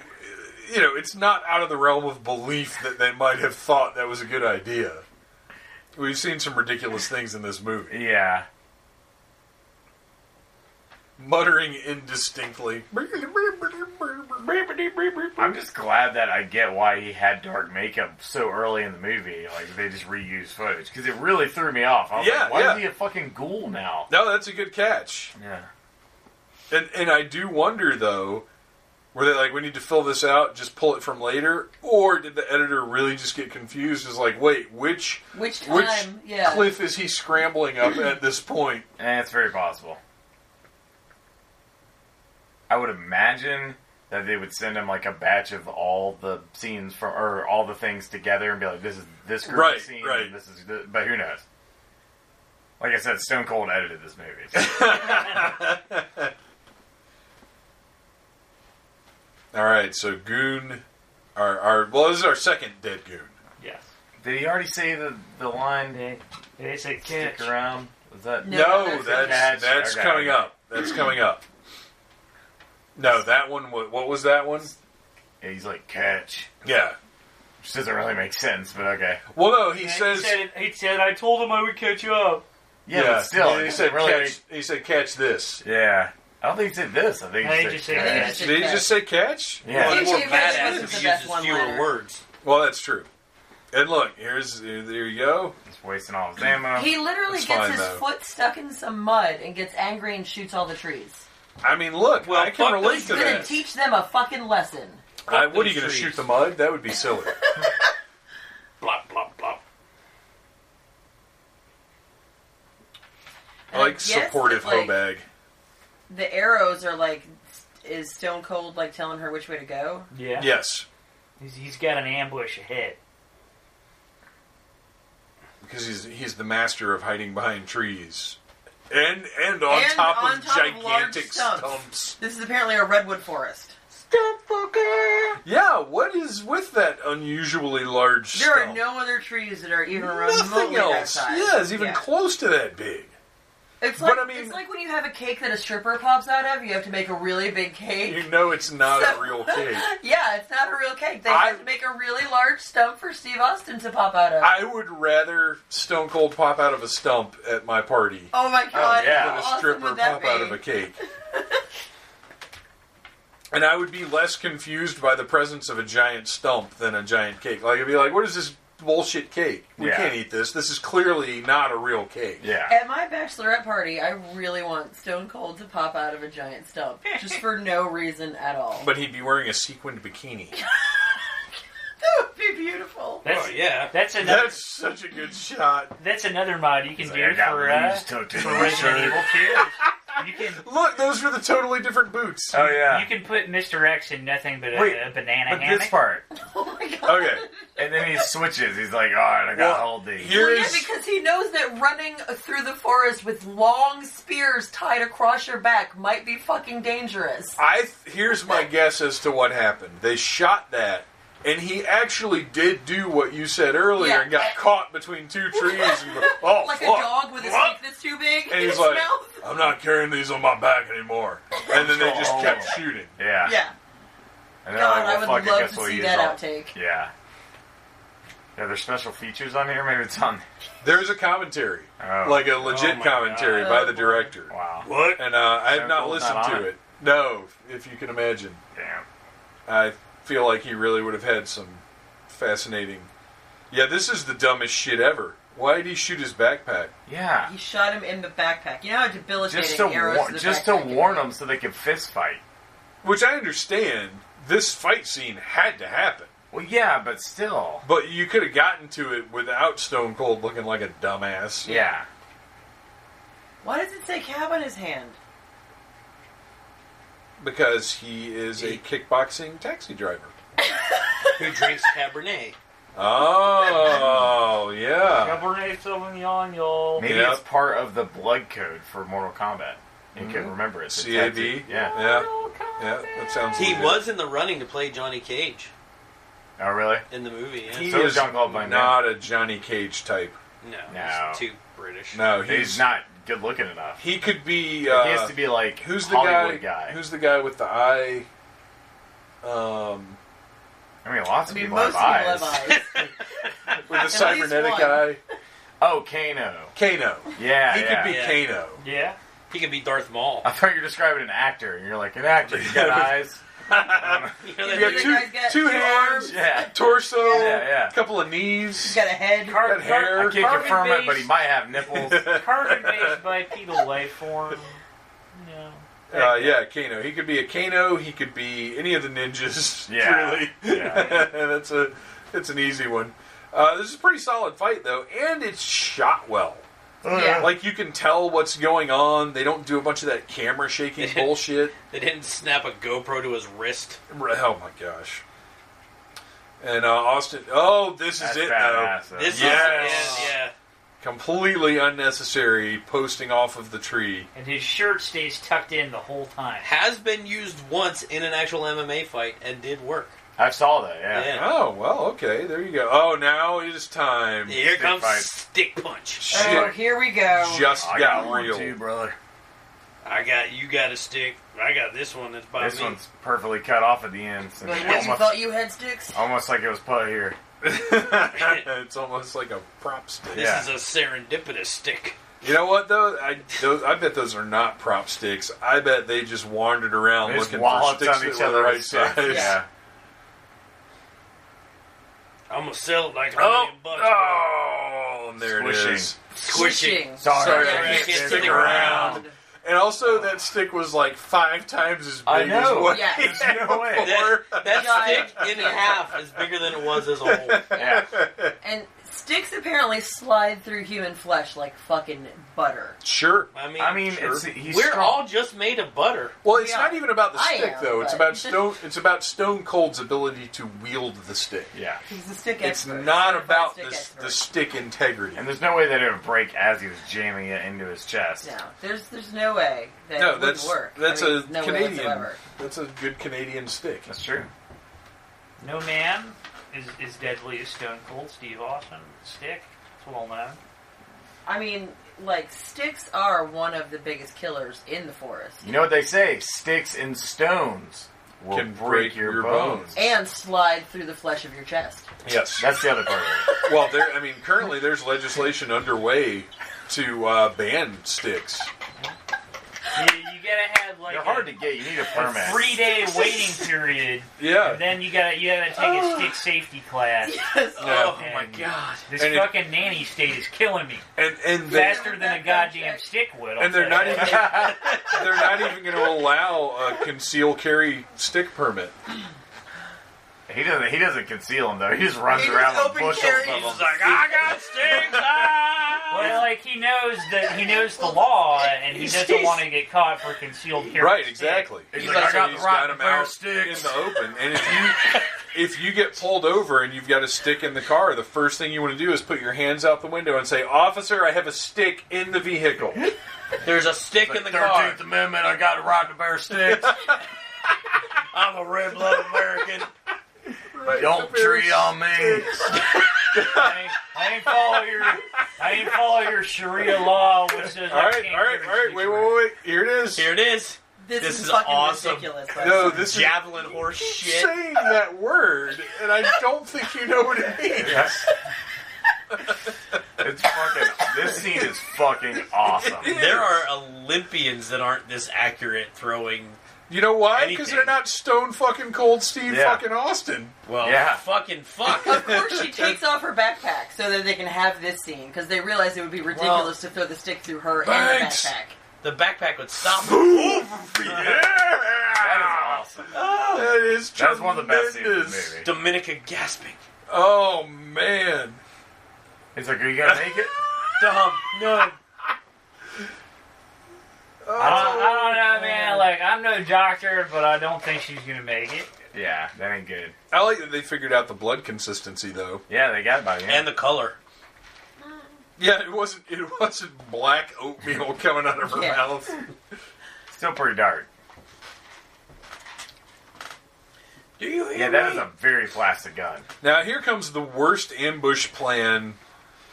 S2: you know, it's not out of the realm of belief that they might have thought that was a good idea. We've seen some ridiculous things in this movie.
S5: Yeah.
S2: Muttering indistinctly.
S5: I'm just glad that I get why he had dark makeup so early in the movie. Like they just reused footage because it really threw me off. I was
S2: Yeah,
S5: like, why
S2: yeah.
S5: is he a fucking ghoul now?
S2: No, that's a good catch.
S5: Yeah.
S2: And and I do wonder though, were they like we need to fill this out, just pull it from later, or did the editor really just get confused? Is like, wait, which
S7: Which time?
S2: which
S7: yeah.
S2: cliff is he scrambling up at this point?
S5: Eh, it's very possible. I would imagine that they would send him like a batch of all the scenes from or all the things together and be like, "This is this group
S2: Right,
S5: of scenes.
S2: right.
S5: and This is," th-" but who knows? Like I said, Stone Cold edited this movie. so-
S2: All right, so goon, our our well, this is our second dead goon.
S3: Yes.
S5: Did he already say the the line?
S3: They, they said
S5: Stick
S3: catch.
S5: around. Was that
S7: No.
S2: No,
S7: that's-
S2: that's that's
S5: Okay.
S2: coming up. That's coming up. No, that one. wa- What was that one?
S5: Yeah, he's like catch,
S2: Yeah.
S5: which doesn't really make sense, but okay.
S2: Well, no, he
S3: He
S2: says.
S3: said, he said, I told him I would catch you up.
S5: Yeah, but still,
S2: he,
S5: it
S2: said
S5: doesn't really.
S2: catch. He said catch this.
S5: make- yeah, I don't think he said this. I think
S3: I
S5: he
S3: think
S5: said
S3: he said
S5: catch.
S3: catch.
S2: Did he just say catch?
S5: Yeah.
S4: Much more
S7: Actually,
S4: badass
S7: this is
S4: if
S7: the
S4: he
S7: best
S4: uses
S7: one
S4: fewer
S7: liner.
S4: words.
S2: Well, that's true. And look, here's there you go.
S5: Just wasting all his ammo.
S7: He literally
S2: That's
S7: gets
S2: fine,
S7: his
S2: though.
S7: foot stuck in some mud and gets angry and shoots all the trees.
S2: I mean, look,
S4: Well,
S2: I can
S4: fuck
S2: relate
S4: those
S2: to
S7: He's gonna
S2: that.
S7: teach them a fucking lesson.
S2: I, what are you going to
S4: those
S2: shoot
S4: trees.
S2: the mud? That would be silly.
S4: Blop, blop, blop.
S2: I
S7: I
S2: like
S7: guess it's
S2: supportive
S7: like-
S2: hoe bag.
S7: The arrows are like, is Stone Cold like telling her which way to go?
S3: Yeah.
S2: Yes.
S3: He's, he's got an ambush ahead.
S2: because he's he's the master of hiding behind trees, and and on
S7: And
S2: top
S7: on
S2: of
S7: top of large
S2: gigantic
S7: stumps.
S2: stumps.
S7: This is apparently a redwood forest.
S2: Yeah, what is with that unusually large?
S7: There are
S2: stump?
S7: no other trees that are even remotely
S2: nothing
S7: that
S2: else.
S7: size.
S2: Yeah, it's even
S7: Yeah.
S2: close to that big.
S7: It's like
S2: But I mean-
S7: it's like when you have a cake that a stripper pops out of. You have to make a really big cake.
S2: You know, it's not
S7: So-
S2: a real cake.
S7: yeah, it's not a real cake. They
S2: I-
S7: have to make a really large stump for Steve Austin to pop out of.
S2: I would rather Stone Cold pop out of a stump at my party
S7: oh my god!
S5: yeah.
S7: how
S2: than a
S7: awesome
S2: stripper
S7: would that
S2: pop out
S7: be?
S2: of a cake. and I would be less confused by the presence of a giant stump than a giant cake. Like, I'd be like, what is this bullshit cake? We
S5: Yeah.
S2: can't eat this. This is clearly not a real cake.
S5: Yeah.
S7: At my bachelorette party, I really want Stone Cold to pop out of a giant stump, just for no reason at all.
S2: But he'd be wearing a sequined bikini.
S7: that would be beautiful.
S3: That's,
S4: Oh yeah.
S3: that's another
S2: That's such a good shot.
S3: that's another mod you can
S5: It's
S3: do
S5: like I got
S3: for, uh,
S5: leaves tucked in
S3: for
S5: my
S3: Resident
S5: shirt.
S3: Evil 2. You can
S2: Look, those were the totally different boots.
S5: Oh yeah.
S3: you can put Mr. X in nothing but a,
S5: Wait,
S3: a banana
S5: but
S3: hammock.
S5: this part,
S7: Oh my god!
S2: Okay.
S5: and then he switches. He's like, "All right, I got
S2: Well,
S5: all these."
S2: here
S7: Well, yeah,
S2: is-
S7: because he knows that running through the forest with long spears tied across your back might be fucking dangerous.
S2: I th- here's my guess as to what happened. They shot that, and he actually did do what you said earlier
S7: Yeah.
S2: and got caught between two trees. And go, oh,
S7: like
S2: fuck.
S7: a dog with a
S2: What?"
S7: stick that's too big
S2: And
S7: in
S2: he's
S7: his
S2: like,
S7: mouth.
S2: "I'm not carrying these on my back anymore." And then they just
S5: Oh.
S2: kept shooting.
S5: Yeah.
S7: Yeah.
S5: And they're
S7: God,
S5: like,
S7: I
S5: well, fuck
S7: would
S5: it,
S7: love
S5: guess
S7: to
S5: we'll
S7: see
S5: use
S7: that
S5: all-
S7: outtake.
S5: Yeah. Yeah, there's special features on here. Maybe it's on.
S2: There's a commentary,
S5: Oh.
S2: like a legit
S4: my
S2: commentary
S7: God.
S2: by the director,
S5: Wow.
S4: What?
S2: and uh, I have
S5: Stone
S2: not
S5: Cold's
S2: listened
S5: not on
S2: to
S5: it?
S2: it. No, if you can imagine,
S5: Damn.
S2: I feel like he really would have had some fascinating. Yeah, this is the dumbest shit ever. Why did he shoot his backpack?
S5: Yeah.
S7: He shot him in the backpack. You know how debilitating
S5: Just to
S7: arrows
S5: war-
S7: to the
S5: just to
S7: backpack can
S5: warn
S7: be.
S5: them so they could fist fight.
S2: Which I understand, this fight scene had to happen.
S5: Well, yeah, but still.
S2: But you could have gotten to it without Stone Cold looking like a dumbass.
S5: Yeah.
S7: Why does it say cab on his hand?
S2: Because he is a kickboxing taxi driver.
S4: Who drinks Cabernet?
S2: Oh, yeah.
S3: Cabernet Sauvignon, y'all.
S5: Maybe
S2: Yeah.
S5: it's part of the blood code for Mortal Kombat. You
S2: Mm-hmm.
S5: couldn't remember it. so it's
S2: CAB?
S5: tattooed. Yeah.
S2: Yeah. Yeah, that sounds
S4: He
S2: legit.
S4: was in the running to play Johnny Cage
S5: Oh, really?
S4: in the movie. Yeah.
S2: He
S5: So
S2: is
S5: is Jean-Claude Van Damme.
S2: not a Johnny Cage type.
S4: no,
S5: No.
S4: he's too British.
S2: No,
S5: He's,
S2: he's,
S5: not good looking enough.
S2: He could be.
S5: Like,
S2: Uh,
S5: he has to be like
S2: who's the guy,
S5: Hollywood guy.
S2: Who's the guy with the eye? Um,
S5: I mean, lots
S7: I
S5: of
S7: mean,
S5: people
S7: most
S5: have
S7: people
S5: eyes.
S7: have eyes.
S2: with the
S7: least
S2: cybernetic
S7: one.
S2: eye.
S5: Oh, Kano.
S2: Kano.
S5: Yeah,
S2: he
S5: yeah.
S2: could be
S4: Yeah.
S2: Kano.
S3: Yeah.
S4: He could be Darth Maul.
S5: I thought you were describing an actor, and you're like an actor. You got eyes.
S4: You know
S2: You
S4: that
S2: got
S7: The
S4: movie?
S2: two,
S7: guy's got
S2: two
S7: two
S2: hands,
S7: arms.
S5: Yeah.
S2: torso,
S5: Yeah, yeah.
S2: couple of
S7: He's
S2: knees.
S7: got a head.
S2: Got hair.
S5: I can't
S3: Carbon
S5: confirm it, but
S3: base.
S5: he might have nipples.
S3: Carbon based bipedal lifeform. You know.
S2: Uh, yeah, Kano. He could be a Kano. He could be any of the ninjas.
S5: Yeah.
S2: really.
S5: Yeah.
S2: that's a that's an easy one. Uh, this is a pretty solid fight though, and it's shot well.
S7: Yeah.
S2: Like you can tell what's going on. They don't do a bunch of that camera shaking bullshit.
S4: They didn't snap a GoPro to his wrist.
S2: Oh my gosh. And uh, Austin. Oh, this
S5: That's
S2: is it though.
S5: badass. though.
S4: This
S2: Yes.
S4: is yeah, yeah.
S2: Completely unnecessary posting off of the tree.
S3: And his shirt stays tucked in the whole time.
S4: Has been used once in an actual MMA fight and did work.
S5: I saw that. Yeah.
S4: Yeah.
S2: Oh well, okay, there you go. Oh, now it is time.
S4: Here comes
S5: fight.
S4: stick punch.
S7: Oh,
S2: Shit
S7: here we go.
S2: just
S5: Oh, I
S2: got,
S5: got one
S2: real.
S5: too, brother.
S4: I got you. Got a stick. I got this one. That's by
S5: This
S4: me.
S5: one's perfectly cut off at the end. So
S7: Like, what, you
S5: almost,
S7: thought you had sticks?
S5: almost like it was put here.
S2: it's almost like a prop stick.
S4: This
S5: yeah.
S4: is a serendipitous stick.
S2: You know what though? I those, I bet those are not prop sticks. I bet they just wandered around
S5: There's
S2: looking for
S5: wallets
S2: sticks
S5: on
S2: that
S5: each
S2: were the
S5: other.
S2: right size.
S5: Yeah.
S4: I'm gonna sell it like a
S2: Oh,
S4: million bucks.
S2: oh, and there it
S5: Squishing.
S2: is.
S4: Squishing.
S5: Sorry,
S2: Sorry,
S5: I
S2: I
S5: can't
S4: can't
S5: stick
S4: stick
S5: around.
S2: And also, that stick was like five times as big
S5: I know.
S2: as what
S7: Yeah.
S2: it
S5: There's no way.
S2: before.
S4: That, that
S7: Giant.
S4: stick in half is bigger than it was as a whole.
S5: Yeah.
S7: And Sticks apparently slide through human flesh like fucking butter.
S2: Sure.
S4: I mean,
S5: I mean,
S2: Sure.
S5: it's he's
S4: we're
S5: strong.
S4: all just made of butter.
S2: Well, it's
S7: Yeah.
S2: not even about the
S7: I
S2: stick
S7: am,
S2: though. It's
S7: but-
S2: about stone. It's about Stone Cold's ability to wield the stick.
S5: yeah.
S7: He's a stick
S2: It's
S7: expert.
S2: not
S7: Certified
S2: about
S7: stick
S2: the, s-
S7: expert.
S2: the stick integrity.
S5: And there's no way that it would break as he was jamming it into his chest.
S7: No, there's there's no way that it
S2: no,
S7: would
S2: that's
S7: work.
S2: that's
S7: I mean,
S2: a
S7: no way
S2: Canadian.
S7: whatsoever.
S2: That's a good Canadian stick.
S5: That's true.
S3: No man is is deadly as Stone Cold Steve Austin. Stick, it's well known.
S7: I mean, like sticks are one of the biggest killers in the forest,
S5: You know what they say? Sticks and stones will
S2: Can
S5: break, your, bones.
S7: and slide through the flesh of your chest.
S2: Yes.
S5: That's the other part of it.
S2: well, there. I mean, currently there's legislation underway to uh, ban sticks.
S3: You, you gotta have like
S5: They're
S3: a,
S5: hard to get. You need a permit.
S3: three day waiting period.
S2: Yeah.
S3: And then you gotta you gotta take a stick safety class.
S7: Yes.
S2: No.
S4: Oh my god.
S3: This
S2: And it-
S3: fucking nanny state is killing me.
S2: And and they,
S3: Faster than a goddamn stick would. I'll
S2: and they're
S3: tell
S2: not
S3: you.
S2: even they're not even going to allow a conceal carry stick permit.
S5: He doesn't. He doesn't conceal them though. He just runs
S7: He just
S5: around with
S7: open
S5: bushels
S7: carries.
S5: of them.
S4: He's like, I got sticks. ah!"
S3: Well, like he knows that he knows the law, and he doesn't want to get caught for concealed carry.
S2: Right,
S3: stick.
S2: exactly.
S5: He's
S2: So
S5: like, I got
S2: he's
S5: the rotten
S2: him
S5: pair of
S2: out in
S5: sticks.
S2: the open, and if you if you get pulled over and you've got a stick in the car, the first thing you want to do is put your hands out the window and say, "Officer, I have a stick in the vehicle."
S4: There's a stick in the car.
S5: Amendment. I got a right to bear sticks.
S4: I'm a red blooded American.
S5: Don't tree on me.
S3: I ain't, I ain't follow your I ain't follow your Sharia law, which says
S2: All right, all right, all right. Wait, wait, wait. wait. Here it is.
S4: Here it is.
S7: This,
S4: This
S7: is,
S4: is
S7: fucking
S4: awesome.
S7: ridiculous.
S2: No, this is
S4: Javelin horse shit.
S2: saying that word, and I don't think you know what it means.
S5: It's fucking. This scene is fucking awesome.
S4: There are Olympians that aren't this accurate throwing.
S2: You know why? Because
S4: Anything.
S2: they're not stone fucking cold Steve
S5: Yeah.
S2: fucking Austin.
S4: Well,
S5: Yeah.
S4: fucking fuck.
S7: Of course, she takes off her backpack so that they can have this scene because they realize it would be ridiculous to throw the stick through her
S2: Thanks.
S7: and
S4: the backpack would stop.
S5: That is awesome.
S2: Oh, That is
S5: That's one of the best scenes in the
S2: tremendous.
S5: movie.
S4: Dominica gasping.
S2: Oh man.
S5: It's like, are you gonna make it?
S4: Dumb. No.
S3: I don't, Uh, I don't know, man. Like I'm no doctor, but I don't think she's gonna make it.
S5: Yeah, that ain't good.
S2: I like that they figured out the blood consistency though.
S5: Yeah, they got it by the
S4: And
S5: end.
S4: the color.
S2: Yeah, it wasn't it wasn't black oatmeal coming out of her
S7: Yeah.
S2: mouth.
S5: Still pretty dark.
S4: Do you hear
S5: Yeah, that
S4: me?
S5: is a very plastic gun.
S2: Now here comes the worst ambush plan.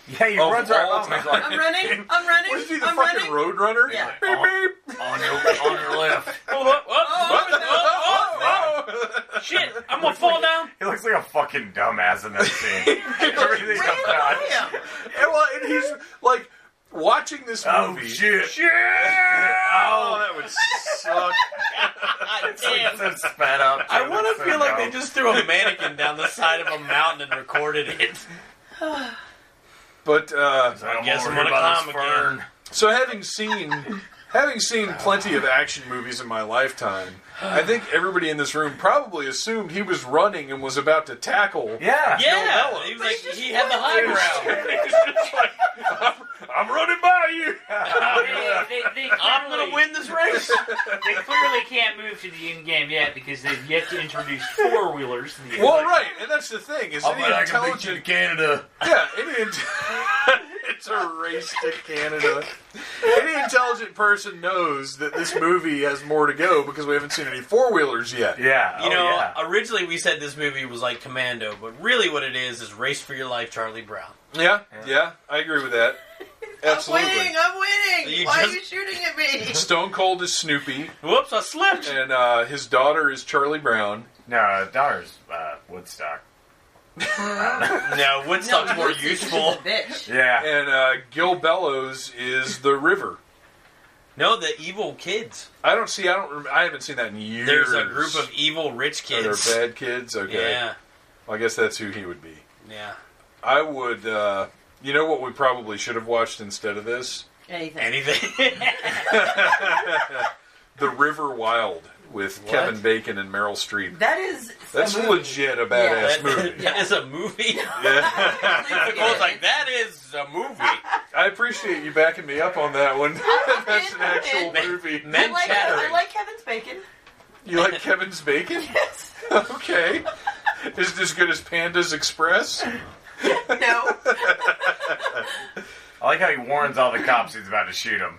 S5: Yeah, he
S2: Of
S5: runs right
S2: all
S5: by me. He's
S2: time.
S5: like,
S7: backpack. I'm running. I'm running.
S2: What is he, the
S7: I'm
S2: fucking
S7: running.
S2: roadrunner?
S7: Yeah.
S2: Beep, beep.
S5: on your on your left.
S4: Oh, oh, oh,
S7: Oh,
S4: oh, oh,
S2: Oh,
S4: oh, shit, I'm gonna fall down.
S5: He looks like a fucking dumbass in that scene. Everything's
S7: Where
S5: up
S7: am
S5: front.
S7: I?
S2: and, well, and he's like watching this
S5: Oh
S2: movie.
S5: shit!
S4: Shit.
S2: Oh, that would suck.
S4: God
S5: It's
S4: damn.
S5: so sped up.
S4: I want
S5: It's
S4: to
S5: so
S4: feel like they
S5: dumb.
S4: just threw a mannequin down the side of a mountain and recorded it.
S2: But uh,
S5: I
S4: guess I'm gonna climb again.
S2: So having seen having seen plenty of action movies in my lifetime, I think everybody in this room probably assumed he was running and was about to tackle.
S5: Yeah.
S4: Yeah, he was like, he had the high ground.
S5: I'm running by
S3: They,
S5: you.
S3: they, they
S4: I'm
S3: clearly-
S4: gonna win this race.
S3: They clearly can't move to the end game yet because they've yet to introduce four wheelers to the.
S2: Well, right, and that's the thing is any intelligent,
S5: Canada.
S2: yeah, any int- it's a race to Canada. Any intelligent person knows that this movie has more to go because we haven't seen any four wheelers yet.
S5: Yeah.
S4: You
S5: oh,
S4: know,
S5: yeah.
S4: originally we said this movie was like Commando, but really what it is is Race for Your Life, Charlie Brown.
S2: Yeah, yeah, I agree with that.
S7: I'm
S2: Absolutely.
S7: winning. I'm winning.
S4: You
S7: Why
S4: just-
S7: are you shooting at me?
S2: Stone Cold is Snoopy,
S4: Whoops, I slipped.
S2: and uh, his daughter is Charlie Brown.
S5: no, daughter's uh, Woodstock.
S4: No, Woodstock's
S7: No,
S4: more
S7: Lucy's just
S4: useful.
S7: a bitch.
S5: Yeah.
S2: and uh, Gil Bellows is the river.
S4: No, the evil kids.
S2: I don't see. I don't. Rem- I haven't seen that in years.
S4: There's a group of evil rich
S2: Are there
S4: kids.
S2: bad kids. Okay.
S4: Yeah,
S2: I guess that's who he would be.
S4: yeah.
S2: I would. Uh, you know what we probably should have watched instead of this?
S7: Anything.
S4: Anything.
S2: The River Wild. with
S4: What?
S2: Kevin Bacon and Meryl Streep.
S7: That is. a
S2: That's
S7: movie.
S2: legit a badass
S7: Yeah.
S2: movie.
S4: that is a movie.
S7: Please
S4: I
S7: get
S4: was
S7: it.
S4: like, that is a movie.
S2: I appreciate you backing me up on that one. That's an actual
S4: Man-
S2: movie.
S7: I
S4: Men
S7: like, I
S4: chattering.
S7: like Kevin's bacon.
S2: You like Kevin's Bacon?
S7: Yes.
S2: Okay. Is it as good as Panda's Express?
S7: No.
S5: I like how he warns all the cops he's about to shoot him.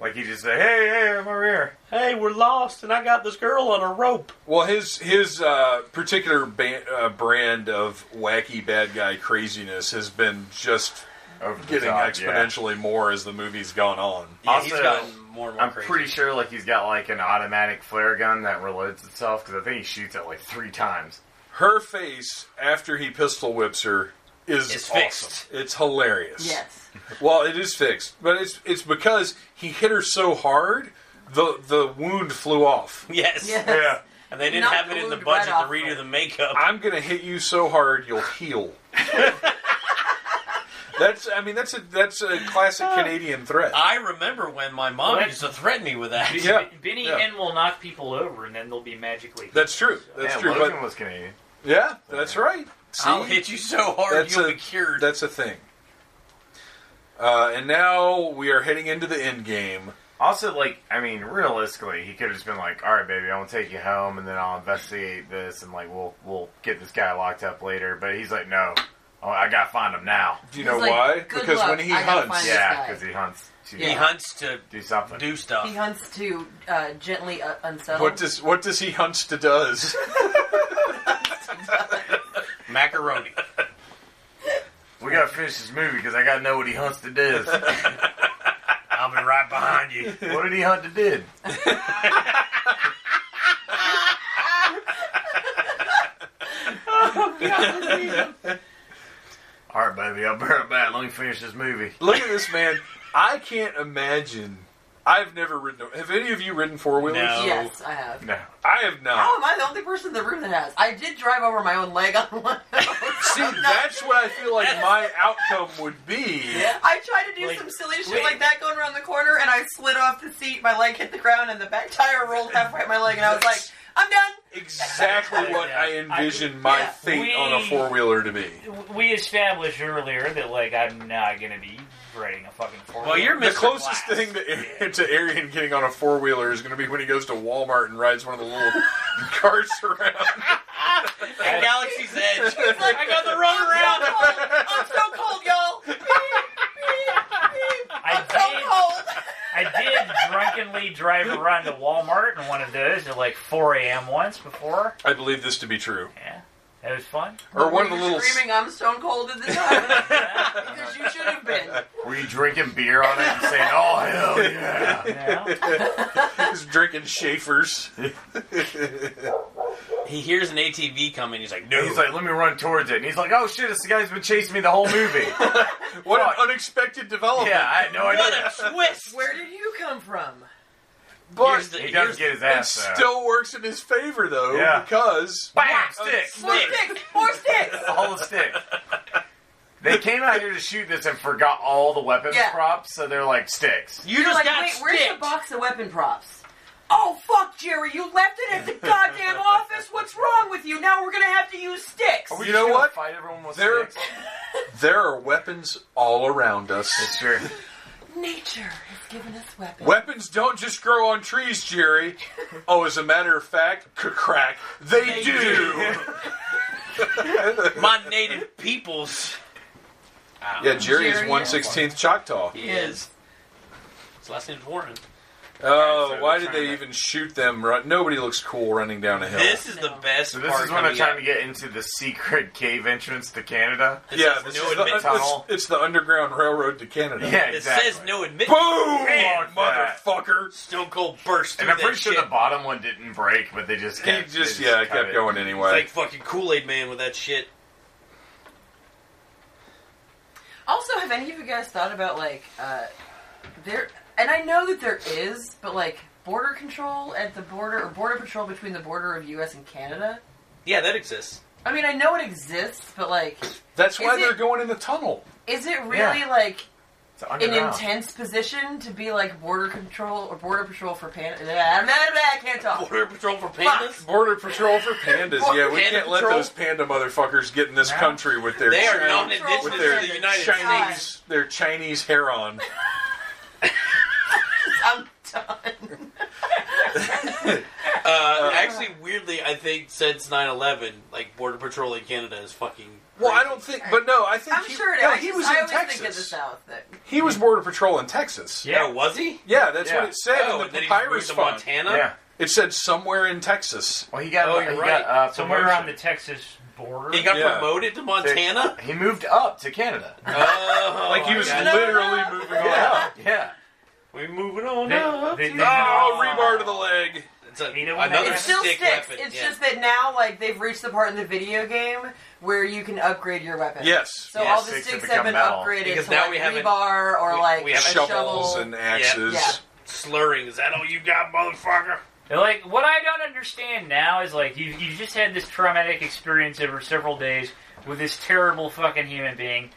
S5: Like he just say, "Hey, hey, I'm over here."
S4: hey, we're lost, and I got this girl on a rope.
S2: Well, his his uh, particular ban uh, brand of wacky bad guy craziness has been just
S5: Over the
S2: getting
S5: top, yeah.
S2: exponentially more as the movie's gone on.
S4: Yeah, he's
S5: Also,
S4: gotten more and more
S5: I'm
S4: crazy.
S5: pretty sure like he's got like an automatic flare gun that reloads itself because I think he shoots it like three times.
S2: Her face after he pistol whips her is
S4: It's
S2: awesome.
S4: fixed.
S2: It's hilarious.
S7: yes.
S2: Well, it is fixed, but it's it's because he hit her so hard, the the wound flew off.
S4: Yes.
S7: Yes.
S5: Yeah.
S4: And they didn't
S7: Not
S4: have it in the
S7: glued right
S4: budget to
S7: off
S4: redo
S7: of
S4: the makeup.
S2: I'm gonna hit you so hard you'll heal. that's I mean that's a that's a classic Canadian threat.
S4: Uh, I remember when my mom
S3: What?
S4: used to threaten me with that.
S2: Yeah,
S3: Benny
S2: yeah.
S3: Hinn will knock people over, and then they'll be magically.
S2: That's true. That's
S5: Man,
S2: true.
S5: Logan
S2: But
S5: was Canadian.
S2: yeah, that's right. See,
S4: I'll hit you so hard
S2: That's
S4: you'll
S2: a-
S4: be cured.
S2: that's a thing. Uh, and now we are heading into the end game.
S5: Also, like, I mean, realistically, he could have just been like, "All right, baby, I'm gonna take you home, and then I'll investigate this, and like, we'll we'll get this guy locked up later." But he's like, "No, oh, I gotta find him now."
S2: Do you know
S7: like,
S2: why?
S7: "Good
S2: Because
S7: luck,
S2: when he
S7: I gotta
S2: hunts,
S7: find this
S5: Yeah,
S7: guy.
S5: because he hunts to
S4: He hunts to
S5: do something.
S4: do stuff.
S7: He hunts to uh, gently uh, unsettle.
S2: what does what does he hunts to does?
S4: Macaroni.
S5: We gotta finish this movie because I gotta know what he hunts to do.
S4: I'll be right behind you.
S5: what did he hunt to did? All right, baby, I'll be right back. Let me finish this movie.
S2: Look at this man. I can't imagine. I've never ridden. a- Have any of you ridden four wheelers?
S4: No.
S7: Yes, Oh, I have.
S5: No,
S2: I have not.
S7: How am I the only person in the room that has? I did drive over my own leg on one.
S2: See, that's what I feel like my outcome would be.
S7: I tried to do
S3: Like,
S7: some silly shit
S3: wait.
S7: like that going around the corner, and I slid off the seat. My leg hit the ground, and the back tire rolled halfway up my leg, and I was like, "I'm done."
S2: Exactly what I envision my
S7: Yeah.
S2: fate on a
S3: We-
S2: four wheeler to be.
S3: We established earlier that like I'm not gonna be riding a fucking. four-wheeler.
S4: Well, you're
S2: The
S4: Mr.
S2: closest
S4: Glass.
S2: thing to, to Arian getting on a four wheeler is going to be when he goes to Walmart and rides one of the little carts around.
S4: At Galaxy's Edge.
S7: like-
S4: I got the wrong
S7: I'm
S4: route.
S7: so cold. I'm so cold, y'all.
S3: I
S7: So
S3: did.
S7: cold.
S3: I did drunkenly drive around to Walmart in one of those at like 4 a.m. once before.
S2: I believe this to be true.
S3: Yeah, that was fun.
S2: Or one of
S7: Were
S2: the
S7: you
S2: little.
S7: screaming, "I'm stone cold" at the time because you should have been.
S5: were you drinking beer on it and saying, "Oh hell yeah"?
S3: Yeah.
S2: He's drinking Schaefer's.
S4: He hears an ATV coming. He's like, no.
S5: And he's like, "Let me run towards it," and he's like, "Oh shit, this guy's been chasing me the whole movie."
S2: What an unexpected development.
S5: yeah, I had no
S4: what
S5: idea.
S4: a twist.
S7: Where did you come from?
S2: but
S4: Here's the-
S5: He
S4: here's-
S5: does get his
S2: it
S5: ass though.
S2: still works in his favor, though,
S5: Yeah.
S2: because.
S5: Bam!
S4: Oh,
S5: Stick!
S7: More sticks. More sticks.
S5: A whole stick. They came out here to shoot this and forgot all the weapons
S7: Yeah.
S5: props, so they're like sticks.
S4: You
S7: You're
S4: just
S7: like,
S4: got
S7: wait, where's the
S4: sticked.
S7: box of weapon props? Oh fuck, Jerry! You left it at the goddamn office. What's wrong with you? Now we're gonna have to use sticks.
S2: You know
S5: gonna
S2: what?
S5: Fight everyone with
S2: They're-
S5: sticks.
S2: There are weapons all around us.
S5: It's true.
S7: Nature has given us weapons.
S2: Weapons don't just grow on trees, Jerry. Oh, as a matter of fact, crack. They, do.
S4: My native peoples.
S2: Yeah, Jerry is
S7: Jerry,
S2: one sixteenth Choctaw.
S4: He is. His last name's Warren.
S2: Oh,
S5: Alright, so
S2: why
S5: they're
S2: did they
S5: trying to-
S2: even shoot them? Right? Nobody looks cool running down a hill.
S4: This is the
S7: No.
S4: best
S5: So this
S4: part
S5: is when they're
S4: coming
S5: trying
S4: up.
S5: to get into the secret cave entrance to Canada.
S4: This
S2: yeah,
S4: is
S2: this
S4: no
S2: is the,
S4: admit
S2: it's,
S5: tunnel.
S2: it's the underground railroad to Canada.
S5: Yeah,
S4: It
S5: exactly.
S4: says no admit.
S2: Boom,
S5: Man,
S2: motherfucker.
S4: Stone Cold burst through
S5: And I'm
S4: that
S5: pretty sure
S4: shit.
S5: the bottom one didn't break, but they just
S2: He
S5: kept, they
S2: just yeah
S5: cut
S2: kept
S5: it.
S2: going
S4: It's
S2: anyway.
S4: like fucking Kool Aid Man with that shit.
S7: Also, have any of you guys thought about like uh, there? And I know that there is, but like border control at the border or border patrol between the border of U.S. and Canada.
S4: Yeah, that exists.
S7: I mean, I know it exists, but like,
S2: That's why
S7: Is
S2: they're
S7: it-
S2: going in the tunnel.
S7: is it really like?
S5: It's
S7: an
S5: underground.
S7: intense position to be like border control or border patrol for pan. I'm mad about it, I can't talk.
S4: Border Patrol for pandas?
S2: Border Patrol for pandas.
S7: Border
S2: yeah, we
S4: Panda
S2: can't let
S4: Patrol?
S2: those panda motherfuckers get in this country with their
S4: They are
S2: Chinese,
S4: not indigenous
S2: with
S7: With
S2: their
S4: to the United States.
S2: Chinese their Chinese hair on.
S7: I'm done.
S4: Uh, actually, weirdly, I think since 9-11, like, Border Patrol in Canada is fucking...
S2: Well, I don't think, but no, I think
S7: I'm
S2: he,
S7: sure it
S2: no,
S7: is.
S2: he was
S7: I
S2: in
S7: always think of the
S2: Texas.
S7: South. That,
S2: He was Border Patrol in Texas.
S4: Yeah, Oh, was he?
S2: Yeah, that's
S5: Yeah.
S2: what it said
S4: oh,
S2: in
S4: and
S2: the
S4: then he
S2: papyrus
S4: moved to
S2: font.
S4: Montana?
S5: Yeah.
S2: It said somewhere in Texas.
S5: Well, he got.
S4: Oh,
S5: he
S4: you're
S5: got,
S4: right.
S5: uh,
S3: Somewhere around the
S5: promotion.
S3: Texas border.
S4: He got
S2: Yeah.
S4: promoted to Montana?
S5: He moved up to Canada.
S4: oh,
S2: Like he was
S4: I got it.
S2: literally moving
S7: Oh,
S2: on.
S5: yeah. Yeah.
S4: We moving on
S3: They-
S4: now.
S3: they- they-
S2: Oh, rebar to the leg.
S4: It's a,
S3: You know what
S4: another
S3: that
S7: it
S3: is?
S7: still
S4: stick
S7: sticks.
S4: weapon.
S7: It's
S4: yeah.
S7: just that now, like they've reached the part in the video game where you can upgrade your weapon.
S2: Yes.
S7: So
S4: Yeah,
S7: all the
S5: sticks
S7: sticks,
S5: have
S7: have
S5: become
S7: been
S5: metal.
S7: upgraded
S4: Because
S7: to
S4: now
S7: like
S4: we haven't-
S7: rebar or
S4: we-
S7: like
S4: we haven't-
S7: shovel.
S2: Shovels and axes.
S7: Yeah.
S4: slurring. Is that all you got, motherfucker?
S3: Like what I don't understand now is like you you just had this traumatic experience over several days with this terrible fucking human being,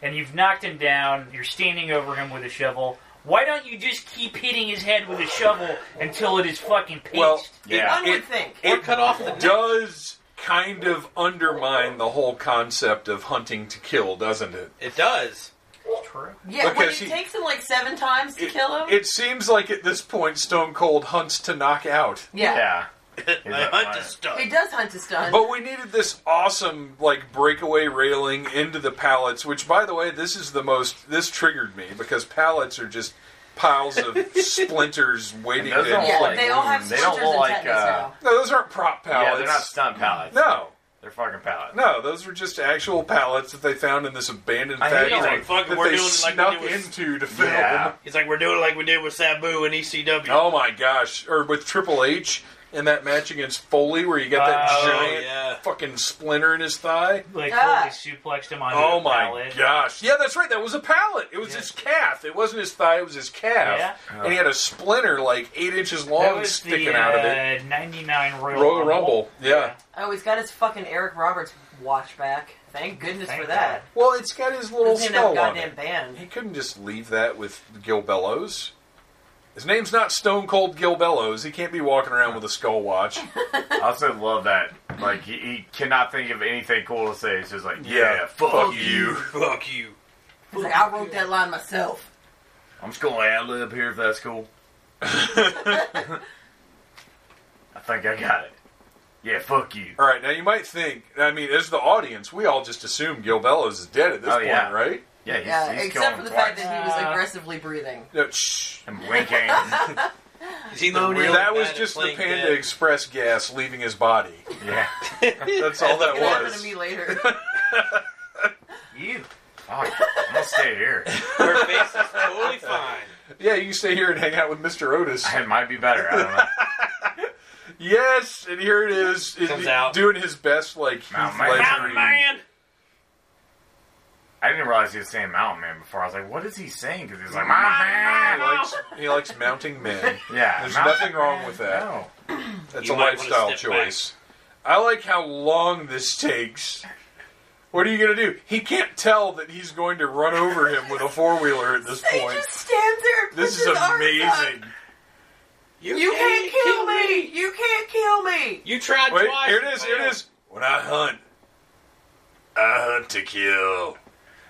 S3: and you've knocked him down. You're standing over him with a shovel. Why don't you just keep hitting his head with a shovel until it is fucking paste?
S2: Well,
S5: Yeah.
S7: One would
S2: It-
S7: think.
S4: Or cut off the neck.
S2: does kind of undermine the whole concept of hunting to kill, doesn't it?
S4: It does.
S3: true.
S7: Yeah, when it
S2: because he-
S7: takes him like seven times to
S2: It-
S7: kill him.
S2: It seems like at this point Stone Cold hunts to knock out.
S7: yeah.
S5: Yeah.
S4: My
S5: like,
S4: hunt
S5: why?
S4: is stuck.
S7: He does hunt to stun.
S2: But we needed this awesome like breakaway railing into the pallets, which by the way, this is the most this triggered me because pallets are just piles of splinters waiting to
S5: Those don't
S7: yeah,
S5: like
S7: they all have
S5: wounds. They don't
S7: splinters and
S5: look like,
S7: tetanus
S5: uh,
S7: now.
S2: No, those aren't prop
S5: Yeah,
S2: pallets.
S5: they're not stunt pallets.
S2: No.
S5: They're fucking pallets.
S2: No, those were just actual pallets that they found in this abandoned
S5: I hate
S2: factory
S5: it. Like,
S4: fuck,
S2: that
S4: we're
S2: they
S4: doing it like
S2: snuck
S4: we do with-
S2: into to film.
S5: Yeah.
S4: He's like, we're doing it like we did with Sabu and E ECW.
S2: Oh my gosh! Or with Triple H in that match against Foley, where you got that
S3: Oh,
S2: giant
S4: yeah.
S2: fucking splinter in his thigh.
S3: Like
S7: Ah.
S3: totally suplexed him on.
S2: Oh my gosh! Yeah, that's right. That was a pallet. It was his calf. It wasn't his thigh. It was his calf, and he had a splinter like eight inches
S3: That
S2: long
S3: was
S2: sticking
S3: the,
S2: out of it.
S3: Uh, 99 Royal,
S2: Royal Rumble. Yeah.
S7: Oh, he's got his fucking Eric Roberts watch back. Thank goodness
S3: Thank
S7: for that.
S2: Well, it's got his little
S7: Doesn't even have
S2: spell
S7: a
S2: on
S7: goddamn
S2: it. He
S7: band.
S2: couldn't just leave that with Gil Bellows. His name's not Stone Cold Gil Bellows. He can't be walking around with a skull watch.
S5: I also love that. Like he, he cannot think of anything cool to say. It's just like,
S2: Yeah.
S5: yeah, fuck,
S2: Fuck
S5: you.
S4: Fuck you.
S7: He's like, I wrote that line myself.
S5: I'm just gonna ad lib here if that's cool. I think I got it. Yeah, fuck you.
S2: All right, now you might think, I mean, as the audience, we all just assume Gil Bellows is dead at this
S5: Oh,
S2: point,
S5: yeah.
S2: right?
S5: Yeah, he's,
S7: Yeah,
S5: he's
S7: except
S5: killing
S7: for the
S5: twice.
S7: fact that he was
S3: Uh,
S7: aggressively breathing.
S2: No, shh.
S5: I'm winking.
S4: Is he the real
S2: that was
S4: bad at
S2: just the
S4: playing
S2: Panda
S4: dead?
S2: Express gas leaving his body.
S5: yeah.
S2: That's all that
S7: It happened to
S2: was.
S7: me later.
S3: You.
S5: Oh, I'm gonna stay here.
S4: Her face is totally fine.
S2: Yeah, you can stay here and hang out with Mr. Otis.
S5: It might be better. I don't know.
S2: Yes, and here it is, it-
S4: Comes out.
S2: doing his best, like Heath
S5: Mountain Man.
S2: Ledger-y.
S4: Mountain Man!
S5: I didn't realize he was saying Mountain Man before. I was like, what is he saying? Because he's like,
S4: Mountain
S5: Mountain
S2: He
S5: Man.
S4: Man.
S2: likes, he likes mounting men.
S5: Yeah,
S2: There's
S5: Mountain
S2: nothing wrong with that.
S5: No.
S2: That's
S4: You
S2: a
S4: might wanna
S2: lifestyle
S4: step back.
S2: choice. I like how long this takes. What are you going to do? He can't tell that he's going to run over him with a four wheeler at this
S7: he
S2: point.
S7: just stands there and puts
S2: This is
S7: his arms up.
S2: amazing.
S7: You can't kill me! You can't kill me!
S4: You tried
S2: Wait,
S4: twice.
S2: here
S4: you
S2: it is, here it
S4: failed.
S2: is. When I hunt, I hunt to kill.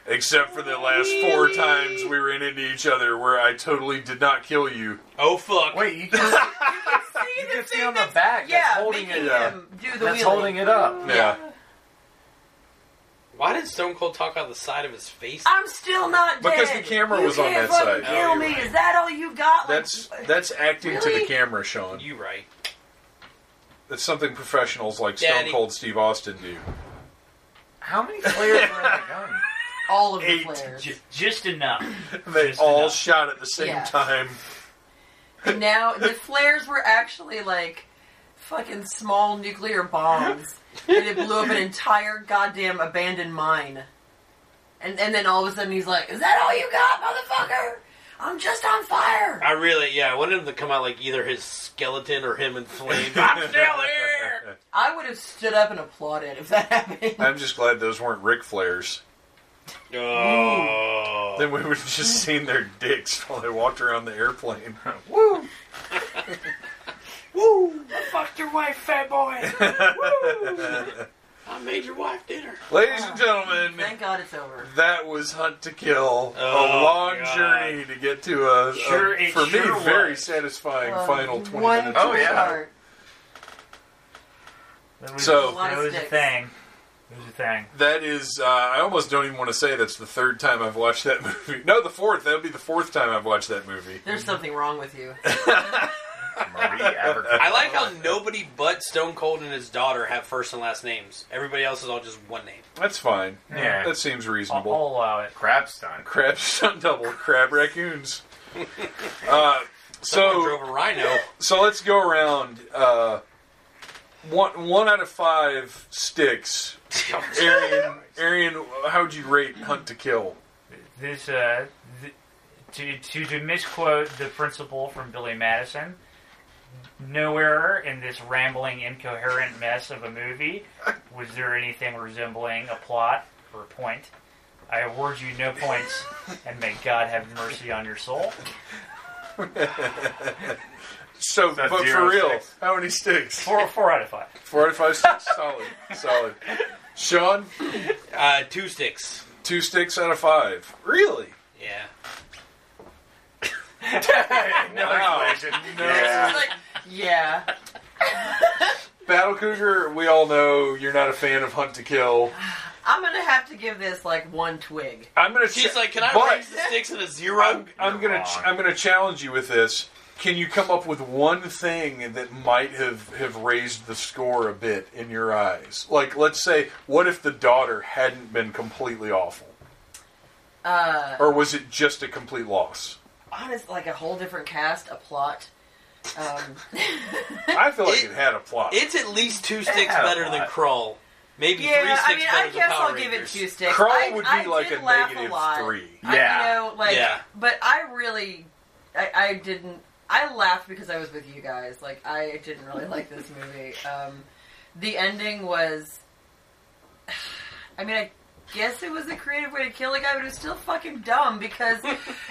S2: Except for the last four times we ran into each other where I totally did not kill you.
S4: Oh, fuck.
S5: Wait, you can,
S7: See
S5: you
S7: the
S5: can see
S7: thing
S5: on the
S7: that's-
S5: back
S7: yeah,
S5: that's holding
S7: making
S5: it up.
S7: him do the
S5: That's
S7: wheelie.
S5: holding it up.
S2: Yeah.
S4: Why did Stone Cold talk out the side of his face?
S7: I'm still not dead.
S2: Because the camera
S7: You
S2: was on
S7: can't
S2: that side.
S7: fucking
S4: Oh,
S7: Kill
S4: you're
S7: me!
S4: right.
S7: Is that all you got? Like,
S2: That's that's acting to the
S7: Really?
S2: camera, Sean.
S4: You right.
S2: That's something professionals like
S4: Daddy.
S2: Stone Cold Steve Austin do.
S5: How many players were in the gun?
S7: all of
S2: eight.
S7: the players.
S3: J- just enough.
S2: They
S3: Just
S2: all
S3: enough.
S2: shot at the same
S7: Yeah.
S2: time.
S7: And now the flares were actually like fucking small nuclear bombs, and it blew up an entire goddamn abandoned mine. And and then all of a sudden he's like, "Is that all you got, motherfucker? I'm just on fire."
S4: I really, yeah, I wanted him to come out like either his skeleton or him in flames. I'm still here!
S7: I would have stood up and applauded if that happened.
S2: I'm just glad those weren't Ric Flairs.
S4: Oh.
S2: Then we would have just seen their dicks while they walked around the airplane.
S5: Woo!
S3: Fuck your wife, fat boy.
S4: I made your wife dinner.
S2: Ladies and gentlemen,
S7: Thank God it's over.
S2: that was Hunt to Kill. a
S4: Oh,
S2: long
S4: God.
S2: journey to get to a, a-
S3: Sure, it
S2: for me,
S3: sure
S2: very
S3: was.
S2: satisfying
S7: Um,
S2: final 20
S7: one
S2: minutes.
S5: Oh, yeah.
S7: part.
S3: That was,
S2: So-
S3: that was a thing. It was a thing.
S2: That is, uh, I almost don't even want to say that's the third time I've watched that movie. No, the fourth. That would be the fourth time I've watched that movie.
S7: There's something wrong with you.
S5: Marie Abercrombie.
S4: I like how nobody but Stone Cold and his daughter have first and last names. Everybody else is all just one name.
S2: That's fine.
S5: Yeah.
S2: That seems
S3: I'll,
S2: reasonable.
S3: I'll allow it.
S5: Crab stunt.
S2: Crab stunt double, crab raccoons. uh,
S4: Someone
S2: so,
S4: drove a rhino.
S2: so let's go around. Uh, one, one out of five sticks. Arian, Arian, how would you rate Hunt to Kill?
S3: This uh, th- to, to to misquote the principal from Billy Madison. Nowhere in this rambling, incoherent mess of a movie was there anything resembling a plot or a point. I award you no points, and may God have mercy on your soul.
S2: So,
S5: That's
S2: but for
S5: zero
S2: real,
S5: sticks.
S2: how many sticks?
S3: Four, four out of five.
S2: Four out of five sticks. solid, solid. Sean,
S4: Uh, two sticks.
S2: two sticks out of five. Really?
S4: Yeah.
S2: Wow.
S7: It's like, yeah.
S2: Battle Cougar, we all know you're not a fan of Hunt to Kill.
S7: I'm gonna have to give this like one twig.
S2: I'm gonna.
S4: She's
S2: cha-
S4: like, can I
S2: but
S4: raise the sticks at a zero?
S2: I'm gonna.
S5: You're
S2: ch-
S5: wrong.
S2: I'm gonna challenge you with this. Can you come up with one thing that might have have raised the score a bit in your eyes? Like, let's say, what if the daughter hadn't been completely awful,
S7: Uh,
S2: or was it just a complete loss?
S7: honest, like a whole different cast, a plot. Um,
S2: I feel like it, had a plot.
S4: It's at least two sticks
S5: Yeah,
S4: better than
S5: why?
S4: Crawl. Maybe three
S7: yeah,
S4: sticks
S7: I mean,
S4: better
S7: I
S4: than
S7: guess
S4: Power
S7: I'll give it
S4: Rangers.
S7: two sticks.
S2: Crawl
S7: I,
S2: would be
S7: I
S2: like
S7: did
S2: a
S7: laugh
S2: negative
S7: lot.
S2: three.
S7: I,
S5: Yeah.
S7: you know, like,
S4: Yeah.
S7: but I really, I, I didn't. I laughed because I was with you guys. Like, I didn't really like this movie. Um, the ending was, I mean, I guess it was a creative way to kill a guy, but it was still fucking dumb because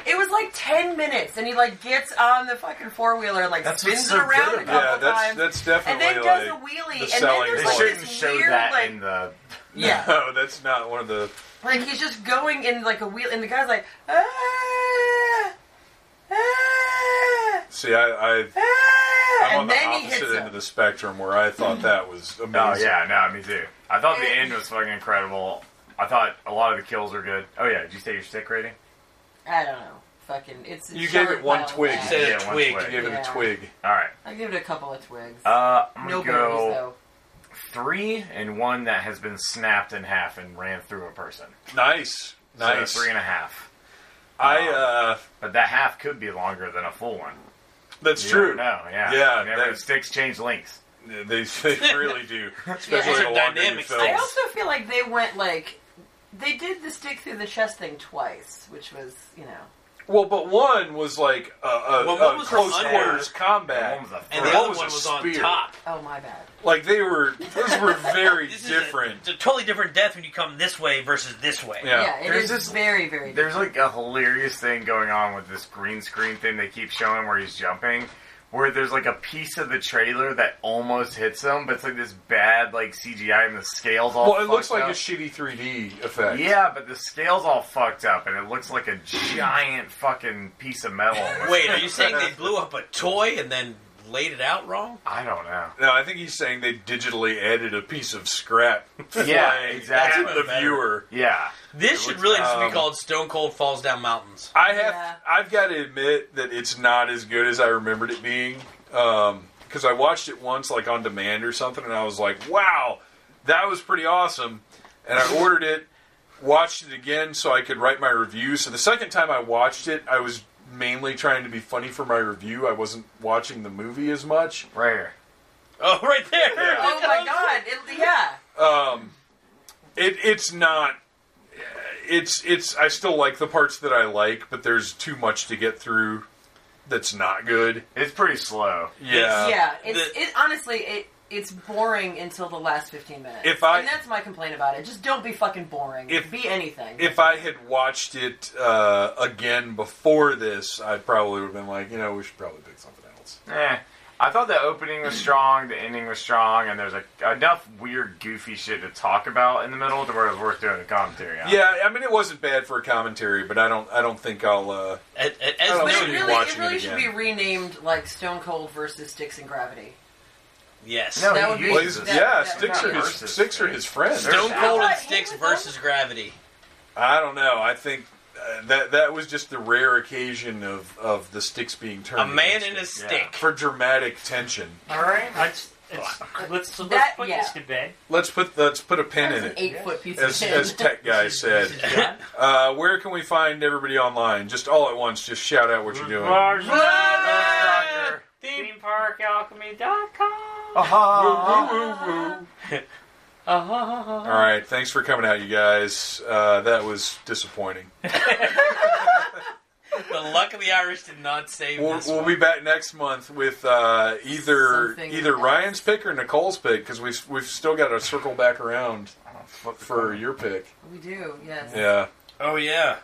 S7: it was like ten minutes, and he like gets on the fucking four wheeler, like
S5: That's
S7: spins
S5: what's
S7: it
S5: so
S7: around
S5: good
S7: a
S5: about
S7: couple
S2: yeah, that's
S7: times.
S2: that's
S7: and
S2: definitely
S7: then does
S2: like
S7: a
S2: the
S7: wheelie, and then
S2: selling
S7: there's
S5: They
S7: like
S5: shouldn't
S7: this
S5: show
S7: weird,
S5: that
S7: like
S5: in the.
S7: yeah,
S2: No, that's not one of the.
S7: Like he's just going in like a wheel, and the guy's like, ah, ah,
S2: See, I, I
S7: ah,
S2: I'm on
S7: and
S2: the
S7: then he hits
S2: opposite end of
S7: him.
S2: the spectrum where I thought that was amazing.
S5: Oh yeah, no, me too. I thought the end was fucking incredible. I thought a lot of the kills were good. Oh yeah, did you say your stick rating?
S7: I don't know. Fucking, it's
S2: You gave it one twig.
S4: You said
S5: Yeah,
S4: a
S5: one
S4: twig.
S2: You gave it
S7: Yeah.
S2: a twig.
S5: All right,
S7: I give it a couple of twigs.
S2: Um,
S5: uh, I'm gonna
S7: no berries
S5: go
S7: though.
S5: three and one that has been snapped in half and ran through a person.
S2: Nice,
S5: So
S2: nice.
S5: three and a half.
S2: I uh,
S5: But that half could be longer than a full one.
S2: that's
S5: You
S2: true.
S5: don't know, yeah.
S2: Yeah,
S5: Remember,
S2: that-
S5: sticks change lengths.
S2: They, they really do, especially
S7: Those
S2: the
S7: are
S2: longer you
S4: dynamic
S2: film.
S7: I
S4: things.
S7: also feel like they went like they did the stick through the chest thing twice, which was you know.
S2: Well, but one was like a, a,
S4: Well, one
S2: a
S4: was from
S2: close
S4: under,
S2: quarters combat,
S5: One was a
S4: And
S5: throw.
S4: the other
S2: was a
S4: one was on
S2: spear.
S4: top.
S7: Oh my bad.
S2: Like they were, those were very
S8: This is a-
S2: different.
S8: it's a totally different death when you come this way versus this way.
S2: yeah.
S7: Yeah, it
S5: There's
S7: is
S5: this-
S7: very very.
S5: There's like a hilarious thing going on with this green screen thing they keep showing where he's jumping, where there's like a piece of the trailer that almost hits him, but it's like this bad like CGI and the scales all.
S2: Well, it looks
S5: fucked
S2: like a
S5: up.
S2: shitty 3D effect.
S5: Yeah, but the scales all fucked up, and it looks like a giant fucking piece of metal.
S4: Wait, are you saying they blew up a toy and then laid it out wrong?
S5: I don't know.
S2: No, I think he's saying they digitally added a piece of scrap.
S5: Yeah,
S2: flying
S5: exactly.
S2: at The
S4: Better.
S2: viewer.
S5: Yeah,
S4: This should really just
S2: Um,
S4: be called Stone Cold Falls Down Mountains.
S2: I have.
S7: Yeah.
S2: I've got to admit that it's not as good as I remembered it being. Because I watched it once, like on demand or something, and I was like, "Wow, that was pretty awesome." And I ordered it, watched it again so I could write my review. So the second time I watched it, I was mainly trying to be funny for my review. I wasn't watching the movie as much.
S5: right here.
S8: Oh, right there.
S7: oh my god! It, yeah.
S2: It, it's not. It's it's. I still like the parts that I like, but there's too much to get through. That's not good.
S5: It's pretty slow.
S2: Yeah.
S7: yeah, it's,
S8: the-
S7: it honestly it it's boring until the last 15 minutes.
S9: If I-
S7: and that's my complaint about it. Just don't be fucking boring.
S9: If-
S7: be anything.
S9: If I had watched it uh, again before this, I probably would have been like, you know, we should probably pick something else.
S5: Eh. I thought the opening was strong, the ending was strong, and there's a, enough weird, goofy shit to talk about in the middle to where it was worth doing a commentary on.
S9: Yeah, I mean, it wasn't bad for a commentary, but I don't, I don't think I'll. Uh,
S4: Ed, Ed,
S9: I don't
S7: but
S9: should
S7: it
S9: be
S4: Ed's
S7: really, it
S9: watching it
S7: really should be
S9: again.
S7: renamed like Stone Cold versus Sticks and Gravity.
S4: yes.
S5: No,
S7: That
S5: he
S7: would be-
S9: well,
S5: uses
S9: he's-
S7: that-
S5: it.
S9: yeah,
S7: that-
S9: Sticks are his,
S5: versus-
S9: Sticks are his friends.
S4: Stone Cold
S7: Right,
S4: and
S7: hey,
S4: Sticks
S7: what's up?
S4: versus Gravity.
S9: I don't know. I think uh, that that was just the rare occasion of of the sticks being turned.
S4: A man
S9: against
S4: and a
S9: him.
S4: stick.
S9: for dramatic tension.
S3: All right, let's let's let's, let's
S7: That-
S3: put
S7: yeah.
S3: this to bed.
S9: Let's put let's put a pin
S7: That's
S9: in
S7: an
S9: it.
S7: eight foot piece
S9: As,
S7: of shit.
S9: as tech guy said, uh, where can we find everybody online? Just all at once. Just shout out what you're doing.
S3: Bars,
S5: Mother-
S3: theme park alchemy dot com.
S5: Aha.
S3: Uh-huh.
S9: All right. Thanks for coming out, you guys. Uh, that was disappointing.
S4: The luck of the Irish did not save
S9: We'll,
S4: this.
S9: we'll
S4: one.
S9: be back next month with uh, either
S7: Something
S9: either
S7: else.
S9: Ryan's pick or Nicole's pick because we've we've still got to circle back around for your pick.
S7: we do, yes.
S9: Yeah.
S4: oh yeah.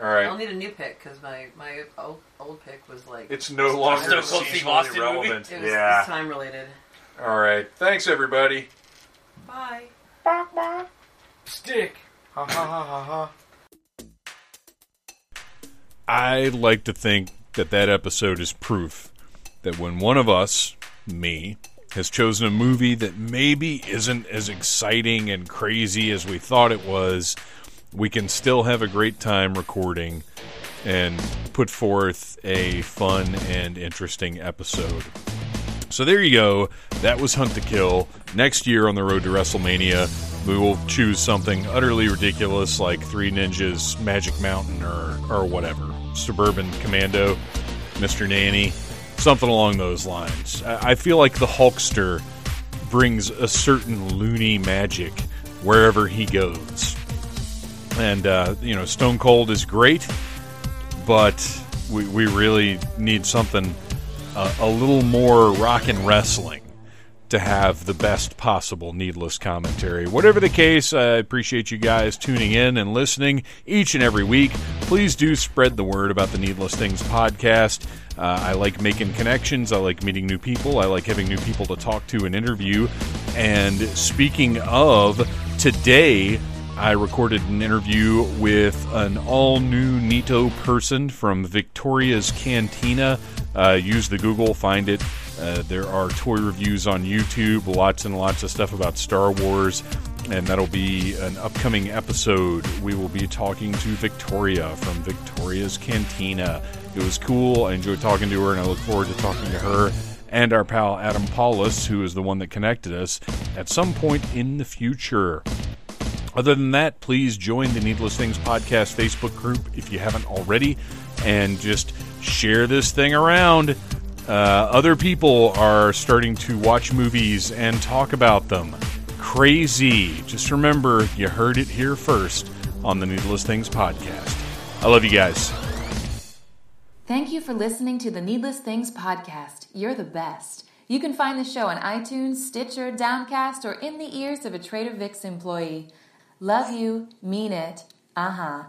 S9: All
S7: I'll
S9: right.
S7: need a new pick because my my old, old pick was like
S9: It's no longer
S4: Stone Cold Steve
S9: seasonally
S4: Austin movie?
S9: relevant.
S7: it was
S5: Yeah.
S7: time related.
S9: All right. Thanks, everybody.
S7: Bye.
S3: Stick.
S5: Ha ha ha ha.
S2: I like to think that that episode is proof that when one of us, me, has chosen a movie that maybe isn't as exciting and crazy as we thought it was, we can still have a great time recording and put forth a fun and interesting episode. So there you go. That was Hunt to Kill. Next year on the road to WrestleMania, we will choose something utterly ridiculous like Three Ninjas, Magic Mountain, or, or whatever. Suburban Commando, Mr. Nanny, something along those lines. I, I feel like the Hulkster brings a certain loony magic wherever he goes. And, uh, you know, Stone Cold is great, but we, we really need something uh, a, a little more rock and wrestling to have the best possible needless commentary. Whatever the case, I appreciate you guys tuning in and listening each and every week. Please do spread the word about the Needless Things podcast. Uh, I like making connections. I like meeting new people. I like having new people to talk to and interview. And speaking of, today I recorded an interview with an all new Nito person from Victoria's Cantina. Uh, use the Google, find it. Uh, there are toy reviews on YouTube, lots and lots of stuff about Star Wars, and that'll be an upcoming episode. We will be talking to Victoria from Victoria's Cantina. It was cool. I enjoyed talking to her, and I look forward to talking to her and our pal Adam Paulus, who is the one that connected us, at some point in the future. Other than that, please join the Needless Things Podcast Facebook group if you haven't already and just share this thing around. Uh, other people are starting to watch movies and talk about them. Crazy. Just remember, you heard it here first on the Needless Things Podcast. I love you guys.
S10: Thank you for listening to the Needless Things podcast. You're the best. You can find the show on iTunes, Stitcher, Downcast, or in the ears of a Trader Vic's employee. Love you. Mean it. Uh huh.